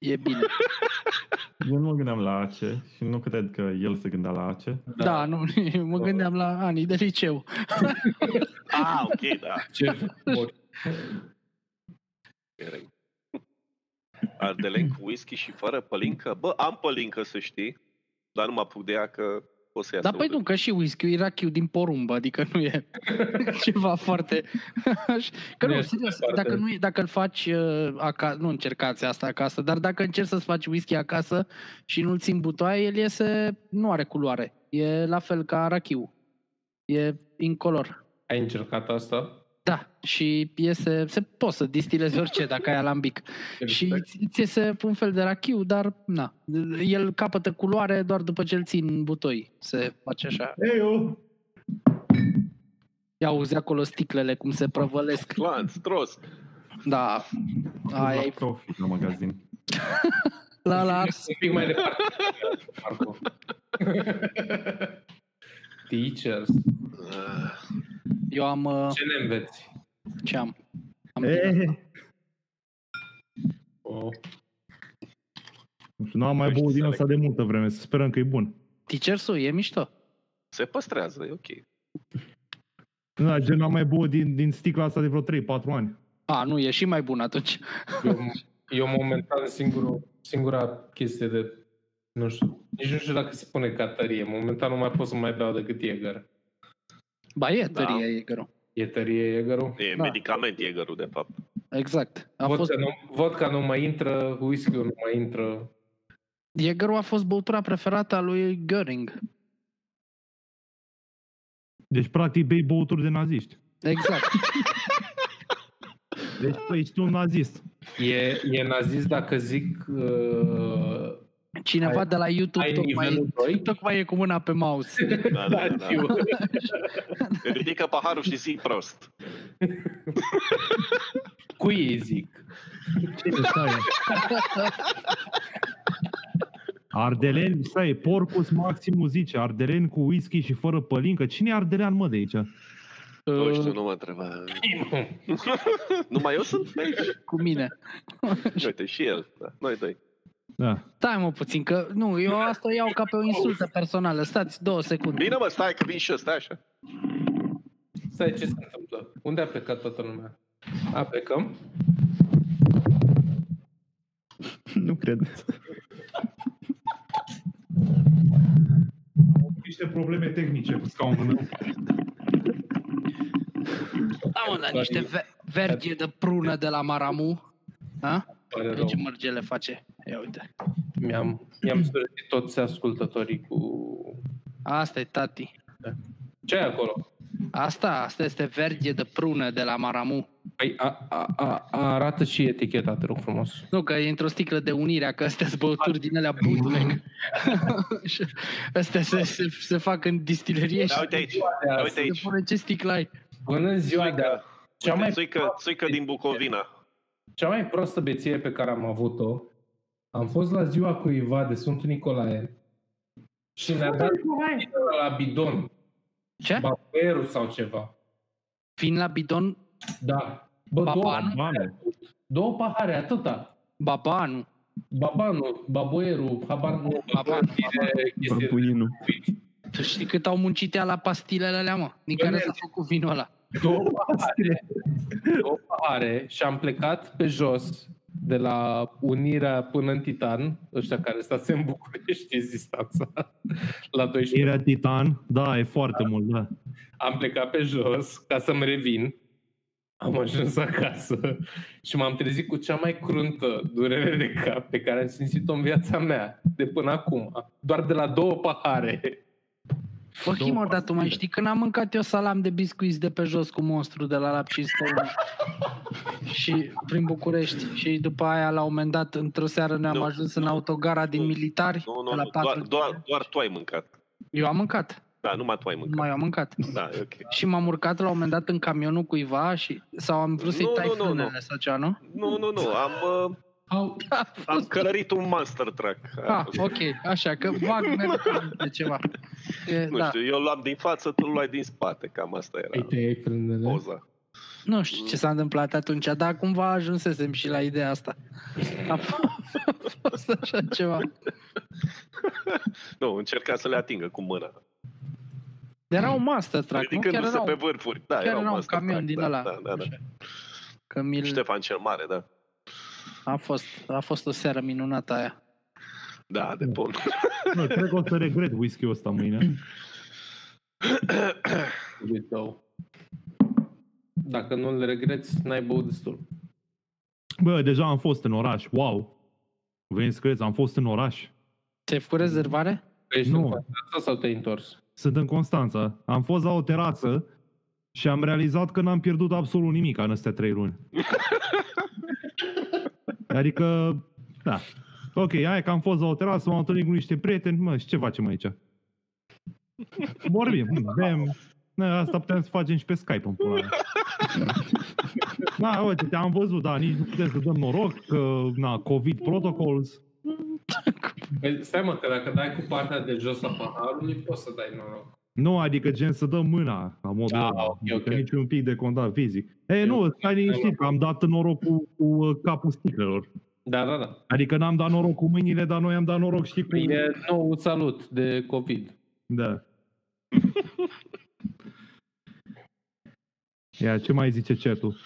S1: E bine.
S5: Eu nu mă gândeam la ace și nu cred că el se gândea la ace.
S1: Da, nu, mă gândeam la anii de liceu.
S4: Ah, ok, da.
S2: Ce frumos.
S4: Corect. Ardelen cu whisky și fără pălincă? Bă, am pălincă, să știi, dar nu mă apuc de ea că o să iasă.
S1: Dar păi nu, că și whisky e rachiu din porumbă, adică nu e ceva foarte... că
S2: Nu
S1: nu,
S2: este
S1: serios,
S2: foarte-
S1: dacă, nu, e- dacă îl faci uh, acasă, nu încercați asta acasă, dar dacă încerci să-ți faci whisky acasă și nu-l ții în butoaie, el iese, nu are culoare. E la fel ca rachiu. E incolor.
S2: Ai încercat asta?
S1: Da, și iese, se poți să distilezi orice dacă ai alambic. Și
S2: Exact.
S1: ți- ți iese un fel de rachiu, dar na, el capătă culoare doar după ce îl ții în butoi. Se face așa.
S6: Ei, eu!
S1: Ia auzi acolo sticlele cum se prăvălesc.
S4: Clanț, tros.
S1: Da, aia e
S5: la profi la magazin.
S1: la la ars.
S2: Un pic mai departe. Marco. Teachers.
S4: Ah,
S1: Eu am, uh,
S2: Ce ne înveți?
S1: ce am? am
S6: Ei,
S2: Oh.
S6: Nu știu, n-am mai băut din ăsta de multă vreme, să sperăm că e bun.
S1: Teachersul e mișto.
S4: Se păstrează, e ok.
S6: Da, gen n-am mai băut din, din sticla asta de vreo 3-4 ani.
S1: A, nu, e și mai bun atunci.
S2: Eu, eu momentan singurul, singura chestie de, nu știu, nici nu știu dacă se pune ca tărie. Momentan nu mai pot să mai beau decât Jäger.
S1: Ba e
S4: Da.
S1: tărie, e greu.
S2: E tărie Jägerul?
S4: E
S1: Da.
S4: medicament Jägerul, de fapt.
S1: Exact. A
S2: Vodka,
S1: fost,
S2: nu, vodka nu mai intră, whisky nu mai intră.
S1: Jägerul a fost băutura preferată a lui Göring.
S6: Deci, practic, bei băuturi de naziști.
S1: Exact.
S6: Deci, tu ești un nazist.
S2: E, e nazist dacă zic uh,
S1: Cineva
S2: Ai-
S1: de la YouTube
S2: ai
S1: tocmai,
S2: nivelul 2.
S1: tocmai e cu mâna pe mouse.
S4: Da, da, da.
S2: știu.
S4: Ridică paharul și zic prost.
S2: Cui ei zic?
S6: Ce stai? Ardeleni, stai, Porcus Maximus zice, Ardeleni cu whisky și fără pălincă. Cine e Ardelean, mă, de aici?
S4: Nu
S1: Ehm,
S4: știu,
S2: Uh,
S4: nu mă întreba. Numai eu sunt aici.
S1: cu mine.
S4: Uite, și el. Da. Noi doi.
S6: Da.
S1: Stai mă puțin, că nu, eu asta o iau ca pe o insultă personală. Stați două secunde.
S4: Bine, mă, stai că vin și eu, stai așa.
S2: stai, ce se întâmplă? Unde a plecat toată lumea? A, plecăm?
S3: Nu cred.
S6: Niște probleme tehnice cu scaunul meu.
S1: Am da, niște ve- verge de prună de la Maramu. Ha?
S2: Pare rău.
S1: Deci mărgele face. Ia uite.
S2: Mi-am, mi-am surătit toți ascultătorii cu...
S1: Asta e tati.
S2: ce e acolo?
S1: Asta, asta este verge de prună de la Maramu.
S2: Păi a, a, a, arată și eticheta, te rog frumos.
S1: Nu, că e într-o sticlă de unirea, că astea sunt băuturi din alea bootleg. Și astea se, se, se fac în distilerie
S4: Da,
S1: și
S4: uite aici.
S2: Da,
S4: Uite
S1: se
S4: aici.
S1: pune ce sticlă ai.
S2: Până în ziua de
S4: Țuică,
S2: cea mai,
S4: țuică, țuică din Bucovina.
S2: cea mai prostă beție pe care am avut-o, am fost la ziua cuiva de Sfântul Nicolae și ne-a dat la bidon,
S1: Ce?
S2: baferul sau ceva.
S1: Vin la bidon
S2: Da. Bă, două,
S1: Babanul?
S5: Bane,
S2: două pahare, atâta.
S1: babanu.
S2: Babanul, baboierul, habar nu.
S1: Babanul,
S2: e chestie de-
S3: Băpuinul.
S1: Tu știi cât au muncit ea la pastilele alea, mă? Din care s-a făcut vinul ăla.
S2: două pahare, două pahare și am plecat pe jos de la Unirea până în Titan, ăștia care stați în București, știți distanța, la 12.
S6: Era Titan, da, e foarte mult, da.
S2: Am plecat pe jos ca să-mi revin. Am ajuns acasă și m-am trezit cu cea mai cruntă durere de cap pe care am simțit-o în viața mea de până acum. Doar de la două pahare.
S1: Bă, Himor, dar tu mai știi când am mâncat eu salam de biscuiți de pe jos cu monstru de la Lap și Stăună? și prin București. Și după aia, la un moment dat, într-o seară, ne-am
S4: Nu,
S1: ajuns în
S4: nu,
S1: autogara din
S4: nu,
S1: militari.
S4: Nu, nu,
S1: de la
S4: nu.
S1: patru.
S4: Doar, doar, doar tu ai mâncat.
S1: Eu am mâncat.
S4: Da, numai tu ai mâncat.
S1: Mai eu am mâncat.
S4: Da, e ok.
S1: Și m-am urcat la un moment dat în camionul cuiva și sau am vrut să-i
S4: Nu,
S1: tai
S4: nu, nu, nu.
S1: frânele sau ceva, nu?
S4: Nu, nu, nu. Am, uh,
S2: Au,
S4: am călărit un monster truck.
S1: Ah, ok, așa, că vag mereu de ceva. E,
S4: Nu
S1: da.
S4: știu, eu l-am din față, tu l-ai din spate. Cam asta era
S2: uite, ai frânele.
S4: poza.
S1: Nu știu ce s-a întâmplat atunci, dar cumva ajunsesem și la ideea asta. A f- a fost așa ceva.
S4: Nu, încerca să le atingă cu mâna.
S1: Era un master track, nu? Chiar
S4: Ridicându-se
S1: era
S4: pe
S1: un,
S4: vârfuri. Da,
S1: chiar
S4: era un
S1: era un
S4: monster
S1: camion
S4: truck,
S1: din
S4: da,
S1: ăla.
S4: Da, da, da.
S1: așa. că mi
S4: Ștefan cel Mare, da.
S1: a fost, a fost o seară minunată aia.
S4: Da, de pom.
S6: Nu, cred că o să regret whisky-ul ăsta mâine.
S2: lui tău. Dacă nu le regreți, n-ai băut destul.
S6: Bă, deja am fost în oraș, wow! Veniți să credeți, am fost în oraș.
S1: Te-ai făcut rezervare?
S2: Ești
S6: Nu.
S2: nu. în Constanța sau te-ai întors?
S6: Sunt în Constanța. Am fost la o terasă Și am realizat că n-am pierdut absolut nimic în astea trei luni. Adică, da. Ok, hai că am fost la o terasă, m-am întâlnit cu niște prieteni, mă, și ce facem aici? Vorbim, mh, bem. Na, asta puteam să facem și pe Skype în pula mea. Da, uite, te-am văzut, da, nici nu putem să dăm noroc, că, na, COVID protocols.
S2: Păi, stai mă, că dacă dai cu partea de jos a paharului, poți să dai noroc.
S6: Nu, adică gen să dăm mâna la modul
S2: Ah,
S6: ăla,
S2: ok, ok.
S6: că nici un pic de contact fizic. E, nu, stai liniștit, că am dat noroc cu, cu uh, capul sticlelor.
S2: Da, da, da.
S6: Adică n-am dat noroc cu mâinile, dar noi am dat noroc și cu...
S2: Păi E nou salut de COVID.
S6: Da. Ia, ce mai zice chatul?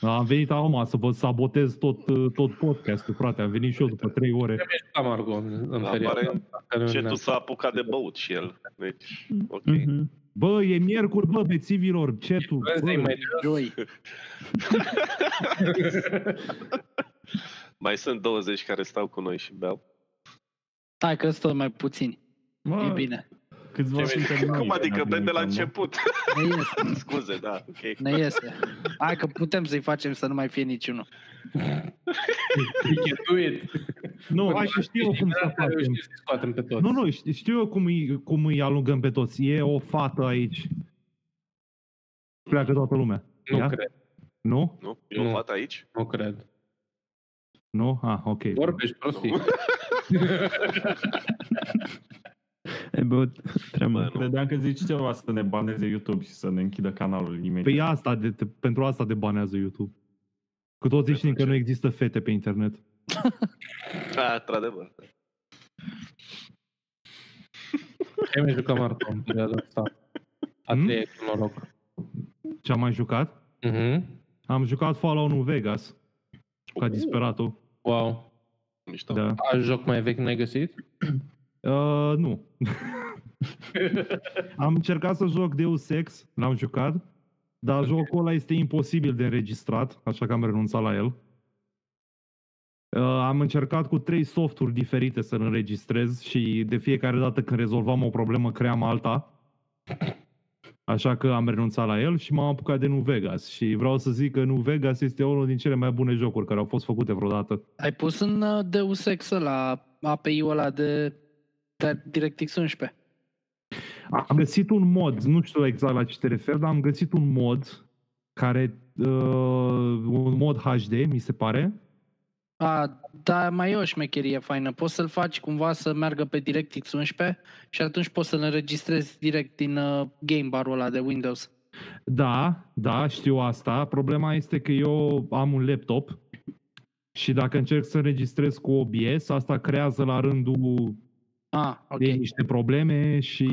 S6: Am venit acum să vă sabotez tot, uh, tot podcastul, frate. Am venit și eu după trei ore.
S2: Da, Margo, în, în
S4: Da,
S2: perioada.
S4: pare-
S2: asta, că
S4: Ce
S2: nu-
S4: tu s-a apucat de băut și el. Deci, ok.
S3: Mhm.
S6: Bă, e miercuri, bă, bețivilor, cetul.
S2: Vezi, e mai jos.
S1: Joi.
S4: Mai sunt 20 care stau cu noi și beau.
S1: Hai că sunt tot mai puțini.
S5: Mă,
S6: Ah.
S1: E bine.
S5: Câțiva
S2: Ce
S5: suntem noi.
S4: Cum adică? Dăm de la început.
S1: Ne iese.
S4: Scuze, da, ok.
S1: Ne iese. Hai că putem să-i facem să nu mai fie niciunul.
S2: You can do it.
S6: Nu, hai și știu eu cum să
S2: Dar
S6: facem.
S2: reușim să-i scoatem pe toți.
S6: Nu, nu, ști- știu eu cum îi, cum îi alungăm pe toți. E o fată aici. Pleacă toată lumea.
S2: Nu
S6: Ia.
S2: cred,
S6: Nu?
S4: Nu? E o
S2: Nu.
S4: fată aici?
S2: nu cred.
S6: Nu? Ah, ok.
S2: Vorbești prostii.
S3: Ai băut prea
S4: Bă,
S3: mult.
S4: nu.
S5: Credeam că zici ceva să ne baneze YouTube și să ne închidă canalul imediat.
S6: Păi asta, de, te, pentru asta te banează YouTube. Cu tot zici că nu există fete pe internet.
S4: Da, într-adevăr.
S2: Ai mai jucat Marco în perioada asta. A
S6: Hmm?
S2: treia e cu noroc.
S6: Ce am mai jucat?
S2: Mhm.
S6: Am jucat Fallout New Vegas, ca
S4: Uh,
S6: disperatul.
S2: Wow.
S4: Mișto.
S6: Da.
S2: A joc mai vechi n-ai găsit?
S6: Uh, nu. am încercat să joc Deus Ex, l-am jucat, dar jocul ăla este imposibil de înregistrat, așa că am renunțat la el. Uh, am încercat cu trei softuri diferite să-l înregistrez și de fiecare dată când rezolvam o problemă cream alta. Așa că am renunțat la el și m-am apucat de Nu Vegas. Și vreau să zic că Nu Vegas este unul din cele mai bune jocuri care au fost făcute vreodată.
S1: Ai pus în uh, Deus Ex la API-ul ăla de de DirectX 11.
S6: Am găsit un mod, nu știu exact la ce te refer, dar am găsit un mod care, uh, un mod HD, mi se pare.
S1: A, da, mai e o șmecherie faină. Poți să-l faci cumva să meargă pe DirectX 11 și atunci poți să-l înregistrezi direct din uh, game bar-ul ăla de Windows.
S6: Da, da, știu asta. Problema este că eu am un laptop și dacă încerc să înregistrez cu OBS, asta creează la rândul
S1: Ah, ok.
S6: okay. ei niște probleme și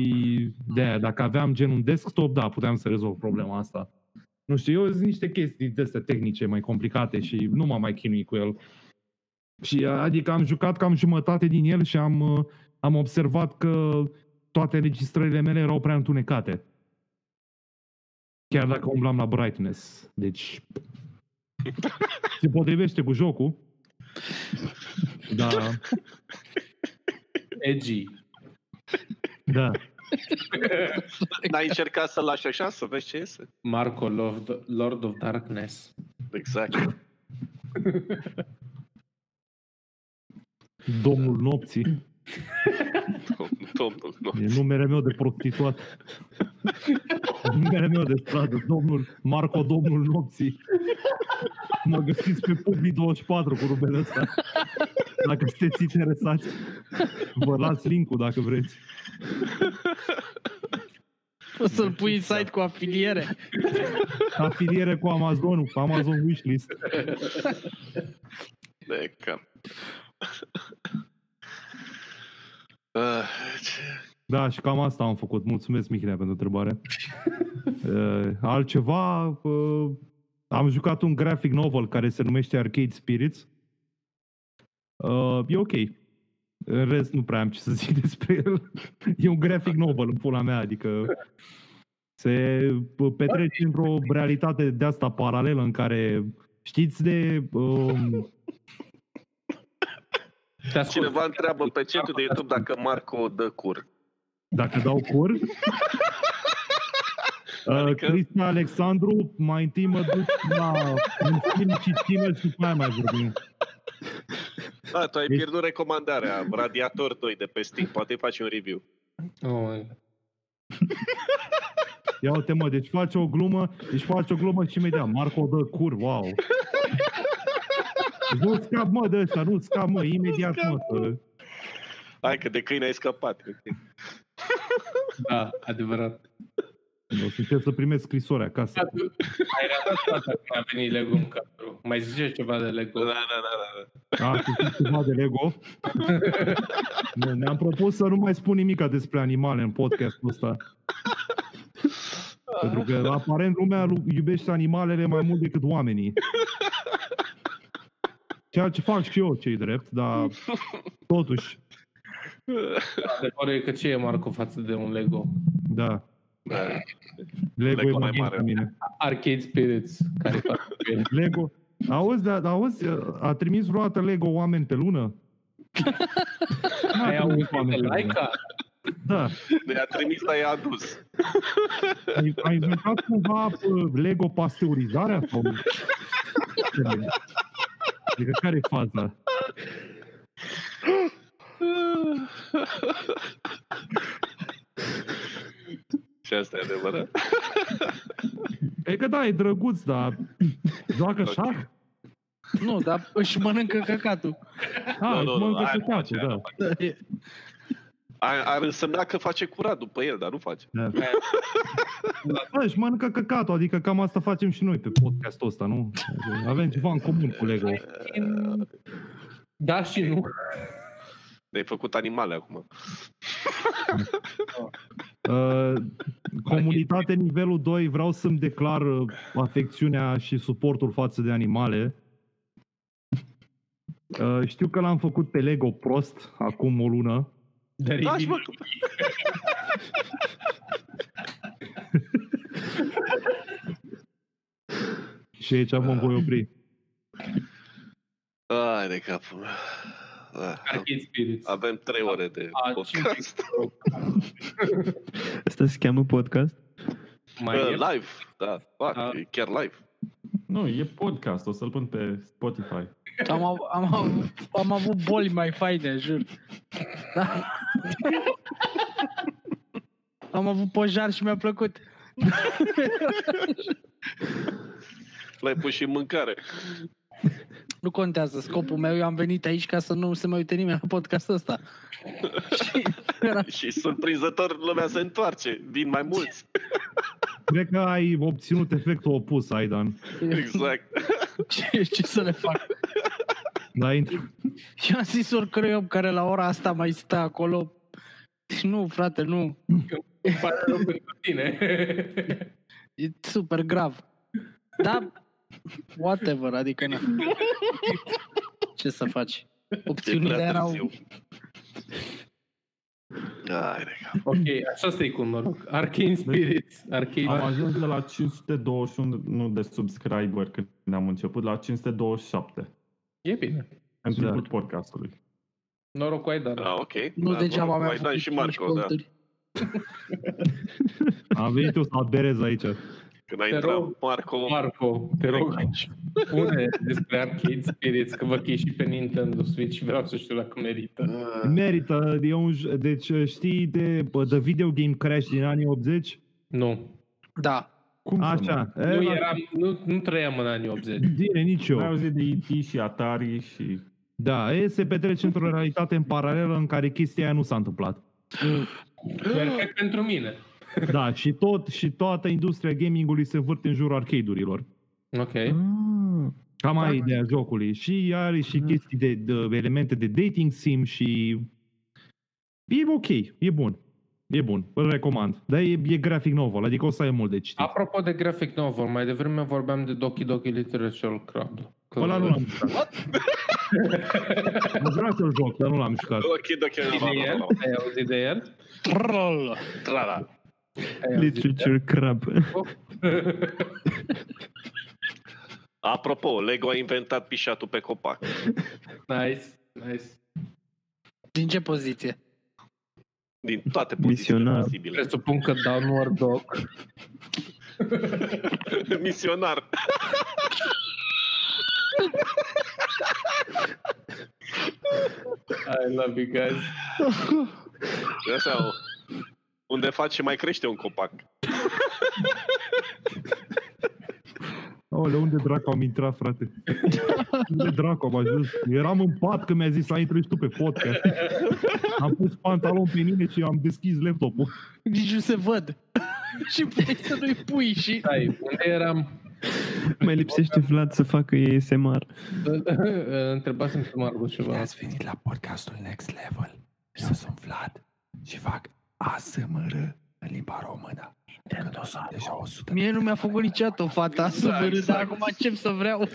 S6: de dacă aveam gen un desktop, da, puteam să rezolv problema asta. Nu știu, eu sunt niște chestii de astea tehnice mai complicate și nu m-am mai chinuit cu el. Și adică am jucat cam jumătate din el și am, uh, am observat că toate registrările mele erau prea întunecate. Chiar dacă umblam la brightness. Deci se potrivește cu jocul. Da,
S2: Edgy.
S6: da.
S4: N-ai încercat să-l lași așa, să vezi ce iese?
S2: Marco, Lord, Lord of Darkness.
S4: Exact.
S6: Domnul nopții.
S4: Dom- Domnul, nu.
S6: E numele meu de prostituat. numele meu de stradă, domnul Marco, domnul nopții. Mă găsiți pe Publi24 cu numele ăsta. Dacă sunteți interesați, vă las link-ul dacă vreți.
S1: Poți să-l pui în site cu afiliere.
S6: Afiliere cu Amazon, cu Amazon Wishlist.
S4: De cap. Ah, ce-
S6: Da, și cam asta am făcut. Mulțumesc, Mihnea, pentru întrebare. Uh, altceva, uh, am jucat un graphic novel care se numește Arcade Spirits. Uh, e ok. În rest, nu prea am ce să zic despre el. E un graphic novel, în pula mea, adică se petrece într-o realitate de asta paralelă în care știți de um,
S2: Te ascult.
S4: Cineva întreabă pe chatul de YouTube dacă Marco dă cur.
S6: dacă dau cur?
S4: Adică-
S6: Uh, Cristina Alexandru, mai întâi mă duc la un film și cină și după aia mai vorbim.
S4: Da, tu ai
S6: Deci-
S4: pierdut recomandarea Radiator 2 de pe Steam. Poate îi faci un review.
S2: Oh,
S6: Ia uite mă, deci face o glumă, deci face o glumă și imediat Marco dă cur, wow. Deci nu scap mă de ăsta, nu scap mă, imediat mă.
S4: Hai că de câine ai scăpat.
S2: da, adevărat.
S6: O să trebuie să primesc scrisori acasă.
S2: Ai ratat toată când a venit Lego în cadru. Mai zice ceva de Lego.
S4: Da, da, da, da. da.
S6: A, să zic ceva de Lego. Nu, Ne-am propus să nu mai spun nimica despre animale în podcastul ăsta. Pentru că aparent lumea lu- iubește animalele mai mult decât oamenii. Ceea ce fac și eu, cei drept, dar totuși,
S4: da.
S2: Adevărul e că ce e Marco față de un Lego?
S6: da.
S4: da.
S6: Lego,
S4: Lego
S6: e mai
S4: mai
S6: bine
S4: mare.
S6: pe mine.
S2: Arcade Spirits. Care fac bine.
S6: Lego. Auzi, da, auzi, a trimis vreodată Lego oameni pe lună? N-a
S2: Ai
S6: trimis
S2: auzit de
S6: oameni pe lună.
S2: Laika?
S6: Da.
S4: Ne-a trimis, dar i-a adus.
S6: Ai, ai inventat cumva pă, Lego pasteurizarea? Sau... Adică care e faza?
S4: Și asta e adevărat.
S6: E că da, e drăguț, dar joacă
S4: Ok.
S6: șah?
S1: Nu, dar își mănâncă căcatul.
S6: Ah,
S4: Nu,
S6: no,
S4: nu,
S6: no,
S4: nu,
S6: mănâncă
S4: aia nu
S6: cu capul,
S4: face, aia
S6: da.
S4: Ar, ar însemna că face curat după el, dar nu face.
S6: Bă, Da, își mănâncă căcatul, adică cam asta facem și noi pe podcastul ăsta, nu? Avem ceva în comun cu Lego.
S2: Da și nu.
S4: Ne-ai făcut animale acum.
S6: Uh, comunitate nivelul 2, vreau să-mi declar uh, afecțiunea și suportul față de animale. Uh, știu că l-am făcut pe Lego prost acum o lună.
S2: Dar e
S4: Lași, Da, mă,
S2: bine.
S4: că-
S6: Și aici mă voi opri.
S4: Ai de capul meu. Da.
S2: Arcade Spirits.
S4: Avem trei ore de
S2: A,
S4: podcast.
S3: Asta se cheamă podcast?
S2: Mai
S4: Uh,
S2: e?
S4: live, da, fac,
S2: Da.
S4: e chiar live.
S5: Nu, e podcast, o să-l pun pe Spotify.
S1: Am, av- am, av- am avut boli mai faine, jur. Da. Am avut pojar și mi-a plăcut.
S4: L-ai pus și în mâncare.
S1: Nu contează, scopul meu, eu am venit aici ca să nu se mai uite nimeni la podcastul ăsta. și era
S4: Și surprinzător lumea se întoarce, vin mai mulți.
S6: Cred că ai obținut efectul opus, Aidan.
S4: Exact.
S1: ce, ce să le fac?
S6: Dar ai intrat-
S1: Și am zis oricărui om care la ora asta mai stă acolo, "Deci nu, frate, nu,
S2: Îmi pare rău pentru tine.
S1: e super grav. Da, whatever, adică na. Ce să faci?
S4: E
S1: Opțiunile
S4: prea
S1: erau...
S4: târziu. Ai de cap.
S2: ok, așa stai cu noroc. Arcane Spirits.
S5: Am
S2: Arcade
S5: ajuns de la 521 nu de subscriber când am început, la 527
S2: E bine.
S5: în
S6: Da.
S5: timpul podcastului.
S2: Noroc cu ai
S4: Ah,
S2: dar.
S4: ok.
S1: Nu
S4: da,
S1: degeaba
S4: mă,
S1: mi-am
S4: mai dat
S1: făcut
S4: și
S1: cinci
S4: Marco, da,
S1: conturi.
S6: am venit eu să aderez aici.
S4: când a
S2: Te
S4: intrat
S2: rog,
S4: Marco.
S2: Marco, te rog, spune despre Arcade Spirits, că vă chei și pe Nintendo Switch și vreau să știu dacă merită.
S4: Ah,
S6: Merită, e un, j- deci știi de, bă, de video game crash din anii 80?
S2: Nu.
S1: Da.
S5: Cum să
S6: Așa. e,
S2: Nu,
S6: la-
S2: eram, nu, nu trăiam în anii 80.
S6: Bine, nici
S5: nu?
S6: eu.
S5: Ai auzit de E.T. și Atari și...
S6: Da, e, se petrece într-o realitate în paralelă în care chestia aia nu s-a întâmplat.
S2: Perfect pentru mine.
S6: Da, și tot și toată industria gamingului se învârte în jurul arcade-urilor.
S2: Ok.
S3: Ah,
S6: Cam
S3: Da,
S6: mai
S3: da.
S6: ideea jocului. Și are și
S3: Da.
S6: chestii de, de elemente de dating sim și e ok, e bun. E bun, îl recomand. Dar e, e graphic novel, adică o să ai mult de citit.
S2: Apropo de graphic novel, mai devreme vorbeam de Doki Doki Literature Club. Că-
S6: Ăla nu l-am jucat. Aș vrea să-l joc, dar nu l-am jucat.
S4: Ok, ok,
S2: Ai auzit de
S4: la, la, la,
S2: el?
S4: la,
S2: Ai auzit de el?
S1: Troll.
S4: la, la.
S2: Ai auzit de el?
S3: literature crab.
S4: Apropo, Lego a inventat pișatul pe copac.
S2: nice, nice.
S1: Din ce poziție?
S4: Din toate pozițiile
S3: Misionar.
S4: posibile.
S2: Presupun că Downward Dog
S4: Misionar.
S2: I love you guys.
S4: E Așa, o- unde faci și mai crește un copac.
S6: Aole, unde dracu am intrat, frate? Unde dracu am ajuns? Eram în pat când mi-a zis să intri și tu pe podcast. Am pus pantalon pe mine și am deschis laptopul.
S1: Nici nu se văd. și puteai să nu-i pui și...
S2: Stai, unde eram?
S3: Mai lipsește Vlad să facă ASMR.
S2: Eh, Întrebasem pe Margot ceva.
S7: Ați venit la podcastul Next Level. Eu sunt Vlad și fac ASMR în limba română. Pentru că sunt deja 100
S1: Mie nu mi-a făcut niciodată o fata să mă râd, dar
S4: exact.
S1: acum încep să vreau.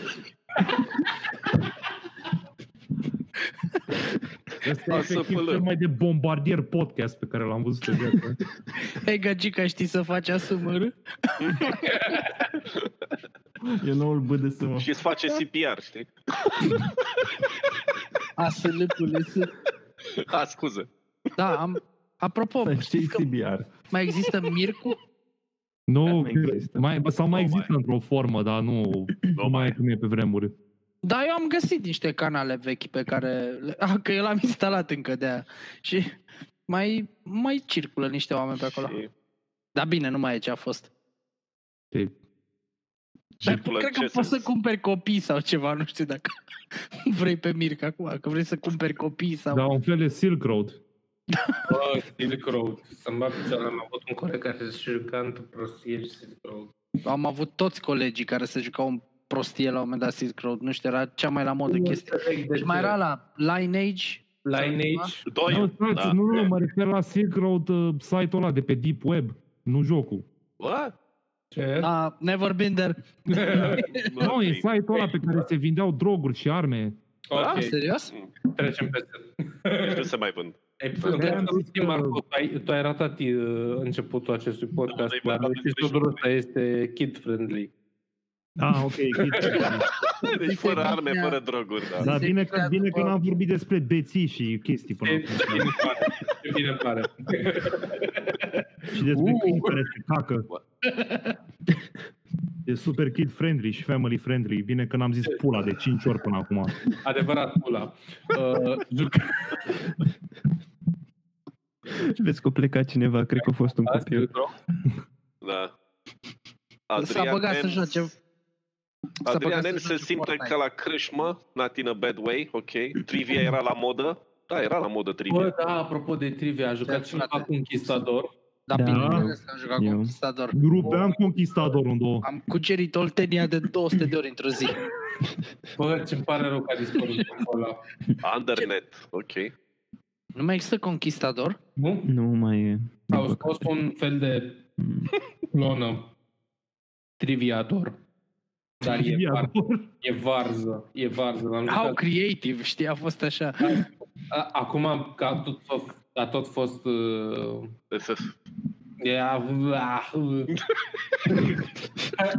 S6: Asta e
S4: Lasă
S6: efectiv
S4: pâlă.
S6: cel mai de bombardier podcast pe care l-am văzut în viață.
S1: Hei, gagica, știi să faci ASMR?
S5: E noul BDSM.
S4: Și îți face CPR, știi?
S1: ASL-ule
S4: A, scuză.
S1: Da, am... Apropo,
S5: Știi
S1: știți că
S5: CBR.
S1: mai există Mircu?
S6: Nu,
S3: mai există.
S6: mai, sau mai
S4: Nu mai.
S6: există într-o formă, dar nu, nu mai e cum e pe vremuri.
S1: Da, eu am găsit niște canale vechi pe care... le- A, că eu l-am instalat încă de aia. Și mai, mai circulă niște oameni pe acolo.
S4: Și
S1: Dar bine, nu mai e ce a fost. Dar
S4: circulă
S1: cred că
S4: ce
S1: poți să
S4: sens?
S1: cumperi copii sau ceva, nu știu dacă vrei pe Mirca acum, că vrei să cumperi copii sau...
S6: Dar un fel de Silk Road.
S2: Bă, Silk Road. Să-mi bag picioarele, am avut un coleg care se juca într-o prostie și Silk Road.
S1: Am avut toți colegii care se jucau în prostie la un moment dat Silk Road, nu știu, era cea mai la modă chestie. Și mai era la Lineage,
S2: Lineage.
S4: Doi.
S6: Nu, stați,
S4: da.
S6: nu, nu, mă refer la Silk Road, uh, site-ul ăla de pe Deep Web, nu jocul.
S4: Bă,
S2: Ce?
S1: la Neverbinder.
S4: bă,
S6: Nu, e
S4: ok.
S6: site-ul ăla pe care se vindeau droguri și arme.
S1: Ah,
S2: Ok,
S1: Serios?
S2: trecem peste.
S4: Nu se mai vând.
S2: Ai,
S6: vreau
S2: vreau
S6: să
S2: să
S6: zic
S2: zic,
S6: că-
S2: Marco, tu ai, tu ai ratat uh, începutul acestui podcast,
S4: noi
S2: dar
S4: vorbim despre
S2: episodul ăsta este kid-friendly.
S6: Ah, ok.
S4: Deci fără
S1: Se
S4: arme,
S1: bine.
S4: fără droguri, da.
S6: Dar
S1: Se
S6: bine că,
S1: creează,
S6: bine că
S1: bă.
S6: n-am vorbit despre beții și chestii până
S2: Ce
S6: acum.
S2: ce bine îmi pare, ce bine îmi pare.
S6: Și despre
S2: Uh!
S6: câini care se cacă. E super kid friendly și family friendly. Bine că n-am zis pula de 5 ori până acum.
S2: Adevărat, pula. Uh, juc-
S3: Vezi că a plecat cineva, cred că a fost un copil.
S2: Silk Road.
S4: da.
S1: S-a băgat să
S4: N-
S1: joace. S-a
S4: Adrian
S1: băgat să
S4: N se
S1: joace
S4: simte
S1: Fortnite.
S4: ca la crâșmă, not in a bad way, ok. Trivia era la modă. Da, era la modă
S2: Bă,
S4: trivia.
S2: da, apropo de trivia, a jucat
S1: Ce,
S2: cineva
S1: frate?
S2: cu Conquistador.
S1: Dar
S3: Da.
S1: bineînțeles că am jucat cu
S3: Eu.
S1: Conquistador.
S6: Rupeam Conquistador în două.
S1: Am cucerit Oltenia de 200 de ori într-o zi.
S2: Bă, ce-mi pare rău că a dispărut jocul ăla.
S4: Undernet, ok.
S1: Nu mai există Conquistador?
S2: Nu?
S3: Nu mai e. din
S2: Au scos
S3: păcate.
S2: un fel de
S3: Mm.
S2: clonă. Triviator. Dar e, var, e varză. E varză. L-am
S1: How
S2: jucat.
S1: creative, știi, a fost așa.
S2: A- Acum, că a tot, fost- a tot fost... Uh,
S4: SF.
S2: e, a, a, a,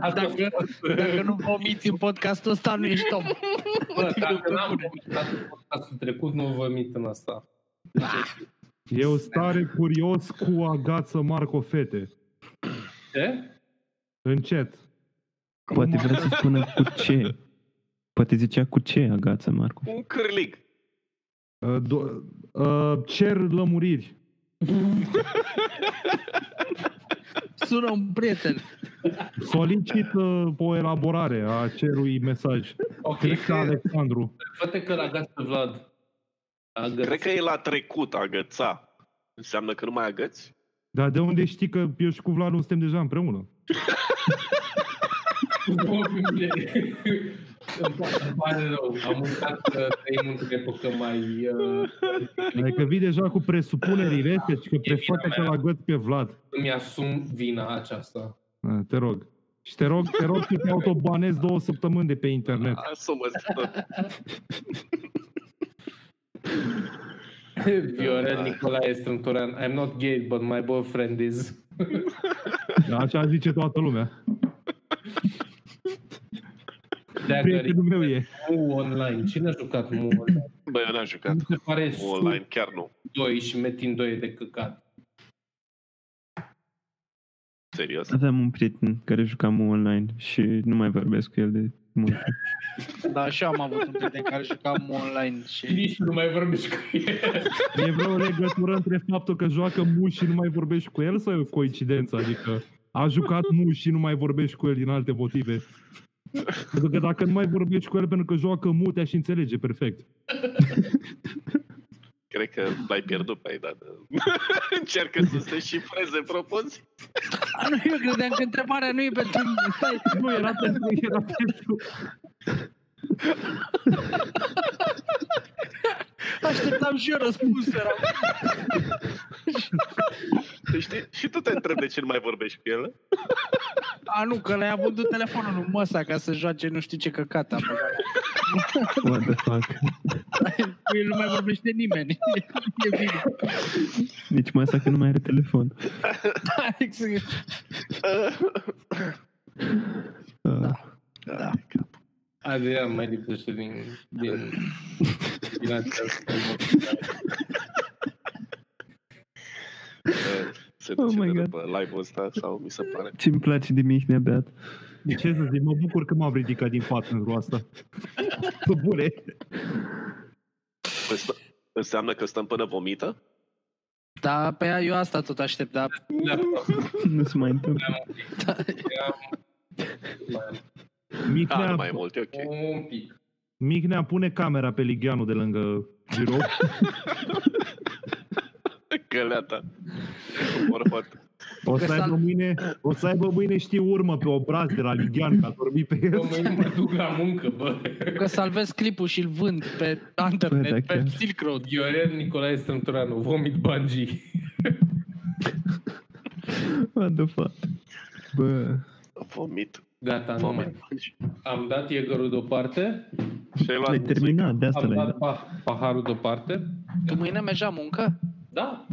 S2: tot
S1: Dacă, dacă nu vomiți în podcastul ăsta, nu ești om.
S2: Bă, dacă n-am vomitat în podcastul trecut, nu vomit în asta.
S6: E o stare curios cu agață Marco Fete.
S2: Ce?
S6: Încet.
S3: Poate vrea să spună cu ce. Poate zicea cu ce agață, Marco.
S4: Un cârlig.
S6: Uh, do- uh, cer lămuriri.
S1: Sună un prieten.
S6: Solicit uh, o elaborare a acelui mesaj.
S2: Ok,
S6: Cred că Alexandru.
S2: poate că la gata Vlad. Agăț.
S4: Cred că e la trecut, agăța. Înseamnă că nu mai agăți?
S6: Dar de unde știi că eu și cu Vlad nu suntem deja împreună?
S2: Îmi pa- îmi pare rău. Am uitat uh, că trăim într-o epocă mai... Uh,
S6: Adică vii deja cu presupuneri rete și că prefate
S2: vina
S6: că
S2: mea.
S6: la gât pe Vlad.
S2: îmi asum vina aceasta.
S6: Ah, Te rog. Și te rog, te rog să te autobanezi două săptămâni de pe internet.
S4: Asumă tot.
S2: Viorel Nicolae Strânturan. I'm not gay, but my boyfriend is...
S6: Da, Așa zice toată lumea.
S2: Dagger.
S6: Prietenul meu e.
S2: Mu online. Cine a jucat Mu online?
S4: Bă, eu n-am jucat
S2: Mi se pare
S4: online, chiar nu.
S2: 2 și Metin 2 e de căcat.
S4: Serios?
S3: Aveam un prieten care jucam online și nu mai vorbesc cu el de mult.
S1: Dar Da, și eu am avut un prieten care jucam online și...
S2: Nici nu mai vorbești cu el.
S6: E vreo legătură între faptul că joacă muș și nu mai vorbești cu el sau e o coincidență? Adică a jucat muș și nu mai vorbești cu el din alte motive. Pentru că dacă nu mai vorbești cu el pentru că joacă mute și înțelege perfect.
S4: Cred că l-ai pierdut pe ai dat. Încearcă să se șifreze propoziții.
S1: A, nu, eu credeam că întrebarea nu e pentru mine. Stai,
S6: Nu, era pentru, era pentru...
S1: așteptam și eu răspunsul. Eram...
S4: Știi? Și tu te întrebi de ce nu mai vorbești cu el.
S1: A, nu, că le-a vândut telefonul lui Măsa ca să joace nu știu ce căcat a băgat.
S3: What the fuck?
S1: Cu el nu mai vorbește nimeni. E bine.
S3: Nici mai asta că nu mai are telefon.
S1: Da, exact.
S3: Uh,
S4: Da.
S2: Adrian mai lipsește din... din, din această...
S4: Se
S3: Oh my
S4: decide
S3: God.
S4: după live-ul ăsta sau mi se pare.
S3: Ce-mi place de Mihnea Beat.
S6: Ce să zic, mă bucur că m-am ridicat din pat pentru asta. Pe bune.
S4: Păi stă- Înseamnă că stăm până vomită?
S1: Da, pe ea eu asta tot aștept, dar
S2: Da,
S3: Nu se mai întâmplă.
S4: A,
S6: Micnea,
S4: Ah, nu mai e mult, e ok.
S2: un pic.
S6: Micnea pune camera pe Ligianu de lângă birou.
S4: Găleata. Morfat.
S6: O să
S1: Că
S6: aibă
S1: s-a-
S6: mâine, o să aibă mâine știi urmă pe obraz de la Ligianu că a dormit pe
S2: Bă,
S6: el.
S2: mă, nu mă duc la muncă, bă.
S1: că salvez clipul și-l vând pe internet,
S3: Bă, da,
S1: pe
S3: chiar.
S1: Silk Road.
S2: Gheorel Nicolae Strânturanu, vomit bungee.
S3: What the fuck? Bă,
S4: Vomit.
S2: Gata, nu
S4: Vomit.
S2: mai. Am dat iegărul deoparte,
S4: Și ai
S3: ai
S4: luat
S3: terminat, de asta
S2: am
S3: l-ai dat.
S2: dat pa- paharul deoparte.
S1: Tu mâine mergi la muncă?
S2: Da,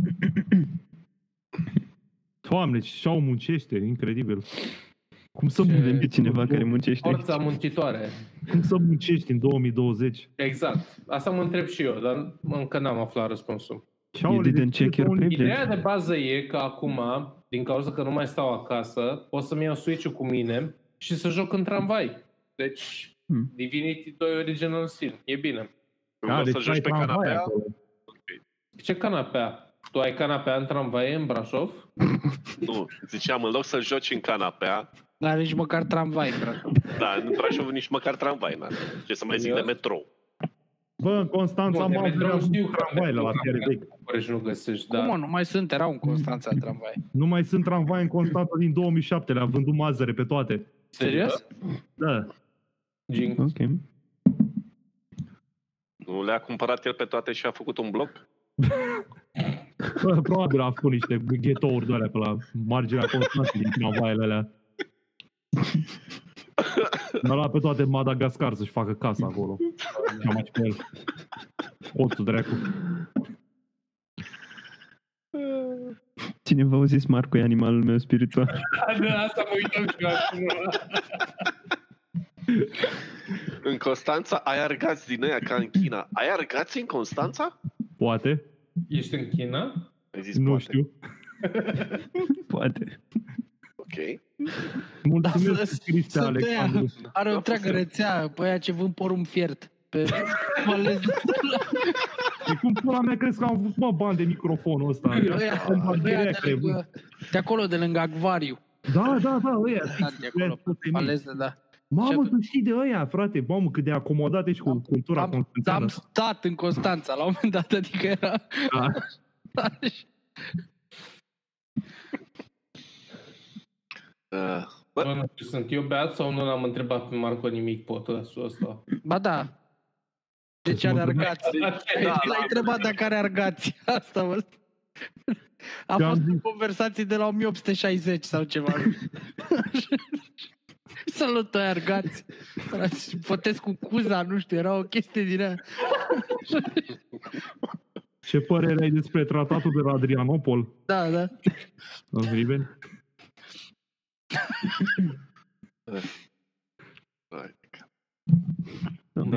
S6: Doamne, ce și-au muncește, incredibil. Cum să,
S2: Ce-
S6: muncești,
S3: Pe cineva care muncește.
S2: forța muncitoare.
S6: cum să muncești în 2020?
S2: Exact. Asta mă întreb și eu, dar încă n-am aflat răspunsul.
S6: Ce-au
S3: You didn't check your
S2: Ideea de bază e că acum, din cauza că nu mai stau acasă, pot să-mi iau switch-ul cu mine și să joc în tramvai. Deci,
S3: Hmm.
S2: Divinity 2 Original Sin. E bine.
S6: Da, Ah,
S4: Vreau
S6: deci
S4: să joci pe canapea?
S2: Ce canapea? Tu ai canapea în tramvai în Brașov?
S4: Nu. Ziceam, în loc să joci în canapea,
S1: N-are nici măcar tramvai, frate.
S4: da, în Brașov nici măcar tramvai n Ce să mai zic de metrou.
S6: Bă, în Constanța
S2: de
S6: am avut
S2: metrou știu că
S6: tramvai la fiare vechi.
S2: București nu găsești,
S1: Da. Cum
S2: da.
S1: nu mai sunt, erau în Constanța tramvai.
S6: Nu mai sunt tramvai în Constanța din 2007, le-am vândut mazăre pe toate.
S2: Serios?
S6: Da.
S2: Jinx.
S3: Ok.
S4: Nu le-a cumpărat el pe toate și a făcut un bloc?
S6: Bă, Probabil a făcut niște ghetouri de alea pe la marginea Constanței din tramvaiele alea. Mi-a luat pe toate în Madagascar să-și facă casa acolo. Și am aici pe el. Oțul dracu.
S3: Cineva a zis Marco e animalul meu spiritual.
S2: Da, asta mă uitam și eu acum.
S4: În Constanța ai argați din aia ca în China. Ai argați în Constanța?
S6: Poate?
S2: Ești în China?
S4: Ai zis,
S6: Nu
S4: poate.
S6: știu.
S3: Poate.
S4: Ok.
S6: Mulțumesc,
S1: Da,
S6: da,
S1: sunt-
S6: Criste
S1: sunt
S6: Alexandru.
S1: Are o
S4: Da,
S1: întreagă
S4: fost-
S1: rețea pe aia ce vând porumb fiert. Pe mălez.
S6: Și cum pula mea crezi că am avut, mă, bani de microfonul ăsta?
S1: Ăia-
S6: Am
S1: ăia
S6: bani Păi, direct,
S1: de, lângă, de acolo, de lângă acvariu.
S6: Da, da, da, ăia.
S1: Da, de acolo,
S6: Toți ei mici.
S1: Maleză, da.
S6: Mamă,
S1: atunci-
S6: tu știi de ăia, frate. Mamă, cât de acomodat ești cu
S1: Am-
S6: cultura
S1: Dar am
S6: constanțeană.
S1: stat în Constanța la un moment dat, adică era...
S6: Da.
S4: Uh,
S2: Bă, nu știu, sunt eu beat sau nu l-am întrebat pe Marco nimic podcasul ăsta?
S1: Ba da. De ce are argați? Păi
S2: Da,
S1: L-ai întrebat dacă are argați. Asta vă... A
S6: Ce-am
S1: fost
S6: zis?
S1: în conversații de la 1860 sau ceva. Salut, ai argați. Potesc cu cuza, nu știu, era o chestie din aia.
S6: Ce părere ai despre tratatul de la Adrianopol?
S1: Da, da.
S6: Riben?
S1: Da.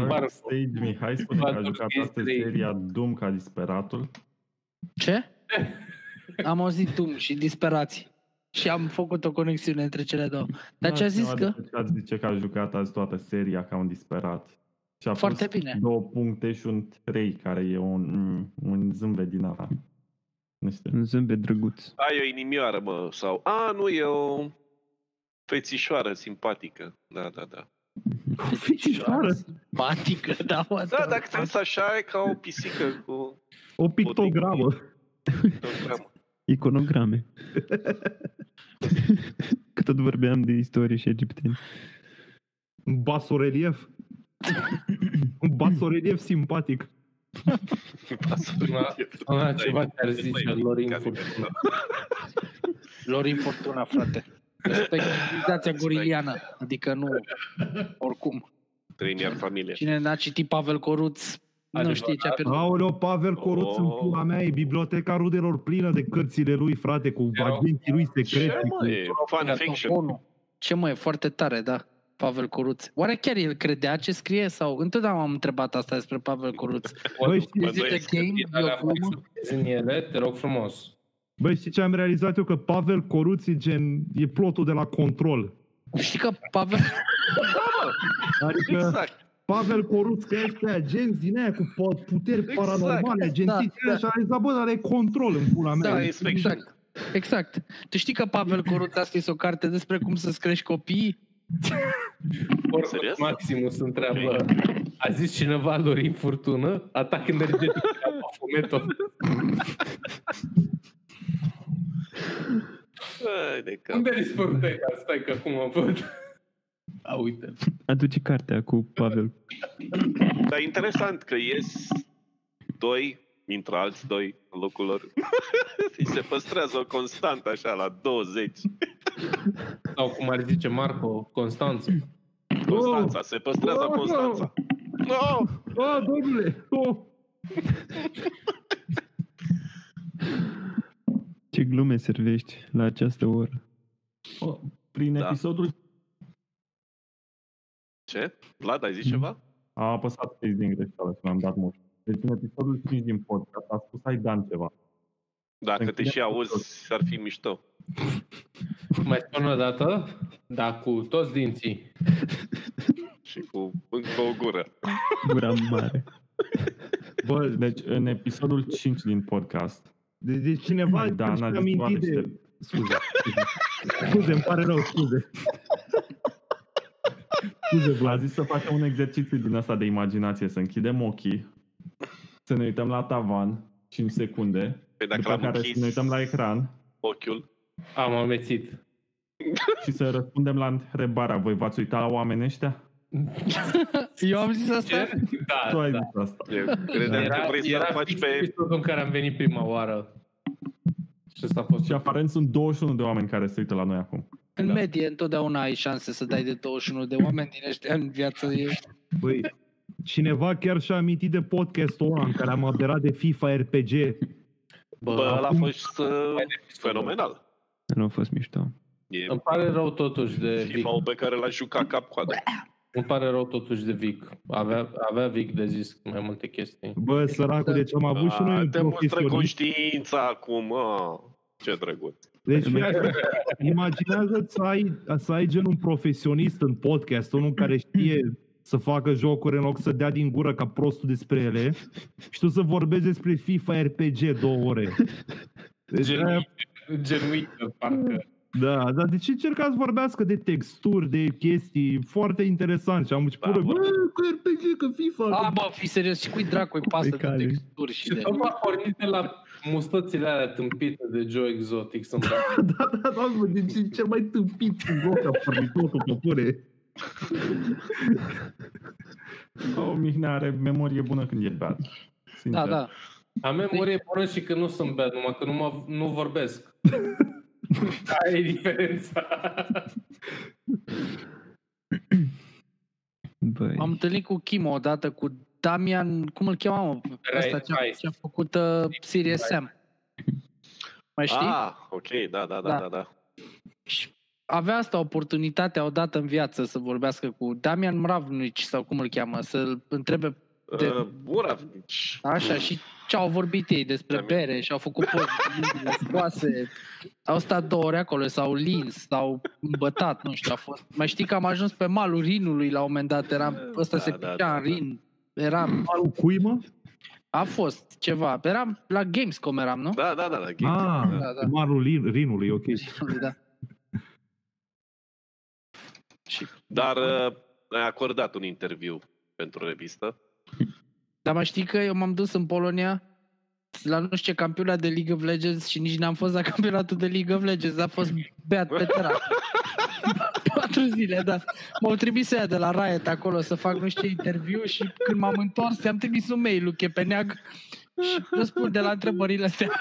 S5: Dark Stage Mihai spune că a
S2: Patru
S5: jucat
S2: chestii.
S5: astăzi seria Doom ca disperatul.
S1: Ce? Am auzit tum și disperați. Și am făcut o conexiune între cele două. Dar
S5: Da,
S1: ce a zis că...
S5: Ați zice că a jucat azi toată seria ca un disperat. Și a
S1: Foarte
S5: pus
S1: bine.
S5: două puncte și un 3, care e un, mm, un zâmbet din ala. Nu știu.
S3: Un zâmbet drăguț.
S4: A, e o inimioară, mă, sau... A, nu, e o fețișoară simpatică. Da, da, da.
S1: Fetișoară. Simpatică, da, mă.
S4: Da, dacă te uiți așa, e ca o pisică cu...
S6: O pictogramă.
S4: pictogramă.
S3: Iconograme. Că tot vorbeam de istorie și egipteni.
S6: Un basorelief. Un basorelief simpatic.
S4: Pasările.
S2: A, ceva ce ar
S4: Dai,
S2: zice
S4: dai,
S2: Lorin
S4: care-
S2: Furtuna.
S1: Lorin Fortuna, frate. Respect civilizația goriliană, adică nu, oricum.
S4: Trăim iar familie.
S1: Cine n-a citit Pavel Coruț, nu
S2: Adevărat.
S1: știe ce a pierdut.
S6: Aoleo, Pavel Coruț în
S4: Oh.
S6: pula mea e biblioteca rudelor plină de cărțile lui, frate, cu
S2: Erau-
S6: agenții lui
S4: Ce,
S6: secreți.
S4: mă, e
S1: Exact.
S4: fan fiction.
S1: Tontonul. Ce mă, e foarte tare, da. Pavel Coruț. Oare chiar el credea ce scrie sau? Întotdeauna am întrebat asta despre Pavel Coruț.
S6: Băi, știi,
S4: Bă,
S1: Is it
S4: băieți,
S1: a game?
S2: din
S1: E
S2: alea
S1: o glumă?
S2: fac să crezi în ele, te rog frumos.
S6: băi, știi ce am realizat eu? Că Pavel Coruț e gen, e plotul de la control.
S1: Știi că Pavel...
S6: Adică
S4: Exact.
S6: Pavel Coruț crește pe agenți din aia cu po- puteri
S4: Exact.
S6: paranormale, agenții
S1: Da, da.
S6: da, și a realizat, bă, dar e control în pula mea.
S4: Da,
S6: E-
S4: e fiction.
S1: Exact. Exact. Tu știi că Pavel Coruț a scris o carte despre cum să-ți crești copiii?
S2: Oricum,
S4: Serios?
S2: Maximus întreabă, a zis cineva Lorin Furtună? Atac energetic la Baphomet-o.
S4: Hai de cap.
S2: Unde dispărute? Stai că acum văd. A, uite.
S3: Aduce cartea cu Pavel.
S4: Dar e interesant că ies doi, intră alți doi în locul lor. Și se păstrează o constantă așa la 20.
S2: Sau cum ar zice Marco, Constanță.
S4: Constanța, se păstrează
S6: Oh,
S4: Constanța. Oh! No!
S6: A, domnule! Oh.
S3: Ce glume servești la această oră.
S5: O, Prin
S4: Da.
S5: episodul
S4: Ce? Vlad, ai zis ceva?
S5: a apăsat face din greșeală și l-am dat mult. Deci în episodul 5 din podcast a spus ai Dan ceva.
S4: Dacă te și auzi, ar fi mișto.
S2: Mai spun o dată, dar cu toți dinții.
S4: Și cu încă o gură.
S3: Gura mare.
S5: Bă, deci în episodul 5 din podcast.
S6: Deci de cineva
S5: Dan
S6: da, și-a
S5: a zis
S6: amintit
S5: niște-
S6: de... Scuze. scuze, îmi pare rău, scuze.
S5: Scuze, Vlad. A zis să facem un exercițiu din asta de imaginație, să închidem ochii, să ne uităm la tavan 5 secunde,
S4: Păi dacă
S5: după
S4: l-am
S5: care să ne
S4: închis
S5: uităm la ecran
S4: ochiul,
S2: Am amețit.
S5: și să răspundem la întrebarea, voi v-ați uitat la oamenii ăștia?
S1: Eu am zis asta?
S2: Ce? Da,
S5: tu ai
S2: da.
S5: zis asta.
S4: eu credeam că
S2: Era,
S4: vrei să-l
S2: era
S4: faci
S2: fix
S4: pe...
S2: episodul în care am venit prima oară. Și asta a fost.
S5: Și aparent sunt 21 de oameni care se uită la noi acum.
S1: În
S5: Da.
S1: medie întotdeauna ai șanse să dai de 21 de oameni din ăștia în viață. E
S6: Băi, Păi, cineva chiar și-a amintit de podcastul ăla în care am aberat de FIFA RPG.
S4: Bă, ăla a
S2: acum-
S4: fost uh, fenomenal.
S3: Nu a fost mișto.
S4: E
S2: Îmi pare rău totuși de Vic.
S4: FIFA pe care l-a jucat cap coadă.
S2: Îmi pare rău totuși de Vic. Avea, avea Vic de zis mai multe chestii.
S6: Bă, săracul, deci am avut și noi
S4: Ah,
S6: un
S4: Te mustră
S6: profesionist.
S4: conștiința acum. ah, Ce drăguț.
S6: Deci, fii atent, imaginează-ți să ai, să ai gen un profesionist în podcast, unul care știe să facă jocuri în loc să dea din gură ca prostul despre ele și tu să vorbești despre FIFA RPG două ore. Deci, aia
S2: Genuit, genuit parcă.
S6: Da, dar de ce încercați să vorbească de texturi, de chestii foarte interesant și am început,
S4: Da,
S6: da, bă,
S4: bă.
S6: cu RPG, că FIFA,
S1: A,
S6: că...
S1: bă, fi serios, și cui dracu îi pasă de
S3: Pecare.
S1: texturi și
S2: Și
S1: de...
S2: tot a pornit de la mustățile alea tâmpite de Joe Exotic. Sunt
S6: da, da, da, bă, deci e cel mai tâmpit în loc a pornitotul pe pune.
S5: Oh, Mihnea are memorie bună când e beat. Sincer.
S1: Da, da.
S2: Am memorie bună și că nu sunt bad, numai că nu, mă, nu vorbesc. Aia e diferența.
S3: Băi.
S1: M-am întâlnit cu Kimo odată, cu Damian, cum îl chema, mă?
S2: Rai-
S1: Ăsta ce-a,
S2: Rai.
S1: ce-a făcut uh, Sirius Sam. Mai știi?
S4: Ah, ok, da, da, da,
S1: Da.
S4: da. da.
S1: Și avea asta oportunitatea odată în viață să vorbească cu Damian Mravnici sau cum îl cheamă, să-l întrebe De-
S4: Uh, Ura,
S1: așa și ce au vorbit ei despre
S4: Da, mi-
S1: bere și au făcut poze cu mâinile scoase. Au stat două ore acolo, s-au lins, s-au îmbătat, nu știu, a fost. Mai știi că am ajuns pe malul Rinului la un moment dat, eram, ăsta
S4: Da,
S1: da, se
S4: da,
S1: picea
S4: da,
S1: în
S4: da.
S1: Rin, eram,
S6: Marul cui, mă?
S1: a fost ceva, eram la Gamescom eram, nu?
S4: Da, da, da, da. Ghi.
S6: Ah,
S1: Da, da.
S6: Marul Lin- Rinului, ok.
S1: Rinului, da. Și,
S4: Dar uh, ai acordat un interviu pentru revistă.
S1: Dar mai știi că eu m-am dus în Polonia la nu știu ce campionat de League of Legends și nici n-am fost la campionatul de League of Legends, a fost beat pe terasă. Patru zile, da. M-au trimis ea de la Riot acolo să fac nu știu ce interviu și când m-am întors, i-am trimis un mail lui Chepeneag și răspunde la întrebările astea.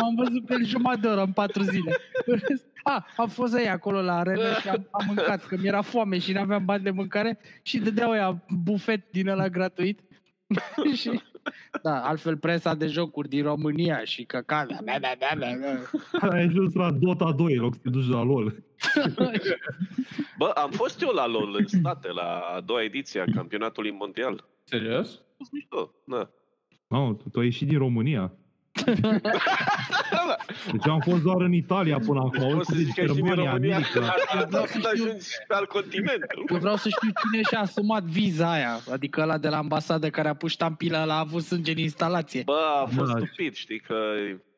S1: M-am văzut pe el jumătate de oră în patru zile. În rest- A, am fost ei acolo la arenă și am, am mâncat, că mi-era foame și n-aveam bani de mâncare și dădeau ea bufet din ăla gratuit. și, da, altfel presa de jocuri din România și căcat.
S6: Ai ajuns la Dota 2 în loc să te duci la LOL.
S4: Bă, am fost eu la LOL în state, la a doua ediție a campionatului mondial. A
S2: Serios?
S4: fost mișto, da.
S6: Mamă, tu, tu ai ieșit din România. Deci am fost doar în Italia până acum.
S4: Deci poți să
S6: Uite,
S4: zici că ești din
S6: Germania,
S4: România,
S6: America.
S4: dar
S1: Da,
S4: când
S1: da,
S4: ajungi pe alt continent.
S1: Eu vreau să știu cine și-a asumat viza aia, adică ăla de la ambasadă care a pus ștampila la a avut sânge în instalație.
S4: Bă, a fost
S6: Da.
S4: stupid, știi că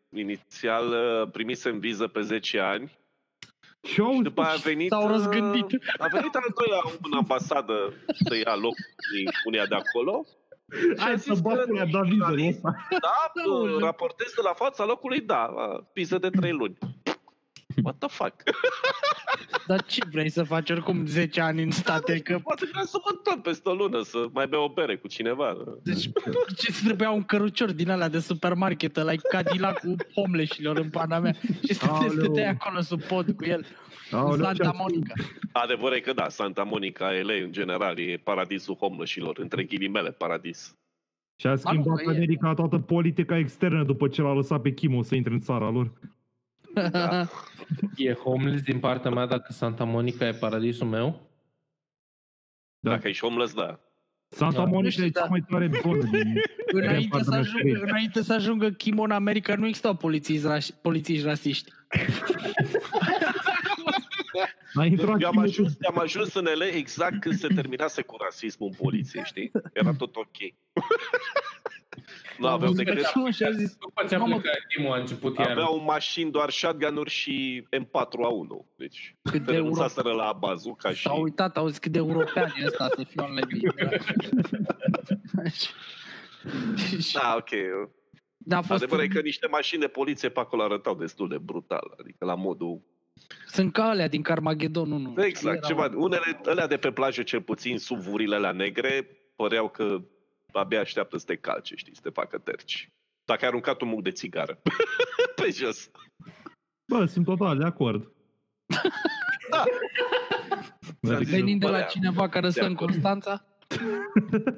S4: inițial uh, primisem viză pe 10 ani
S6: Și
S4: și
S6: au
S4: după aia a venit...
S1: S-au
S4: uh,
S1: răzgândit.
S4: A venit al doilea om în ambasadă să ia loc din unea de acolo. Și a
S6: Hai să
S4: zis că
S6: bacul la Davizele
S4: jurnalist,
S6: ăsta.
S4: Da,
S1: Aoleu.
S4: bă, raportez de la fața locului, da, piză de 3 luni. What the fuck?
S1: Dar ce vrei să faci oricum 10 ani în state? Că,
S4: Poate vreau să mă întorc peste o lună, să mai bea o bere cu cineva.
S1: deci, ce ți trebuia un cărucior din alea de supermarket, ăla Cadillac cu homeless-ilor în pana mea și stăteai,
S6: Aoleu.
S1: stăteai acolo sub pod cu el, în
S6: Aoleu,
S1: Santa
S6: ce-a-
S1: Monica.
S4: Adevărul e că da, Santa Monica, LA, în general, e paradisul homeless-ilor, între ghilimele paradis.
S6: Și a
S1: Mamă,
S6: schimbat
S1: e-
S6: America toată politica externă după ce l-a lăsat pe Chimo să intre în țara lor.
S4: Da.
S2: E homeless din partea mea dacă Santa Monica e paradisul meu?
S6: Da.
S4: Dacă ești homeless, da.
S6: Santa
S2: Da.
S1: Nu
S6: Monica
S1: știu,
S6: e
S1: da.
S6: cea mai tare zonă din...
S1: Înainte
S6: Treaba
S1: să,
S6: de
S1: ajungă,
S6: meserie.
S1: înainte să ajungă Kim în America, nu existau poliții ra- polițiști rasiști.
S6: A intrat
S4: Eu Deci am
S6: Chimo
S4: ajuns,
S6: cu-
S4: am ajuns în LA exact când se terminase cu rasismul în poliție, știi? Era tot ok. nu Da, aveau
S1: văzut
S4: decât...
S1: pe Kim și a zis,
S2: După ce a
S1: Mamă.
S2: plecat Timo, a început iar.
S4: Aveau mașini doar shotgun-uri și M4A1. Deci
S1: cât de
S4: se
S1: euro...
S4: renunțaseră la bazuca și...
S1: S-a uitat, auzi cât de european e ăsta să fiu online.
S4: Da, ok.
S1: Da, Deci, a fost
S4: Adevărul e că niște mașini de poliție pe acolo arătau destul de brutal, adică la modul...
S1: Sunt ca alea din Carmageddon 1.
S4: Exact,
S1: Erau-
S4: ceva. Unele, alea de pe plajă, cel puțin, sub vurile la negre, păreau că abia așteaptă să te calce, știi, să te facă terci. Dacă ai aruncat un muc de țigară pe jos.
S6: Bă, sunt total de acord.
S4: Da.
S6: Adică-
S1: Venind de la
S4: Părea.
S1: cineva care stă
S4: De
S1: în
S4: acord.
S1: Constanța.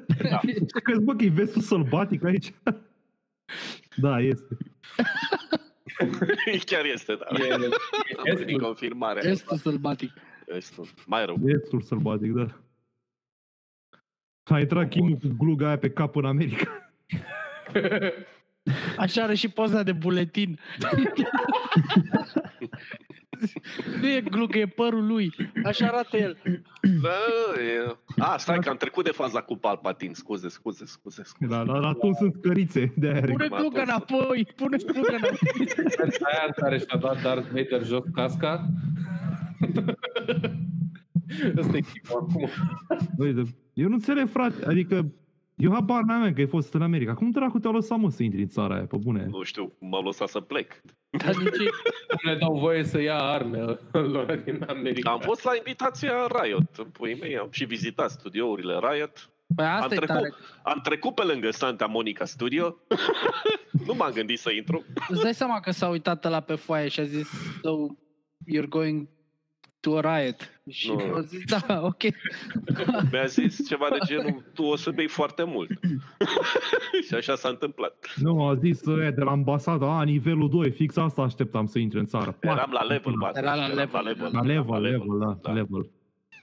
S4: Exact. Da.
S6: Crezi, bă, că e vestul sălbatic aici? Da, este.
S4: Chiar este, da.
S2: E,
S4: Am
S2: e
S4: primit
S2: estul.
S4: confirmarea.
S1: Este sălbatic.
S4: Estul. Mai rău.
S6: Vestul sălbatic, da. A intrat Chimo cu gluga aia pe cap în America.
S1: Așa are și poza de buletin. nu e glucă, e părul lui. Așa arată el.
S4: Da, e... A, stai că am trecut de faza cu Palpatine. Scuze, scuze, scuze, scuze.
S6: La, la, la tun sunt cărițe de aer.
S1: Pune gluca înapoi, pune gluca înapoi.
S2: Aia în care și-a dat Darth Vader jos casca. Ăsta e Timo acum.
S6: Uite, Eu nu înțeleg, frate. Adică, eu habar n-am eu că ai fost în America. Cum dracu te-a lăsat, mă, să intri în țara aia, pe bune?
S4: Nu știu, m-au lăsat să plec.
S1: Dar de ce?
S2: Cum le dau voie să ia arme lor din America?
S4: Am fost la invitația Riot, în puii mei, am și vizitat studiourile Riot.
S1: Păi
S4: Am
S1: asta e tare.
S4: trecut, am trecut pe lângă Santa Monica Studio. nu m-am gândit să intru.
S1: Îți dai seama că s-a uitat la pe foaie și a zis so, you're going to a riot. Și
S4: Nu.
S1: no. a zis, da, ok.
S4: Mi-a zis ceva de genul, tu o să bei foarte mult. și așa s-a întâmplat.
S6: Nu, a zis ăia de la ambasada, a, nivelul 2, fix asta așteptam să intri în țară.
S4: Eram la level, bă.
S1: Era la level.
S6: La level, level, da,
S4: Da.
S6: level.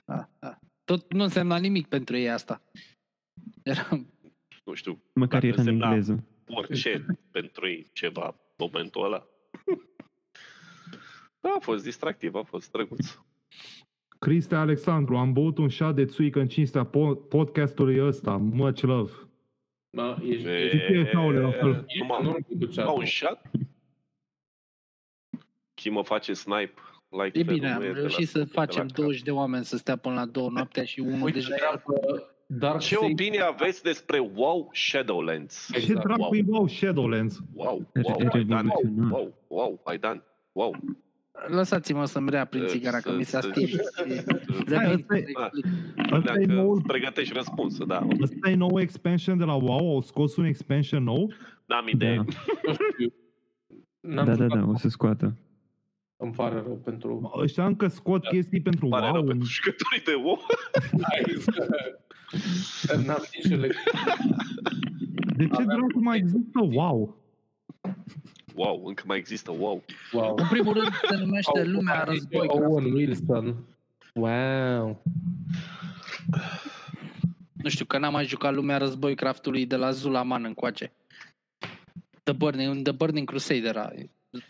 S1: Ah, Da, da. Tot nu însemna nimic pentru ei asta. Era
S4: nu știu,
S3: Măcar
S4: Dacă
S3: era în
S4: se da.
S3: engleză.
S4: orice pentru ei ceva în momentul ăla. Da, a fost distractiv, a fost drăguț.
S6: Criste Alexandru, am băut un șat de țuică în cinstea po- podcastului ăsta. Much love.
S2: Bă, ești...
S4: E,
S6: Și tu ești, Aoleu, la fel.
S2: ești-
S4: nu m-am-
S2: Da, Nu am cu
S4: Au un
S2: chat.
S4: shot? Chi mă face snipe? Like
S1: E
S4: felul
S1: bine, am
S4: meu de la
S1: reușit să
S4: stop, de la
S1: facem
S4: cap. da.
S1: 20 de oameni să stea până la două noaptea și unul
S2: Uite,
S1: deja era...
S2: treabă, Dark
S4: Ce
S2: Side-
S4: opinie aveți despre WoW Shadowlands?
S6: Ce
S2: Exact.
S6: dracu e wow Shadowlands?
S4: Wow,
S3: Re-
S4: wow, Aidan,
S3: revoluționar.
S4: wow, wow, Aidan, wow.
S1: Lăsați-mă să-mi rea prin
S4: Eh,
S1: țigara, că
S4: să-
S1: mi s-a
S4: să-
S1: stins.
S6: Hai,
S1: Revin,
S6: asta e-
S1: să explic.
S6: Asta e
S4: Dacă
S6: noul,
S4: îți pregătești răspunsul, da.
S6: asta e nou expansion de la WoW? Au scos un expansion nou?
S4: N-am idee.
S3: Da.
S2: Nu știu. N-am
S3: Da, da,
S2: jucat.
S3: da, o să scoată.
S2: Îmi pare rău pentru...
S6: Ăștia încă scot
S2: Da.
S6: chestii pentru
S4: Pare rău
S6: WoW?
S4: pentru jucătorii de WoW.
S2: N-am nicio legătură.
S6: De ce
S2: Aveam
S6: dracu mai există WoW?
S4: Wow, încă mai există wow.
S1: Uh,
S2: Wow.
S1: În primul rând se numește lumea război.
S2: Owen Wilson. Wow.
S1: Nu știu, că n-am mai jucat lumea războicraftului de la Zulaman încoace. The Burning, în The Burning Crusader a-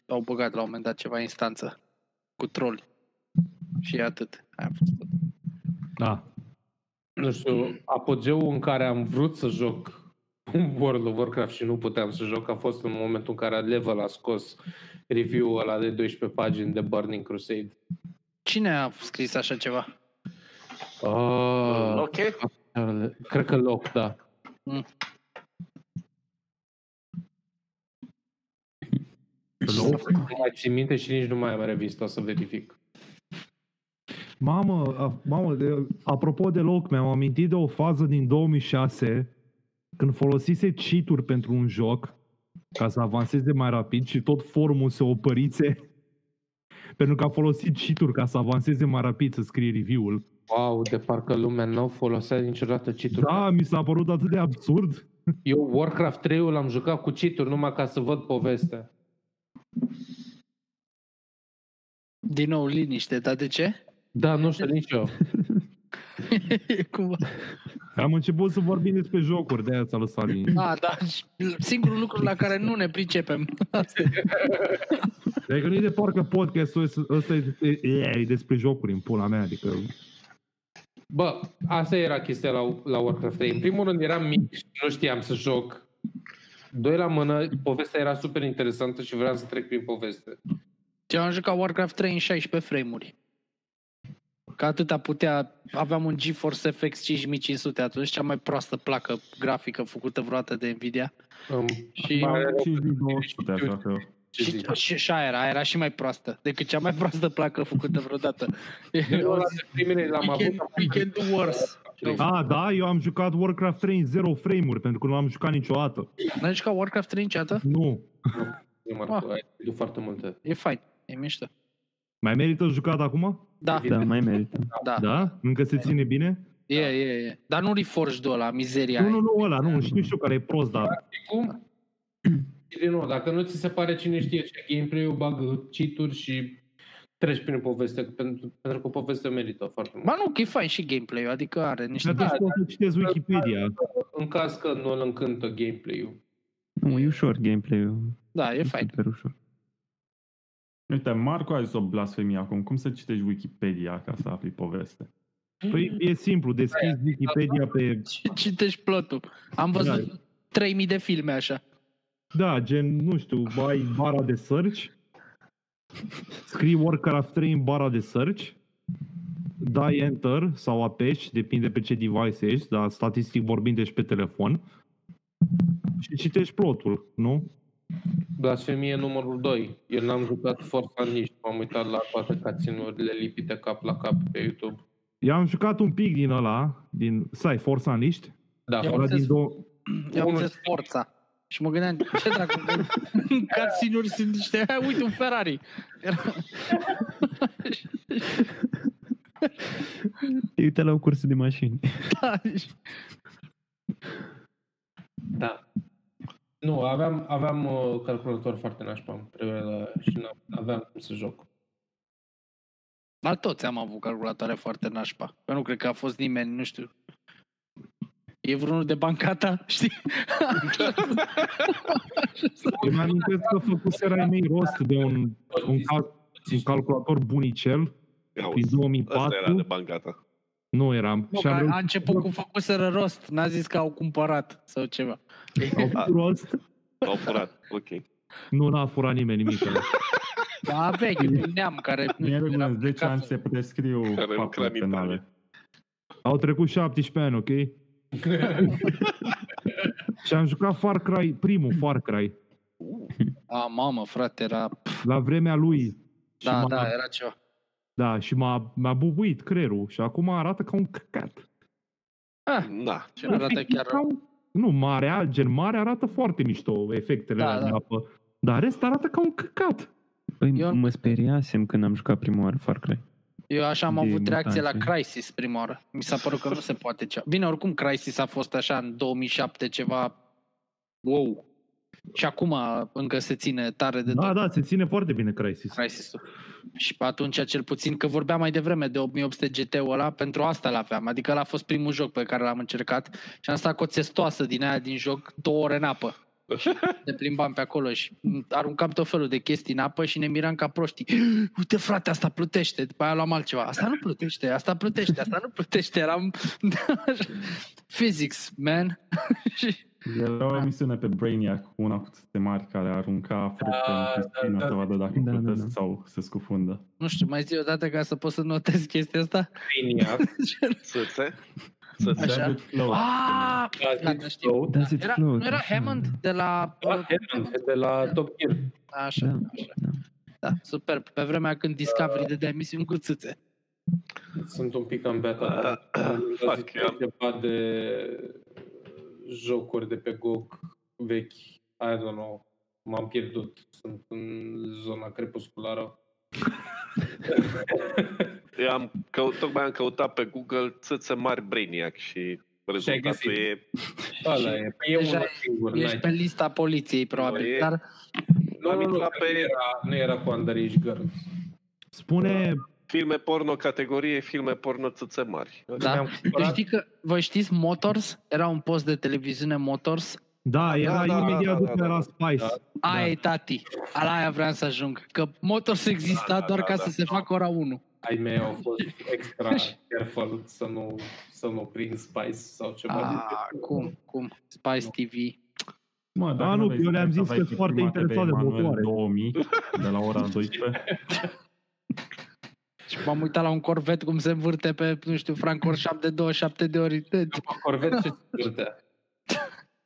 S1: au băgat la un moment dat ceva instanță cu troli. Și atât. Aia a fost tot.
S6: Da.
S2: Nu știu, apogeul în care am vrut să joc World of Warcraft și nu puteam să joc a fost în momentul în care Level a scos review-ul ăla de 12 pagini de Burning Crusade.
S1: Cine a scris așa ceva?
S2: Oh,
S4: Ah. Mm, Ok,
S2: cred că loc, da. Nu mai țin minte și nici nu mai am revista, o să verific.
S6: Mamă, a, mamă de, apropo de loc, mi-am amintit de o fază din 2006 când folosise cheat pentru un joc ca să avanseze mai rapid și tot forumul se opărițe pentru că a folosit cheat ca să avanseze mai rapid să scrie review-ul.
S2: Wow, de parcă lumea nu folosea niciodată cheat
S6: Da, mi s-a părut atât de absurd.
S2: Eu Warcraft 3-ul l-am jucat cu cheat numai ca să văd povestea.
S1: Din nou, liniște, dar de ce?
S2: Da, nu știu nici eu.
S1: Cumva.
S6: Am început să vorbim despre jocuri, de aia ți-a lăsat liniște.
S1: A, da, și singurul lucru la care nu ne pricepem. Asta e.
S6: Adică nu-i de parcă podcastul ăsta- ăsta e, e, e despre jocuri în pula mea, adică...
S2: Bă, asta era chestia la, la Warcraft 3. În primul rând eram mic și nu știam să joc. Doi la mână, povestea era super interesantă și vreau să trec prin poveste.
S1: Eu am jucat Warcraft 3 în 16 frame-uri. Că atâta putea, aveam un GeForce FX 5500 atunci, cea mai proastă placă grafică făcută vreodată de Nvidia.
S2: Îmi-
S1: Și,
S2: Ba,
S5: Am 5200, așa că...
S2: ce
S1: și,
S2: zici?
S1: și, și aia era, era și mai proastă decât cea mai proastă placă făcută vreodată.
S2: Eu ăla de primele l-am avut.
S1: Weekend,
S2: am
S1: weekend worse.
S2: Ah.
S6: A, da, eu am jucat Warcraft 3 în 0 frame-uri, pentru că nu l-am jucat niciodată.
S1: N-ai jucat Warcraft 3 niciodată?
S6: Nu.
S2: Marco, ai făcut foarte multe.
S1: E fain, e mișto.
S6: Mai merită jucat acum?
S1: Da,
S3: Da, mai merită.
S1: da, da.
S6: Da? Încă se ține bine?
S1: e, e, e. Dar nu Reforged-ul ăla, mizeria.
S6: Nu, nu, nu, ăla, nu, știu și eu care e prost, dar...
S2: Cum? Și din nou, dacă nu ți se pare cine știe ce gameplay-ul, bagă cheat și treci prin poveste, pentru, pentru că povestea merită foarte mult.
S1: Ba nu, că e fain și gameplay-ul, adică are niște...
S6: Dar trebuie să citesc Wikipedia.
S2: În caz că nu îl încântă gameplay-ul.
S3: Nu, e ușor gameplay-ul.
S1: Da, e
S3: E
S1: fain.
S3: super ușor.
S5: Uite, Marco a zis o blasfemie acum. Cum să citești Wikipedia ca să afli poveste?
S6: Păi e simplu, deschizi Wikipedia pe...
S1: Ci- Citești plotul. Am văzut 3000 de filme așa.
S6: Da, gen, nu știu, ai bara de search, scrii Warcraft 3 în bara de search, dai Enter sau apeși, depinde pe ce device ești, dar statistic vorbind ești pe telefon, și citești plotul, nu?
S2: Blasfemie numărul 2. Eu n-am jucat Forza nici. M-am uitat la toate caținurile lipite cap la cap pe YouTube.
S6: Eu am jucat un pic din ăla, din, sai, Forța Niști,
S2: Da,
S1: Eu-
S2: Forza-
S6: ăla din două...
S1: Eu am
S2: Unul.
S1: zis forța. Și mă gândeam, ce dracu, casinuri sunt niște, Hai, uite un Ferrari. Era-
S3: Te uite la o cursă de mașini.
S1: Da, și-
S2: da. Nu, aveam, aveam uh, calculator foarte nașpa în perioada aia și n-am, aveam cum să joc.
S1: La toți am avut calculatoare foarte nașpa. Că nu cred că a fost nimeni, nu știu. E vreunul de bancata, știi?
S6: Îmi amintesc că făcuseră ai mei rost de un, un, cal- un calculator bunicel din
S4: Auzi, ăsta era de
S6: 2004.
S4: bancata.
S6: Nu eram.
S1: Nu,
S6: și
S1: că
S6: am
S1: a
S6: reușit
S1: început cu făcuseră rost, n-a zis că au cumpărat sau ceva.
S6: au făcut rost.
S4: Au furat, ok.
S6: Nu, n-a furat nimeni nimic.
S1: Da, a vechi, un neam care... nu
S5: În regulă,
S1: era
S5: în 10 ani se prescriu
S4: Care lucra
S5: faptele
S4: în
S5: penale.
S4: Italia.
S6: Au trecut 17 ani, ok? Și am jucat Far Cry, primul Far Cry,
S1: A, mamă, frate, era...
S6: la vremea lui. Și
S1: Da,
S6: m-a-
S1: da, era ceva.
S6: Da, și m-a, m-a bubuit creierul și acum arată ca un căcat.
S4: Na, ce
S1: Nu arată chiar...
S6: Ca un- Nu, marea, gen mare arată foarte mișto efectele
S1: Da,
S6: da,
S1: da.
S6: de apă. Dar rest arată ca un căcat.
S3: Păi
S1: Eu-
S3: mă speriasem când am jucat prima oară Far Cry.
S1: Eu așa am
S3: de
S1: avut reacție la
S3: mutație.
S1: Crisis prima oară. Mi s-a părut că nu se poate cea. Bine, oricum Crisis a fost așa în 2007 ceva... Wow! Și acum încă se ține tare de
S6: Da,
S1: tot
S6: da, se ține foarte bine Crysis.
S1: Crisis-ul. Și pe atunci cel puțin că vorbeam mai devreme de 8800 GT-ul ăla, pentru asta l-aveam. Adică ăla a fost primul joc pe care l-am încercat și am stat cu o țestoasă din aia din joc două ore în apă. Și ne plimbam pe acolo și aruncam tot felul de chestii în apă și ne miram ca proștii. Uite frate, asta plutește. După aia luam altceva. Asta nu plutește, asta plutește, asta nu plutește. Eram physics, man. și
S5: Era
S6: Ah.
S5: o emisiune pe Brainiac cu una cu țâțe mari care arunca fructe
S2: da,
S5: în piscină
S2: da.
S5: să vadă dacă
S3: Da, da,
S5: plătesc
S3: da.
S5: sau se scufundă.
S1: nu știu, mai zi o dată ca să pot să notez chestia asta.
S2: Brainiac,
S4: Sățe? Sățe.
S1: Așa.
S5: David Flow.
S1: Ah,
S2: Da,
S1: gata, știu.
S2: Flow,
S3: Does it
S1: Era,
S3: float?
S1: nu era
S3: Așa,
S1: Hammond
S3: da.
S1: de la...
S2: da, Hammond, de la Top Gear.
S1: Așa,
S3: Da,
S1: așa.
S3: da.
S1: Da, superb. Pe vremea când Discovery dădea emisiuni cu țâțe.
S2: Sunt un pic în beata.
S1: Da.
S4: Fuck, eu-
S2: ceva de uh, jocuri de pe GOG vechi. I don't know. M-am pierdut. Sunt în zona crepusculară.
S4: Eu am căut, tocmai am căutat pe Google țâțe mari Brainiac și rezultatul
S2: găsit.
S4: e...
S2: Ăla e. Păi e
S1: Deja
S2: unul singur.
S1: Ești
S2: n-ai-
S1: pe lista poliției,
S4: Nu,
S1: probabil.
S4: e-
S1: Dar
S2: Nu,
S4: Am
S2: nu, nu,
S4: intrat
S2: că
S4: pe-
S2: nu era, nu era cu underage girl.
S6: Spune,
S4: Filme porno, categorie filme porno țâțe mari.
S1: Da.
S2: Mi-am
S1: tu
S2: cumpărat-
S1: știi că, voi știți Motors? Era un post de televiziune Motors?
S6: da,
S4: da,
S6: era
S4: da,
S6: imediat
S4: da,
S6: după
S4: da,
S6: era
S4: da.
S6: Spice.
S2: Da.
S1: Aia e tati. La aia vreau să ajung. Că Motors exista
S4: Da, da,
S1: doar
S4: da,
S1: ca
S4: da.
S1: să se facă ora 1.
S2: Ai mei au fost extra careful să nu, să nu prind Spice sau ceva. de
S4: Da.
S1: Ah,
S2: genul.
S1: cum, cum? Spice TV.
S5: Mă, dacă
S6: Da, nu,
S5: vrei
S6: eu le-am
S5: să
S6: zis
S5: aveai
S6: că-s foarte
S5: filmate pe
S6: interesat de
S5: Emanuel
S6: motoare.
S5: 2000, de la ora 12.
S1: Și m-am uitat la un corvet cum se învârte pe, nu știu, Francor 7 de 27 de ori.
S4: Da.
S1: De- de-
S2: După Corvette ce se vârtea.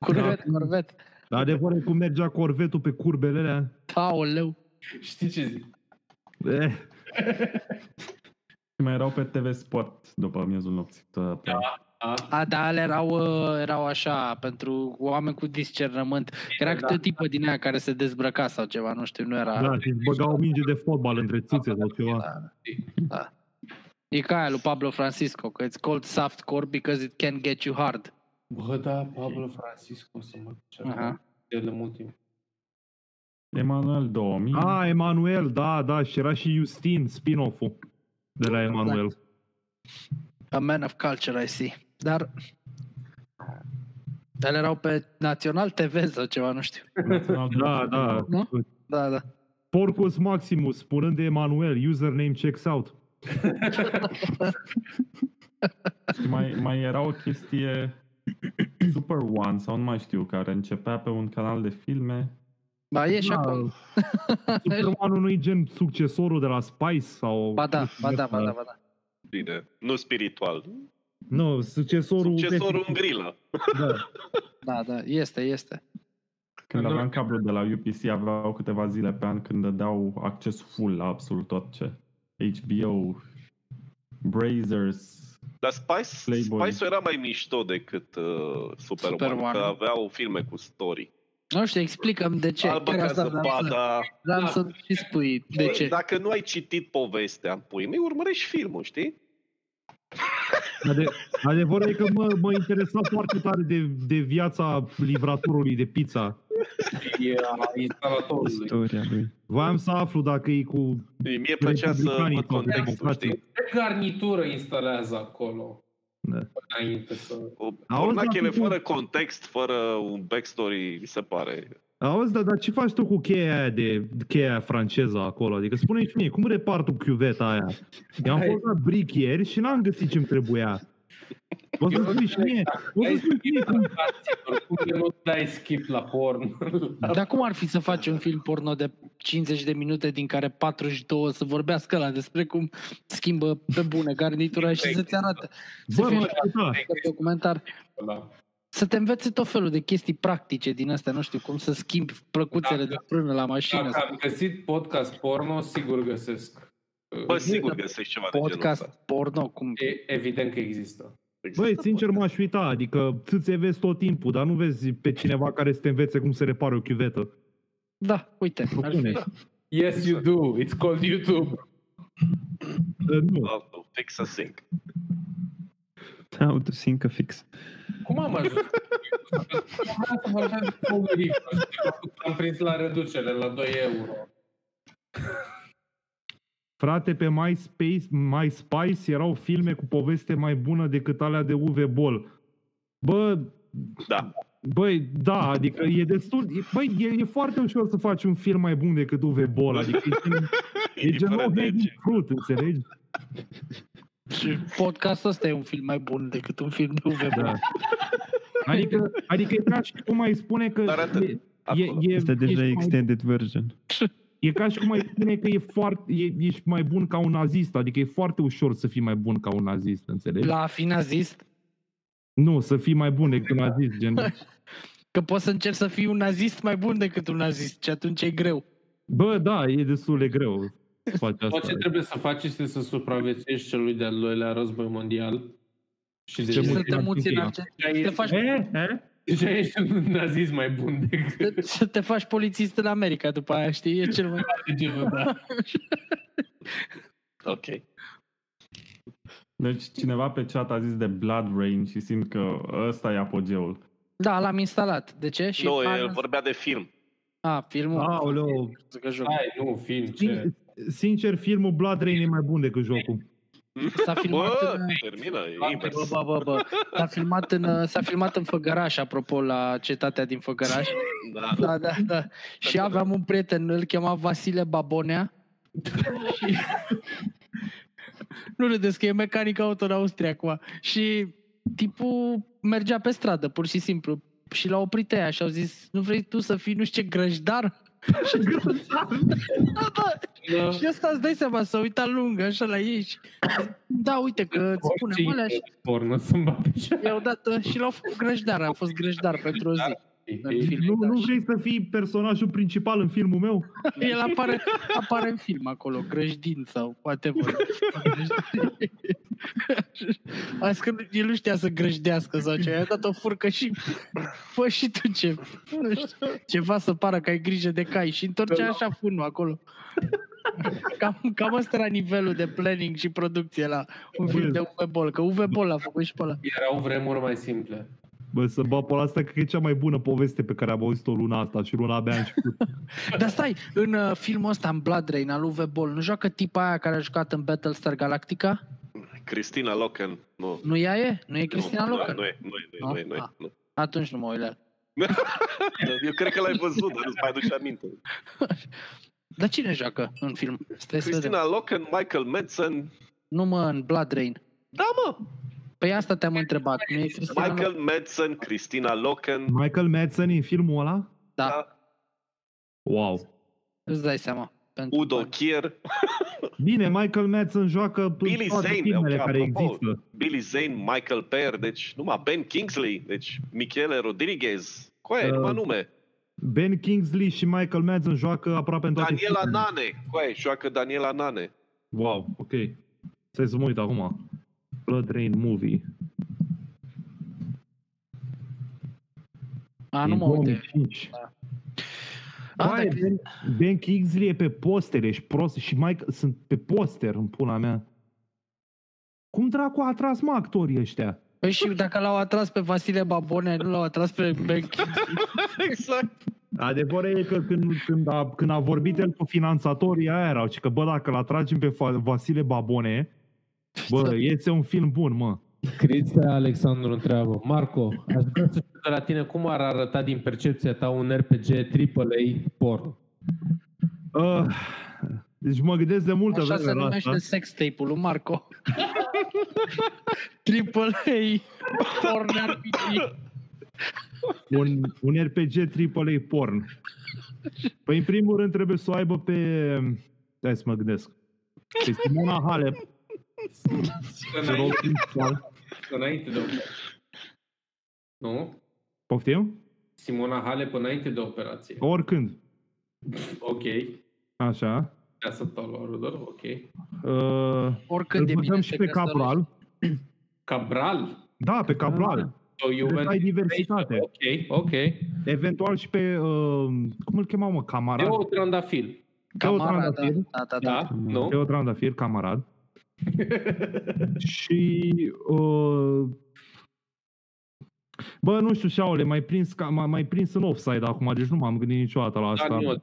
S1: Corvet, corvet.
S6: Dar adevărul e cum mergea corvetul pe curbele alea.
S1: Taoleu.
S2: Știi ce zic?
S6: Eh,
S5: Și mai erau pe TV Sport după miezul nopții. Da.
S2: Da.
S1: A, da, alea erau, uh, erau așa, pentru oameni cu discernământ. Era
S4: Exact.
S1: câte o tipă din ea care se dezbrăca sau ceva, nu știu, nu era...
S6: Da, și îți băgau o minge de fotbal între țâțe sau ceva.
S1: E ca aia lui Pablo Francisco, că it's called soft core because it can get you hard.
S2: Bă, da, Pablo Francisco o să mă
S1: Aha.
S2: cer de la mult timp.
S5: Emanuel 2000.
S1: Mm.
S6: Ah, Emanuel, da, da, și era și Justin, spin-off-ul de la
S1: Exact.
S6: Emanuel.
S1: A man of culture, I see. Dar... Dar erau pe Național TV sau ceva, nu știu.
S5: Național
S6: Da, da.
S1: Nu? Da, da.
S6: Porcus Maximus, spunând de Emanuel, username checks out.
S5: Și mai, mai era o chestie Super One sau nu mai știu, care începea pe un canal de filme.
S1: Ba, e și
S6: Da.
S1: acolo.
S6: Supermanul nu-i gen succesorul de la Spice sau...
S1: Ba da, ba da, ba da, ba da.
S4: Bine, nu spiritual.
S6: Nu, succesorul...
S4: Succesorul în grilă.
S6: Da.
S1: Da, da, este, este.
S5: Când
S2: Da.
S5: aveam cablu de la UPC, aveau câteva zile pe an când dădeau acces full la absolut orice. HBO, Brazers,
S4: Dar Spice,
S5: Playboy.
S4: Spice era mai mișto decât uh, Superman,
S1: Superman.
S4: Superman, că aveau filme cu story.
S1: Nu știu, explicăm de ce.
S4: Albă
S1: Chiar
S4: ca
S1: asta vreau să-
S4: zăpada.
S1: vreau să și spui de
S4: Bă,
S1: ce.
S4: Dacă nu ai citit povestea în pui mei, urmărești filmul, știi?
S6: Ade- adevărul e că mă, mă interesa foarte tare de, de viața livratorului de pizza.
S2: E a instalatorului.
S3: Istoria lui.
S6: Voiam să aflu dacă e cu...
S4: Mie îmi plăcea să
S6: Republicanii
S4: văd
S6: Păi, sau
S4: contextul,
S6: democrații.
S4: știi?
S2: Ce garnitură instalează acolo?
S6: Da.
S2: înainte să...
S4: O
S6: Auzi,
S4: pornachele
S6: dacă tu-
S4: fără context, fără un backstory, mi se pare.
S6: Auzi, dar, dar ce faci tu cu cheia aia de cheia aia franceză acolo? Adică spune-mi și mie, cum repar tu chiuveta aia? Eu am
S2: Hai.
S6: fost la bric ieri și n-am găsit ce-mi trebuia. O să
S2: Eu nu
S6: spui și
S2: înțeleg
S6: mie, o să
S2: Ai
S6: spui și mie cum...
S2: Oricum de nu dai skip la porn.
S1: Dar cum ar fi să faci un film porno de 50 de minute din care 42 să vorbească la despre cum schimbă pe bune garnitura și să-ți arată
S6: Bă,
S1: fie
S6: mă, da,
S1: pe documentar?
S2: Ăla.
S1: Să te învețe tot felul de chestii practice din astea, nu știu, cum să schimbi plăcuțele de
S4: Da,
S2: Dacă-
S1: frână la mașină.
S2: Dacă am găsit podcast porno, sigur găsesc.
S4: Bă,
S1: Există
S4: sigur găsești ceva de da, genul
S1: Podcast
S4: ăsta.
S1: porno, cum
S2: E, evident că există.
S6: Băi,
S4: Există
S6: sincer
S4: podcast.
S6: m-aș uita, adică ți vezi tot timpul, dar nu vezi pe cineva care să te învețe cum se repară o chiuvetă.
S1: Da, uite. ar fi.
S6: Propune.
S2: Yes, you do. It's called YouTube.
S6: Uh, Nu,
S4: Auto, fix a sync.
S3: Autosincă Da, fix.
S2: Cum am ajuns? Vreau să vorbesc de Paul Rico și de faptul că Am prins la reducere, la 2 euro.
S6: Frate, pe MySpace, MySpice erau filme cu poveste mai bună decât alea de Uwe Boll. Bă,
S4: Da.
S6: Băi, da, adică e destul... E, băi, e, e foarte ușor să faci un film mai bun decât Uwe Boll, adică e, gen- e
S4: E
S6: gen
S4: fără de
S6: low-hanging
S4: ce.
S6: fruit, înțelegi?
S1: Și podcastul ăsta e un film mai bun decât un film de UVB.
S6: Da. Adică, adică e ca și cum ai spune că...
S4: Dar atât.
S6: e,
S4: Acolo.
S6: e,
S3: Este deja
S6: ești mai-
S3: extended version.
S6: E ca și cum ai spune că e foarte, e, ești mai bun ca un nazist, adică e foarte ușor să fii mai bun ca un nazist, înțelegi?
S1: La a fi nazist,
S6: Nu, să fii mai bun decât un nazist, gen...
S1: că poți să încerci să fii un nazist mai bun decât un nazist și atunci e greu.
S6: Bă, da, e destul de greu să faci asta.
S2: Tot ce trebuie să faci este să supraviețuiești celui de-al doilea război mondial. Și
S1: Și
S2: deja,
S1: să
S6: mulți
S1: te
S6: în
S1: muți în
S6: Argentina.
S1: Argentina. Să te faci,
S6: E, e?
S2: deja ești un nazist mai bun decât
S1: să te faci polițist în America după aia, știi? E cel mai...
S2: genul
S1: da.
S2: ăla.
S4: Ok.
S5: Deci cineva pe chat a zis de Blood Rain și simt că ăsta e apogeul.
S1: Da, l-am instalat. De ce? Și
S4: Nu,
S1: a,
S4: el vorbea de film.
S1: a, filmul.
S6: Aoleu,
S1: Zic că joc.
S2: Hai, nu, film, ce?
S6: Sin- Sincer, filmul Blood Rain e mai bun decât jocul.
S1: S-a filmat
S4: Bă,
S1: în...
S4: termină, e invers.
S1: Bă, bă, bă, bă. S-a filmat în, uh, s-a filmat în Făgăraș, apropo, la cetatea din Făgăraș.
S4: Da.
S1: Da, da, da. Și aveam un prieten, îl chema Vasile Babonea. și... nu râdeți că e mecanic auto în Austria acum. Și tipul mergea pe stradă, pur și simplu. Și l-au oprit ea și au zis, nu vrei tu să fii nu știu ce grăjdar? Și ăsta- da, da.
S2: Da.
S1: Și asta îți dai seama, s-a uitat lung așa la ei și... Da, uite că îți spunem alea și
S2: Porno să-mi bat pe chat.
S1: i-au dat uh, și l-au făcut grăjdar, a fost grăjdar pentru o zi. În film,
S6: Nu,
S1: da,
S6: nu
S1: și-
S6: vrei să fii personajul principal în filmul meu?
S1: El apare, apare în film acolo, grăjdin sau whatever. Azi că el nu știa să grăjdească sau ce, i-a dat o furcă și fă și tu ce, nu știu, ceva să pară că ai grijă de cai și întorcea așa funul acolo. Cam, cam asta era nivelul de planning și producție la un film de Uwe Boll, că Uwe Boll a făcut și pe ăla.
S2: Erau vremuri mai simple.
S6: Bă, să bă, pe asta cred că e cea mai bună poveste pe care am auzit-o luna asta și luna abia a început.
S1: Dar stai, în uh, filmul ăsta, în Blood Rain, al Uwe Boll, nu joacă tipa aia care a jucat în Battlestar Galactica?
S4: Cristina Locan. Nu.
S1: Nu ea e? Nu e Cristina
S4: Nu,
S1: Locan?
S4: Nu e, nu e, nu e, nu e, nu e,
S1: Ah.
S4: nu.
S1: Atunci nu mă uit la el.
S4: Eu cred că l-ai văzut, dar nu-ți mai aduci aminte.
S1: Dar cine joacă în film? Stai să vedem.
S4: Cristina Locan, Michael Madsen.
S1: Nu mă, în Blood Rain.
S4: Da, mă!
S1: Păi asta te-am întrebat. Nu e Cristina Loc-
S4: Michael Madsen, Cristina Locan.
S6: Michael Madsen în filmul ăla?
S1: Da,
S6: Wow.
S1: îți dai seama. Pentru
S4: Udo
S1: bani.
S4: Kier,
S6: Bine, Michael Madsen joacă în
S4: Billy
S6: toate
S4: Zane,
S6: filmele
S4: ok,
S6: care
S4: apropo.
S6: există.
S4: Billy Zane, Michael Pear, deci numai Ben Kingsley, deci Michele Rodriguez, coaie,
S1: Da.
S6: Uh,
S4: numai nume.
S6: Ben Kingsley și Michael Madsen joacă aproape în toate
S4: Daniela
S6: filmele.
S4: Nane, coaie, joacă Daniela Nane.
S6: Wow, ok. Stai să mă uit acum. Blood Rain Movie.
S1: A,
S6: Din
S1: nu mă uite.
S6: 2005.
S1: A,
S6: Băi,
S1: dacă-
S6: ben, ben Kingsley e pe poster, ești prost și Mike sunt pe poster în pula mea. Cum dracu a atras mă actorii ăștia?
S1: Păi și dacă l-au atras pe Vasile Babone, nu l-au atras pe Ben
S4: exact.
S6: Adevărul e că când, când, a, când a vorbit el cu finanțatorii aia erau, și că bă, dacă l atragem pe Fa- Vasile Babone, bă, este un film bun, mă.
S2: Cristian Alexandru întreabă, Marco, aș vrea să știu de la tine cum ar arăta din percepția ta un RPG AAA porn.
S6: Uh, deci mă gândesc de multă
S1: Așa se
S6: vreme la asta.
S1: numește sex tape-ul lui Marco. Triple A. Porn RPG.
S6: Un, un RPG AAA porn. Păi în primul rând trebuie să o aibă pe... Hai să mă gândesc. Pe Simona Halep. pe rol
S2: Înainte,
S6: principal.
S2: înainte de operație. Nu?
S6: Poftim?
S2: Simona Halep înainte de operație.
S6: Oricând.
S2: Ok.
S6: Așa.
S2: Ca să tau doar, ok.
S6: Uh,
S1: Oricând
S6: îl
S1: e bine
S6: putem și
S1: să
S6: pe
S1: căsătorești.
S6: Cabral.
S2: Cabral.
S6: Da, pe Cabral.
S2: So you
S6: Trebuie să ai
S2: went-
S6: diversitate.
S2: Ok, ok.
S6: Eventual și pe... Uh, cum îl chemau, mă? Camarad?
S2: Eu trandafil.
S1: Camara, da,
S6: Trandafir.
S1: da, da, da.
S2: Da? Nu?
S6: Teo Trandafir, camarad. și... Uh, bă, nu știu, Șaole, mai prins, ca- m-a- mai prins în offside acum, deci nu m-am gândit niciodată la asta.
S2: Dar Da, nu.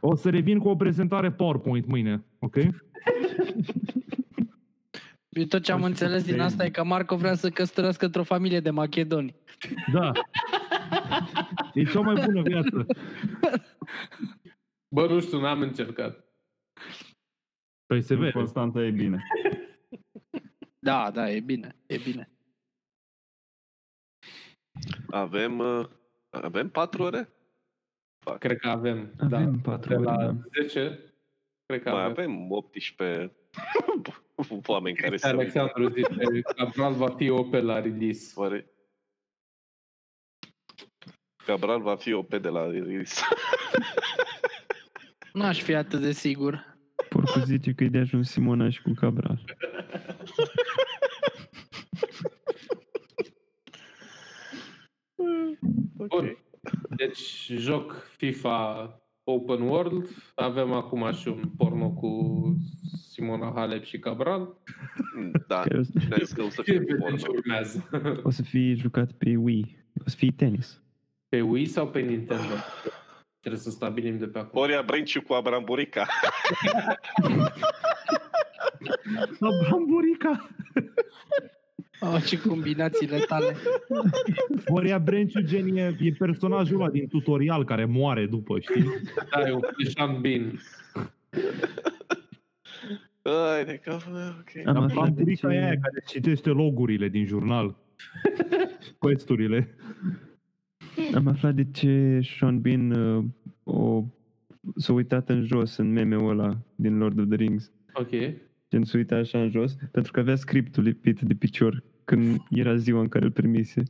S6: O să revin cu o prezentare PowerPoint mâine, ok?
S1: Eu tot ce am înțeles din asta e că Marco vrea să căsătorească într-o familie de macedoni.
S6: Da. E cea mai bună viață.
S2: Bă, nu știu, n-am încercat.
S6: Păi se
S5: În
S6: vede.
S5: Constanța e bine.
S1: Da, da, e bine, e bine.
S4: Avem, uh, avem patru ore?
S2: Cred că avem.
S7: Avem
S2: da.
S7: patru
S2: De
S7: ore,
S2: la
S7: da.
S2: 10, cred că
S4: Mai
S2: avem.
S4: avem 18 oameni care se uită.
S2: Alexandru zice, Cabral va fi OP la release.
S4: Oare... Cabral va fi OP de la release.
S1: N-aș fi atât de sigur.
S3: Porcu zice că e de ajuns Simona și cu Cabral.
S2: Bun. Deci, joc FIFA Open World. Avem acum și un porno cu Simona Halep și Cabral.
S4: Da,
S3: Care o să-
S4: ne-a zis că o să
S2: Ce
S4: fie
S2: vedem
S4: formă.
S2: ce urmează?
S3: o să fie jucat pe Wii. O să fie tenis.
S2: Pe Wii sau pe Nintendo? Trebuie să stabilim de pe acum.
S4: Horia Brenciu cu Abraham Burica.
S6: La Bamburica.
S1: Oh, ce combinațiile tale.
S6: Moria Brenciu gen e, e personajul ăla din tutorial care moare după, știi?
S2: Da, e un fleșan bin.
S4: Ai, de cap, ok.
S1: Ah,
S3: Am
S6: Dar
S3: aflat de
S6: Bamburica e aia
S3: ce...
S6: care citește logurile din jurnal. Questurile.
S3: Am aflat de ce Sean Bean uh, o, s-a uitat în jos în meme-ul ăla din Lord of the Rings.
S2: Ok.
S3: Gen s-a uitat așa în jos, pentru că avea scriptul lipit de picior când era ziua în care îl primise.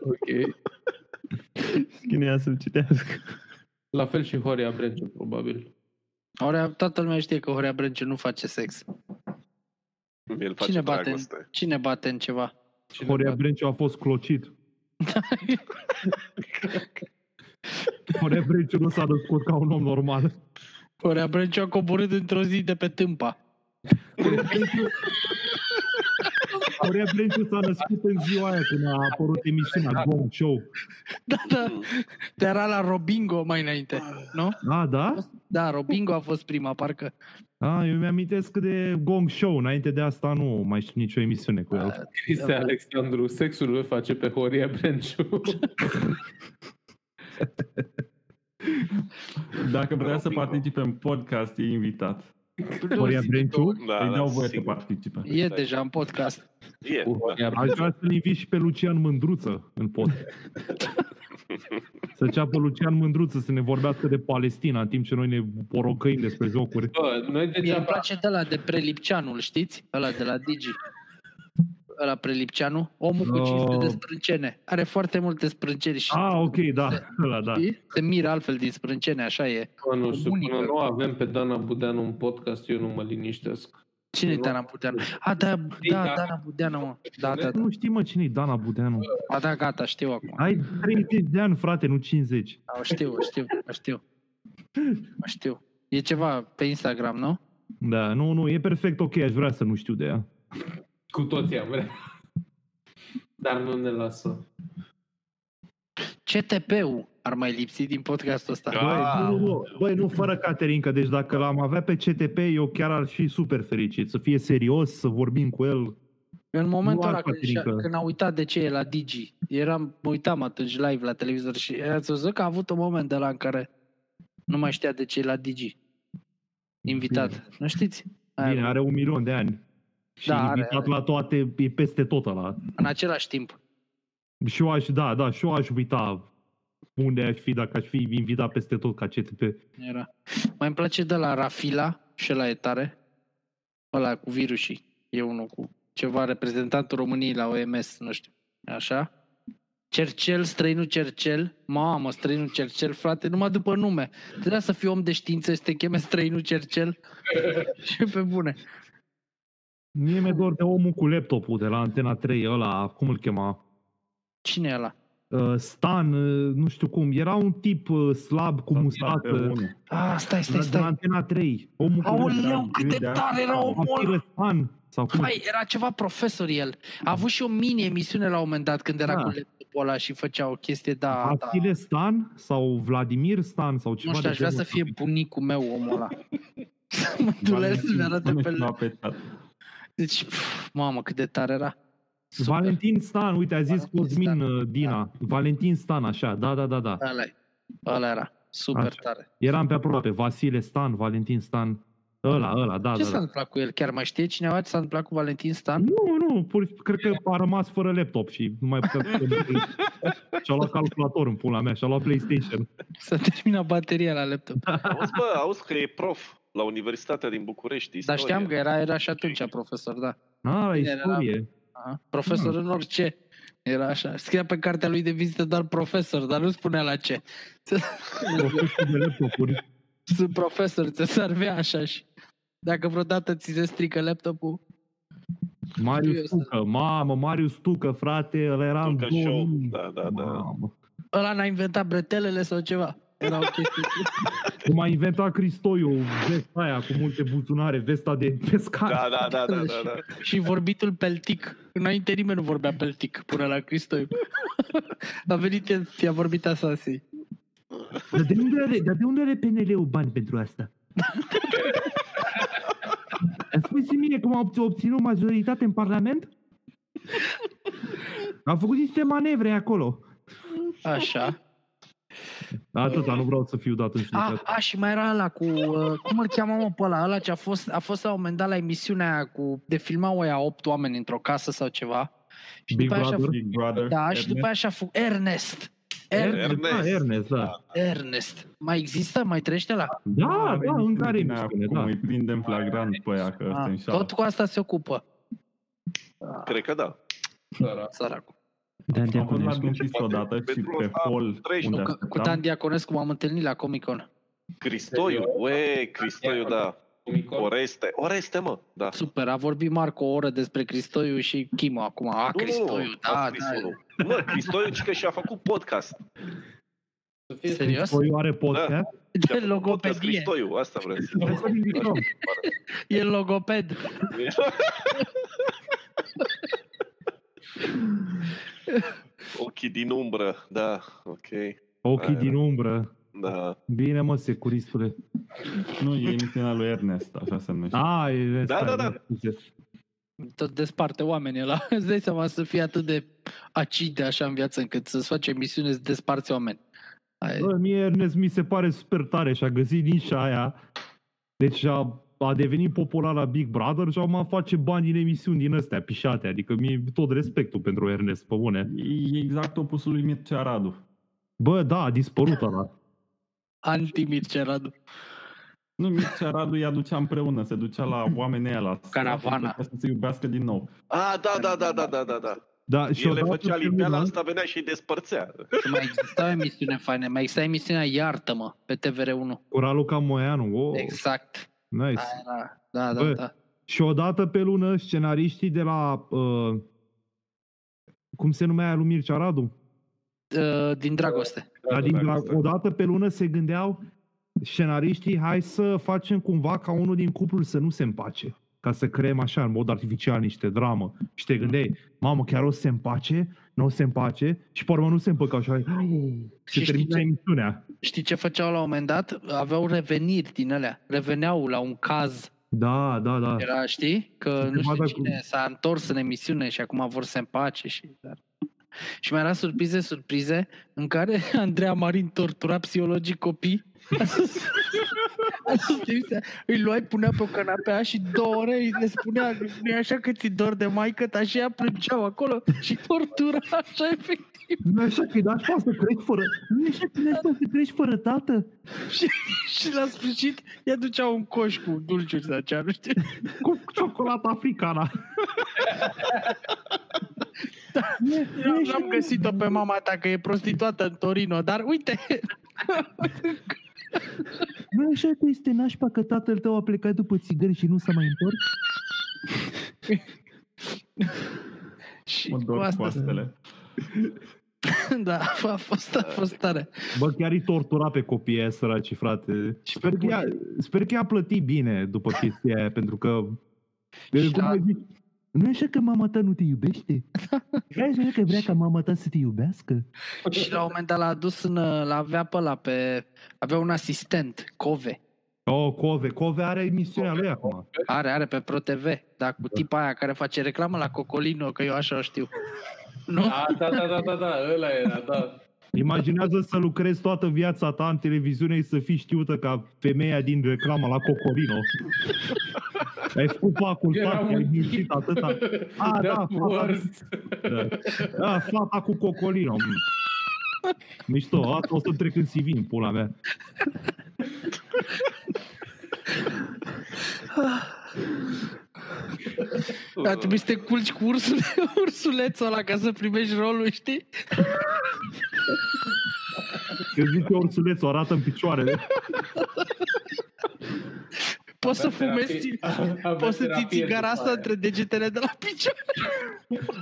S2: Ok.
S3: Și Chinuia să-l citească.
S2: La fel și Horia Brenciu, probabil.
S1: Horea, toată lumea știe că Horea Brânciu nu face sex.
S4: El face
S1: Cine bate?
S4: dragoste.
S1: Cine bate în ceva?
S2: Cine
S6: Horia
S2: bate?
S6: Brenciu a fost clocit. Horia Brenciu nu s-a născut ca un om normal.
S1: Horea Brânciu a coborât într-o zi de pe tâmpa.
S6: Horia Brenciu s-a născut în ziua aia când a apărut emisiunea Gong Show.
S1: Da, da. Dar era la Robingo mai înainte, nu?
S6: A, da?
S1: Da, Robingo a fost prima, parcă.
S6: A, eu mi-amintesc de Gong Show. Înainte de asta nu mai știu nicio emisiune cu el.
S1: Da,
S2: Este Alexandru, sexul îl face pe Horia Brenciu.
S5: Dacă vrea să
S4: Robingo.
S5: participe în podcast, e invitat.
S6: Horia Brenciu?
S4: Da,
S5: Îi
S4: da,
S5: dau Păi voie să
S4: sigur.
S5: participe.
S1: E deja în podcast.
S4: E,
S2: Cu
S4: da.
S2: Horia
S6: Aș
S2: Brenciu.
S6: vrea să-l invit și pe Lucian Mândruță în pod. Să ceapă Lucian Mândruță să ne vorbească de Palestina în timp ce noi ne porocăim despre jocuri.
S2: Bă, noi
S1: Mie îmi
S2: degeaba
S1: place de la de Prelipceanul, știți? Ăla de la Digi. Ăla Prelipceanu, omul cu cinste de
S6: Oh.
S1: sprâncene. Are foarte multe sprânceni și
S6: Ah, ok, da, ăla, da.
S1: știi? se miră altfel din sprâncene, așa e.
S2: Bă, nu știu,
S1: Unică.
S2: până nu avem pe Dana Budeanu un podcast, eu nu mă liniștesc.
S1: Cine e
S2: Nu.
S1: Dana Budeanu? A, da, da, Dana Budeanu, mă. Da, da, da.
S6: Nu știi, mă, cine e Dana Budeanu.
S1: A, da, gata, știu acum.
S6: Ai 30 de ani, frate, nu 50.
S1: A, știu, știu, știu. Știu. E ceva pe Instagram, nu?
S6: Da, nu, nu, e perfect ok, aș vrea să nu știu de ea.
S2: Cu toții am vrea. Dar nu ne lasă.
S1: CTP-ul ar mai lipsi din podcastul ăsta.
S4: Da.
S6: Băi, nu, nu, nu, băi, nu fără Caterinca, deci dacă l-am avea pe CTP, eu chiar ar fi super fericit. Să fie serios, să vorbim cu el.
S1: În momentul
S6: ar
S1: ăla când, și-a-
S6: patrică.
S1: când a uitat de ce e la Digi, eram, mă uitam atunci live la televizor și ați văzut că a avut un moment de la în care nu mai știa de ce e la Digi. Invitat. Nu știți? Aia,
S6: Bine, are un milion de ani. Și
S1: Da,
S6: da,
S1: are-
S6: invitat la toate, e peste tot la.
S1: În același timp.
S6: Și eu aș, da, da, și eu aș uita unde aș fi dacă aș fi invitat peste tot ca CTP.
S1: Era. Mai îmi place de la Rafila și la e tare. Ăla cu virusii. E unul cu ceva reprezentantul României la OMS, nu știu. Așa? Cercel, străinul Cercel. Mamă, străinul Cercel, frate, numai după nume. Trebuia să fii om de știință și să te cheme străinul Cercel. și pe bune.
S6: Mie mi-e dor de omul cu laptopul de la Antena 3, ăla, cum îl chema?
S1: Cine e ăla?
S6: Uh, Stan, uh, nu știu cum, era un tip uh, slab
S5: Da,
S6: cu mustață,
S5: Pe
S6: de
S5: unul.
S1: Ah, stai, stai,
S6: la- de la
S1: stai.
S6: Antena 3, omul cu laptopul.
S1: Aoleu, cât de
S6: da.
S5: de
S1: tare era omul ăla.
S6: Papire Stan, sau cum?
S1: Păi, era ceva profesor el. A avut și o mini-emisiune la un moment dat când era
S6: Da.
S1: cu laptopul ăla și făcea o chestie, da, da.
S6: Vasile Stan sau Vladimir Stan sau ceva
S1: Nu știu,
S6: de
S1: aș vrea să
S6: genul
S1: fie
S6: ăsta.
S1: bunicul meu omul ăla. Să mă duler să-mi arate
S5: Pune
S1: pe
S5: ceva
S1: el.
S5: pe chat.
S1: Deci, pf, mamă, cât de tare era. Super.
S6: Valentin Stan, uite, a zis
S1: Valentin
S6: Cosmin
S1: Stan. Da.
S6: uh, Dina. Valentin Stan, așa, da, da, da, da.
S1: Ăla, ăla era. Super
S6: Așa.
S1: tare.
S6: Eram pe aproape, Vasile Stan, Valentin Stan, ăla, ăla, da,
S1: Ce
S6: da,
S1: s-a
S6: da.
S1: întâmplat cu el? Chiar mai știe cineva ce s-a întâmplat cu Valentin Stan?
S6: Nu, nu, pur, și- cred că a rămas fără laptop și nu mai putea să Și-a luat calculator în pula mea, și-a luat PlayStation.
S1: S-a terminat bateria la laptop.
S4: Auzi, bă, auzi că e prof la Universitatea din București.
S1: Dar
S4: Istorie.
S1: știam că era, era și atunci profesor, da.
S6: A, la
S1: Bine, era-
S6: istorie.
S1: Aha. Profesor
S6: Hmm.
S1: în orice. Era așa. Scria pe cartea lui de vizită doar profesor, dar nu spunea la ce.
S6: Profesor de laptopuri.
S1: Sunt profesor, ți servea așa și... Dacă vreodată ți se strică laptopul, Știu eu
S6: Marius
S1: să-
S6: Tucă, mamă, Marius Tucă, frate, ăla era în
S4: Tuca Show.
S6: 2000.
S4: Da, da, da.
S6: Mamă.
S1: ăla n-a inventat bretelele sau ceva. Era o chestie.
S6: Cum a inventat Cristoiu vesta aia cu multe buzunare, vesta de pescar.
S4: Da, da, da, da, da, da.
S1: și vorbitul peltic. Înainte nimeni nu vorbea peltic până la Cristoiu. a venit el, i-a vorbit asasii.
S6: Dar de unde are, dar de unde are PNL-ul bani pentru asta? Îmi spui și mie cum a obț- obținut majoritate în Parlament? Am făcut niște manevre acolo. Da,
S1: Așa.
S6: Atâta, nu vreau să fiu dat în judecată.
S1: A, a, și mai era ăla cu... uh, Cum îl cheamă mă pe ăla? Ăla ce a fost, a fost la un moment dat la emisiunea aia cu... De filmau ăia opt oameni într-o casă sau ceva. Și
S6: Big
S1: după aia și-a
S6: Brother?
S5: Big Brother.
S1: făcut- Da, și după aia și-a făcut Ernest. Ernest.
S4: Ernest.
S5: Ah,
S6: Da, Ernest, da.
S1: Ernest. Mai există? Mai trăiește la?
S6: Da, da, în care
S5: mi
S6: emisiune,
S5: Cum
S6: da.
S5: îi prindem flagrant pe aia că ăsta
S1: Ah,
S5: înșală.
S1: tot cu asta se ocupă.
S4: Cred că da.
S2: Sărac.
S1: Săracul.
S3: Dan
S5: Am fost la
S3: Diaconescu.
S5: dentist
S4: Poate
S5: odată și
S4: pentru
S5: pe
S4: ăsta
S5: hol
S4: trăiești,
S5: unde
S1: Nu, cu- cu Dan
S5: așteptam.
S1: Diaconescu m-am întâlnit la Comic-Con.
S4: Cristoiu, ue, Cristoiu, da. Oreste, Oreste, mă, da.
S1: Super, a vorbit Marco o oră despre Cristoiu și Chimo acum. A,
S4: Nu, nu, nu,
S1: Cristoiu,
S4: am
S1: da,
S4: scris
S1: da.
S4: unul. Mă, Cristoiu zice că și-a făcut podcast.
S2: Să fie
S1: Serios?
S6: Poi are
S4: Da.
S6: da? podcast?
S4: Și-a
S1: De
S4: făcut podcast
S1: logopedie.
S4: Cristoiu, asta vreau să zic. Da,
S1: E logoped.
S4: Ochii din umbră, da, ok,
S6: Ochii
S4: Da,
S6: din umbră.
S4: da.
S6: Bine, mă, securistule.
S5: Nu, e emisiunea lui Ernest, așa se numește.
S6: A, e
S4: Da, da, da.
S1: Tot desparte oamenii la. Îți dai seama să fie atât de acide așa în viață încât să-ți faci o emisiune să desparți oameni. Ai,
S6: Bă, mie Ernest mi se pare super tare și a găsit nișa aia. Deci a, a devenit popular la Big Brother și acum face bani din emisiuni din astea pișate. Adică mie tot respectul pentru Ernest, pe bune.
S5: E exact opusul lui Mircea Radu.
S6: Bă, da, a dispărut ăla.
S1: anti-Mircea Radu.
S5: Nu, Mircea Radu îi aducea împreună, se ducea la oamenii ăia, la stradă,
S1: Caravana.
S5: Ca să se iubească din nou.
S4: A, da, da, da, da, da, da, da.
S6: Da, și
S4: El le
S6: odată
S4: făcea
S6: când
S4: lipeala,
S6: era-
S4: asta venea și îi despărțea.
S1: Și mai exista o emisiune faină. Mai exista emisiunea Iartă-mă pe TVR1.
S6: Cu Ralu Camoianu, wow,
S1: Exact.
S6: nice.
S1: Aia era. Da, da,
S6: Oh. Bă,
S1: da.
S6: Și odată pe lună scenariștii de la... Uh, cum se numea aia lui Mircea Radu?
S1: Uh, Din dragoste.
S4: Da,
S6: Dar din, la,
S4: dragoste.
S6: o dată pe lună se gândeau scenariștii, hai să facem cumva ca unul din cupluri să nu se împace. Ca să creăm așa, în mod artificial, niște dramă. Și te gândeai, mamă, chiar o să se împace? Nu o să se împace? Și pe urmă nu se împăcau. Și, ai,
S1: știi
S6: Oh. și termina
S1: ce-
S6: emisiunea.
S1: Știi ce făceau la un moment dat? Aveau reveniri din alea. Reveneau la un caz
S6: Da, da, da.
S1: Era, știi? Că nu
S6: Prima
S1: știu
S6: dată
S1: cine
S6: cu-
S1: s-a întors în emisiune și acum vor să împace și... Dar... Și mai era surprize, surprize, în care Andreea Marin tortura psihologic copii. A sus- a sus lipsea. Îi luai, punea pe o canapea și două ore îi le spunea, nu așa că ți dor de maică ta și ea plângeau acolo și tortura așa efectiv.
S6: Nu e așa că e de așa să crești fără... Nu e așa că e să crești fără tată?
S1: Și la sfârșit ea ducea un coș cu dulciuri sau cea, nu știu.
S6: Cu ciocolata africana.
S1: Eu am găsit-o pe mama ta că e prostituată în Torino, dar uite,
S6: Nu e așa că este nașpa că tatăl tău a plecat după țigări și nu s-a mai întors?
S1: Și
S5: Mă
S1: cu
S5: dor
S1: asta,
S5: coastele.
S1: da, a fost, a fost tare.
S6: Bă, chiar îi tortura pe copiii aia săraci, frate.
S1: Și
S6: Sper
S1: pe
S6: că, ea, sper că i-a plătit bine după chestia aia, pentru că...
S1: Și
S6: Cum
S1: la-
S6: ai zis, nu e așa că mama ta nu te iubește? Vrei să că vrea ca mama ta să te iubească?
S1: Și la un moment dat l-a adus în, uh, l-avea pe ăla, pe, avea un asistent, Cove.
S6: Oh, Cove. Cove are emisiunea lui acum.
S1: Are, are pe ProTV, da, cu tipa aia care face reclamă la Cocolino, că eu așa o știu. Nu?
S2: A, da, da, da, da, da, ăla era, da.
S6: Imaginează să lucrezi toată viața ta în televiziune și să fii știută ca femeia din reclama la Cocorino. Ai făcut pacul
S2: Era
S6: tău, ai
S2: un
S6: mințit atâta. A, da,
S2: That worst.
S6: Da. A, fata cu Cocolino. mm. Mișto, asta o să trec în CV în pula mea.
S2: Uh.
S1: Dar trebuie să te culci cu ursule, ursulețul ăla ca să primești rolul, știi?
S6: Eu zic că ursuleț o arată în picioarele.
S1: Poți să
S2: Avea
S1: fumezi,
S2: Da, terapie-
S1: ți-
S2: avea
S1: poți să ții
S2: terapie
S1: țigara
S2: după
S1: asta
S2: aia.
S1: între degetele de la picioare.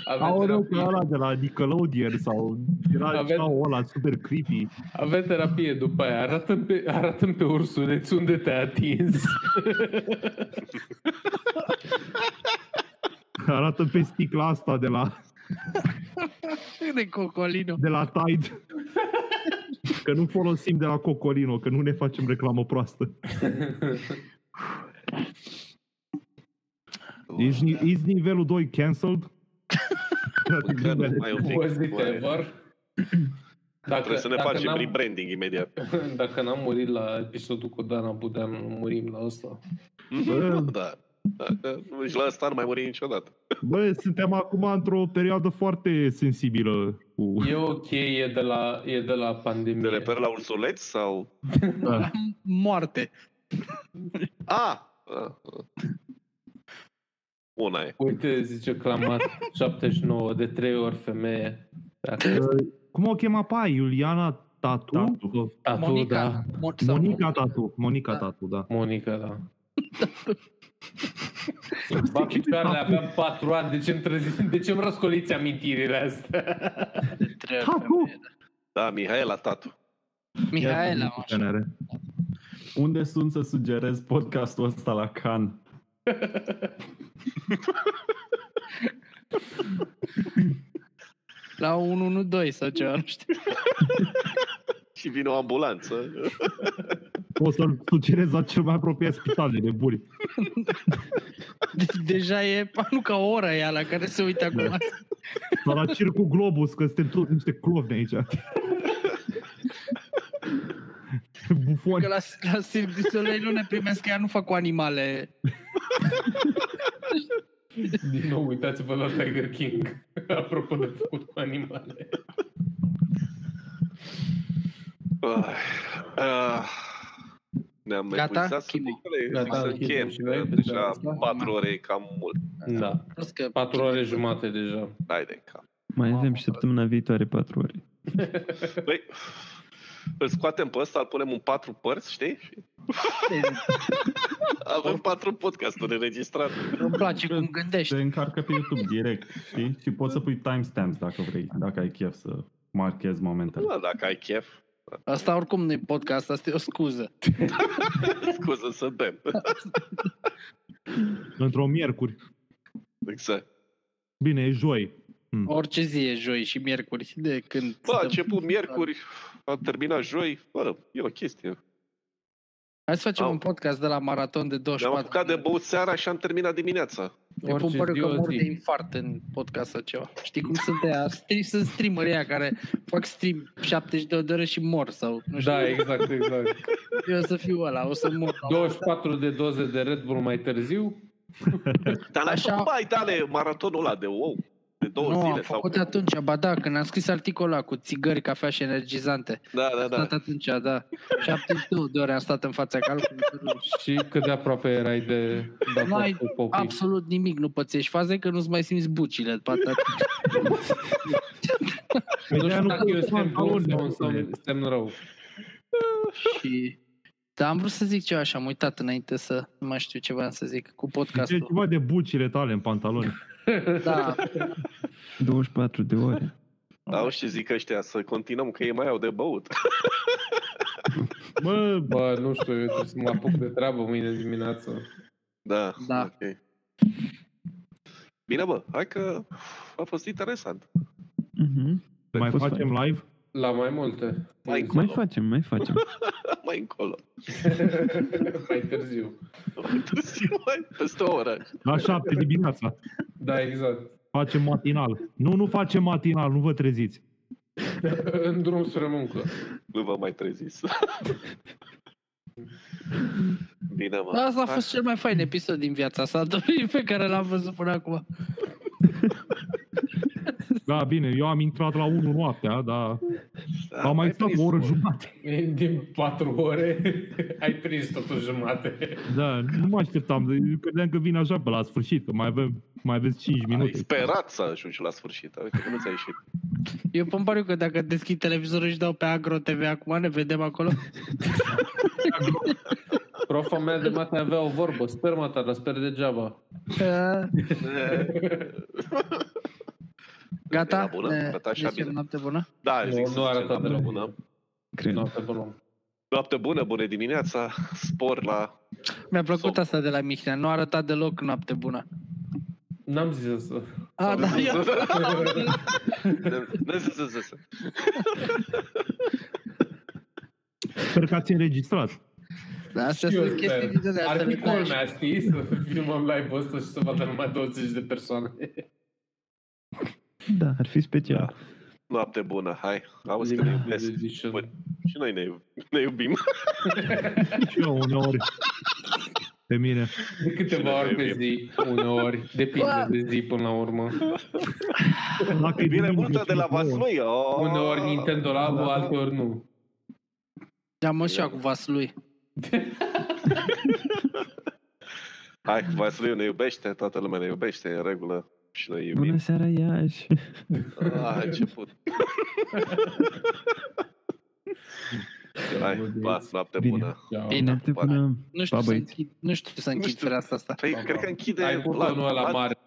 S2: Avea
S6: Aoleu, că
S2: terapie-
S6: ăla de la Nickelodeon sau era
S2: Avea-
S6: ceva ăla super creepy.
S2: Avea terapie după aia. Arată-mi pe, arată pe ursuleț unde te-a atins.
S6: Arată pe sticla asta de la,
S1: De Cocolino.
S6: de la Tide. Că nu folosim de la Cocolino, că nu ne facem reclamă proastă. Ești, ni- ești nivelul 2 cancelled?
S4: Măcar mai un pic.
S2: Was it ever? Dacă,
S4: Trebuie să ne
S2: dacă
S4: facem
S2: n-am-
S4: rebranding imediat.
S2: Dacă n-am murit la episodul cu Dana Budeanu, murim la ăsta.
S4: Da, da. Dacă nu ești la asta, nu mai muri niciodată.
S6: Bă, suntem acum într-o perioadă foarte sensibilă. Cu...
S2: E ok, e de la, e de la pandemie.
S4: Te refer la ursuleț sau...
S6: Da.
S1: Moarte.
S4: A! a, a. Una e.
S2: Uite, zice clamat 79 de trei ori femeie. Dacă
S6: Cum o chema pe aia? Iuliana Tatu?
S5: Tatu.
S2: tatu,
S1: Monica.
S2: da.
S1: Mon- sau-
S6: Monica Tatu. Monica Tatu, da.
S2: Monica, da. Ba, picioarele avea patru ani, de ce-mi, trezi, de ce-mi răscoliți amintirile astea?
S1: de trei ori
S6: Tatu!
S1: femeie, da.
S4: Da, Mihaela Tatu.
S1: Mihaela, mă, așa.
S6: PNR.
S5: Unde sunt să sugerez podcastul ăsta la Can?
S1: La 112 sau ceva, nu știu.
S4: Și vine o ambulanță.
S6: O să-l sugerez la cel mai apropiat spital de nebuni.
S1: De- deja e, nu ca o oră ea la care se uită acum.
S6: Dar la Circul Globus, că suntem toți niște clovni aici. Bufoni.
S1: Că la, la Cirque du Soleil nu ne primesc, că ea nu fac cu animale.
S2: Din nou, uitați-vă la Tiger King. Apropo de făcut cu animale.
S4: Ah, ah. Ne-am
S1: Gata?
S4: epuizat
S1: Chimo.
S4: subiectele,
S2: Gata,
S4: zic să
S2: Chimo,
S4: încheiem.
S2: și noi
S4: că
S2: deja
S4: Deja
S2: asta?
S4: patru ore e cam mult.
S2: Da.
S1: Plus că
S2: Patru ore jumate deja.
S4: Hai de cap.
S3: Mai
S1: Mamă,
S3: avem și săptămâna viitoare patru ore.
S4: Păi, îl scoatem pe ăsta, îl punem în patru părți, știi? Avem patru podcasturi înregistrate.
S1: îmi place cum gândești.
S5: Se încarcă pe YouTube direct, știi? Și poți să pui timestamps dacă vrei, dacă ai chef să marchezi momentele.
S4: Da, dacă ai chef,
S1: Asta oricum nu e podcast, asta e o scuză.
S4: scuză să bem.
S6: Într-o miercuri.
S4: Exact.
S6: Bine, e joi.
S1: Orice zi e joi și miercuri, de când...
S4: Bă, a
S1: stăm-
S4: început miercuri, a terminat joi, bă, e o chestie.
S1: Hai să facem
S4: Au.
S1: un podcast de la maraton de
S4: Ne-am
S1: 24
S4: apucat de băut seara și am terminat dimineața.
S1: Eu
S2: Orice
S1: pun părul
S2: zi
S1: că
S2: o
S1: mor
S2: zi.
S1: de infart în podcast sau ceva. Știi cum sunt aia? Știi, sunt streamerii aia care fac stream 72 de ore și mor sau nu știu.
S2: Da, exact, exact.
S1: Eu o să fiu ăla, o să mor.
S2: 24 de doze de Red Bull mai târziu.
S4: Dar l-ai
S1: Așa-
S4: făcut, bai, tale, maratonul ăla de wow, de două
S1: nu,
S4: zile.
S1: am făcut
S4: sau...
S1: atunci, ba da, când am scris articolul ăla cu țigări, cafea și energizante.
S4: Da, da,
S1: Da.
S4: da.
S1: Stat atunci, da. 72 de ore am stat în fața calculului.
S2: Și cât de aproape erai de... de
S1: Mai-
S2: acord cu popii.
S1: Absolut nimic nu pățești faze că nu-ți mai simți bucile. Poate atunci.
S2: Nu știu
S6: nu
S2: dacă
S6: pot
S2: e un
S6: să
S2: semn
S6: fac
S2: bun
S6: unde,
S2: sau un semn- semn rău.
S1: și... Dar am vrut să zic ceva și am uitat înainte să... Nu mai știu ce voiam să zic cu
S6: E
S1: podcastul.
S6: ceva de bucile tale în pantaloni.
S1: Da,
S3: 24 de ore.
S4: Au și zic ăștia să continuăm, că ei mai au de băut.
S6: Mă,
S2: Bă, nu știu, eu trebuie să mă apuc de treabă mâine dimineață.
S4: Da,
S1: Da.
S4: ok. Bine, bă, hai că a fost interesant.
S3: Mhm.
S2: Păi
S6: mai
S3: fost
S6: facem live?
S2: La mai multe.
S4: Mai
S2: Mai,
S3: Mai facem, mai facem.
S4: Mai încolo.
S2: mai târziu.
S4: Mai târziu, mai peste o oră.
S6: La șapte dimineața.
S2: Da, exact.
S6: Facem matinal. Nu, nu facem matinal, nu vă treziți.
S2: În drum spre muncă.
S4: Nu vă mai treziți. Bine, mă.
S1: asta a fost cel mai fain episod din viața sa, domnului, pe care l-am văzut până acum.
S6: Da, bine, eu am intrat la 1 noaptea, dar
S4: Da,
S6: am mai
S4: ai
S6: stat
S4: prins,
S6: o oră
S4: mă.
S6: jumătate.
S2: Din patru ore ai prins totuși jumate.
S6: Da, nu mă așteptam. Eu credeam că vine așa pe la sfârșit, că mai avem mai aveți 5
S4: Ai
S6: minute.
S4: sperat să ajungi la sfârșit. Uite că nu ți-a ieșit.
S1: Eu pun pariu că dacă deschid televizorul și dau pe Agro TV acum, ne vedem acolo.
S2: Profa mea de mate avea o vorbă. Sperma ta, dar sper degeaba.
S1: Gata?
S4: Era bună,
S1: Ne-
S4: arată așa
S1: ne zicem
S4: bine.
S1: noapte bună.
S4: Da,
S2: Nu,
S4: zic
S2: nu
S4: să
S2: arată
S4: zicem noapte
S2: deloc.
S4: bună.
S3: Cred.
S2: Noapte bună.
S4: Noapte bună, bună dimineața, spor la...
S1: Mi-a plăcut
S4: Somn.
S1: asta de la Mihnea, nu a arătat deloc noapte bună.
S2: N-am zis asta.
S1: A, da, ia.
S4: Nu, zi, zi, zi, zi.
S6: Sper că ați înregistrat.
S1: Da, astea
S2: Eu
S1: sunt
S2: sper.
S1: chestii din alea,
S2: Ar
S1: să le
S2: fi
S1: tai așa.
S2: culmea, știi, să filmăm live-ul ăsta și să vadă numai 20 de persoane.
S3: Da, ar fi special.
S4: Noapte bună, hai. Auzi că ne iubesc. Bun. Și noi ne, iub- ne iubim.
S6: Și eu uneori. Pe mine.
S2: De câteva ori pe zi, uneori, depinde de zi pând la urmă.
S6: Dacă e
S4: Vine
S6: duminică,
S4: multă de la
S6: cinci, nouă.
S4: Vaslui. Oh. da. o-
S2: Uneori Nintendo Labo, alteori nu.
S1: Da, mă, și eu cu vas lui.
S4: Hai, Vaslui ne iubește, toată lumea ne iubește, e în regulă. Și noi
S3: Bună
S4: iubim.
S3: seara, Iași!
S4: A, a Ah, început. Hai, pa, noapte
S3: Bine.
S4: bună.
S2: Ceau.
S1: Bine.
S3: Noapte bună!
S1: Nu știu
S3: Pa,
S1: să
S3: băieți.
S1: închid, nu știu să închid
S4: știu.
S1: fereastra asta.
S4: Păi, cred că închide...
S2: Ai butonul ăla
S4: la-
S2: mare.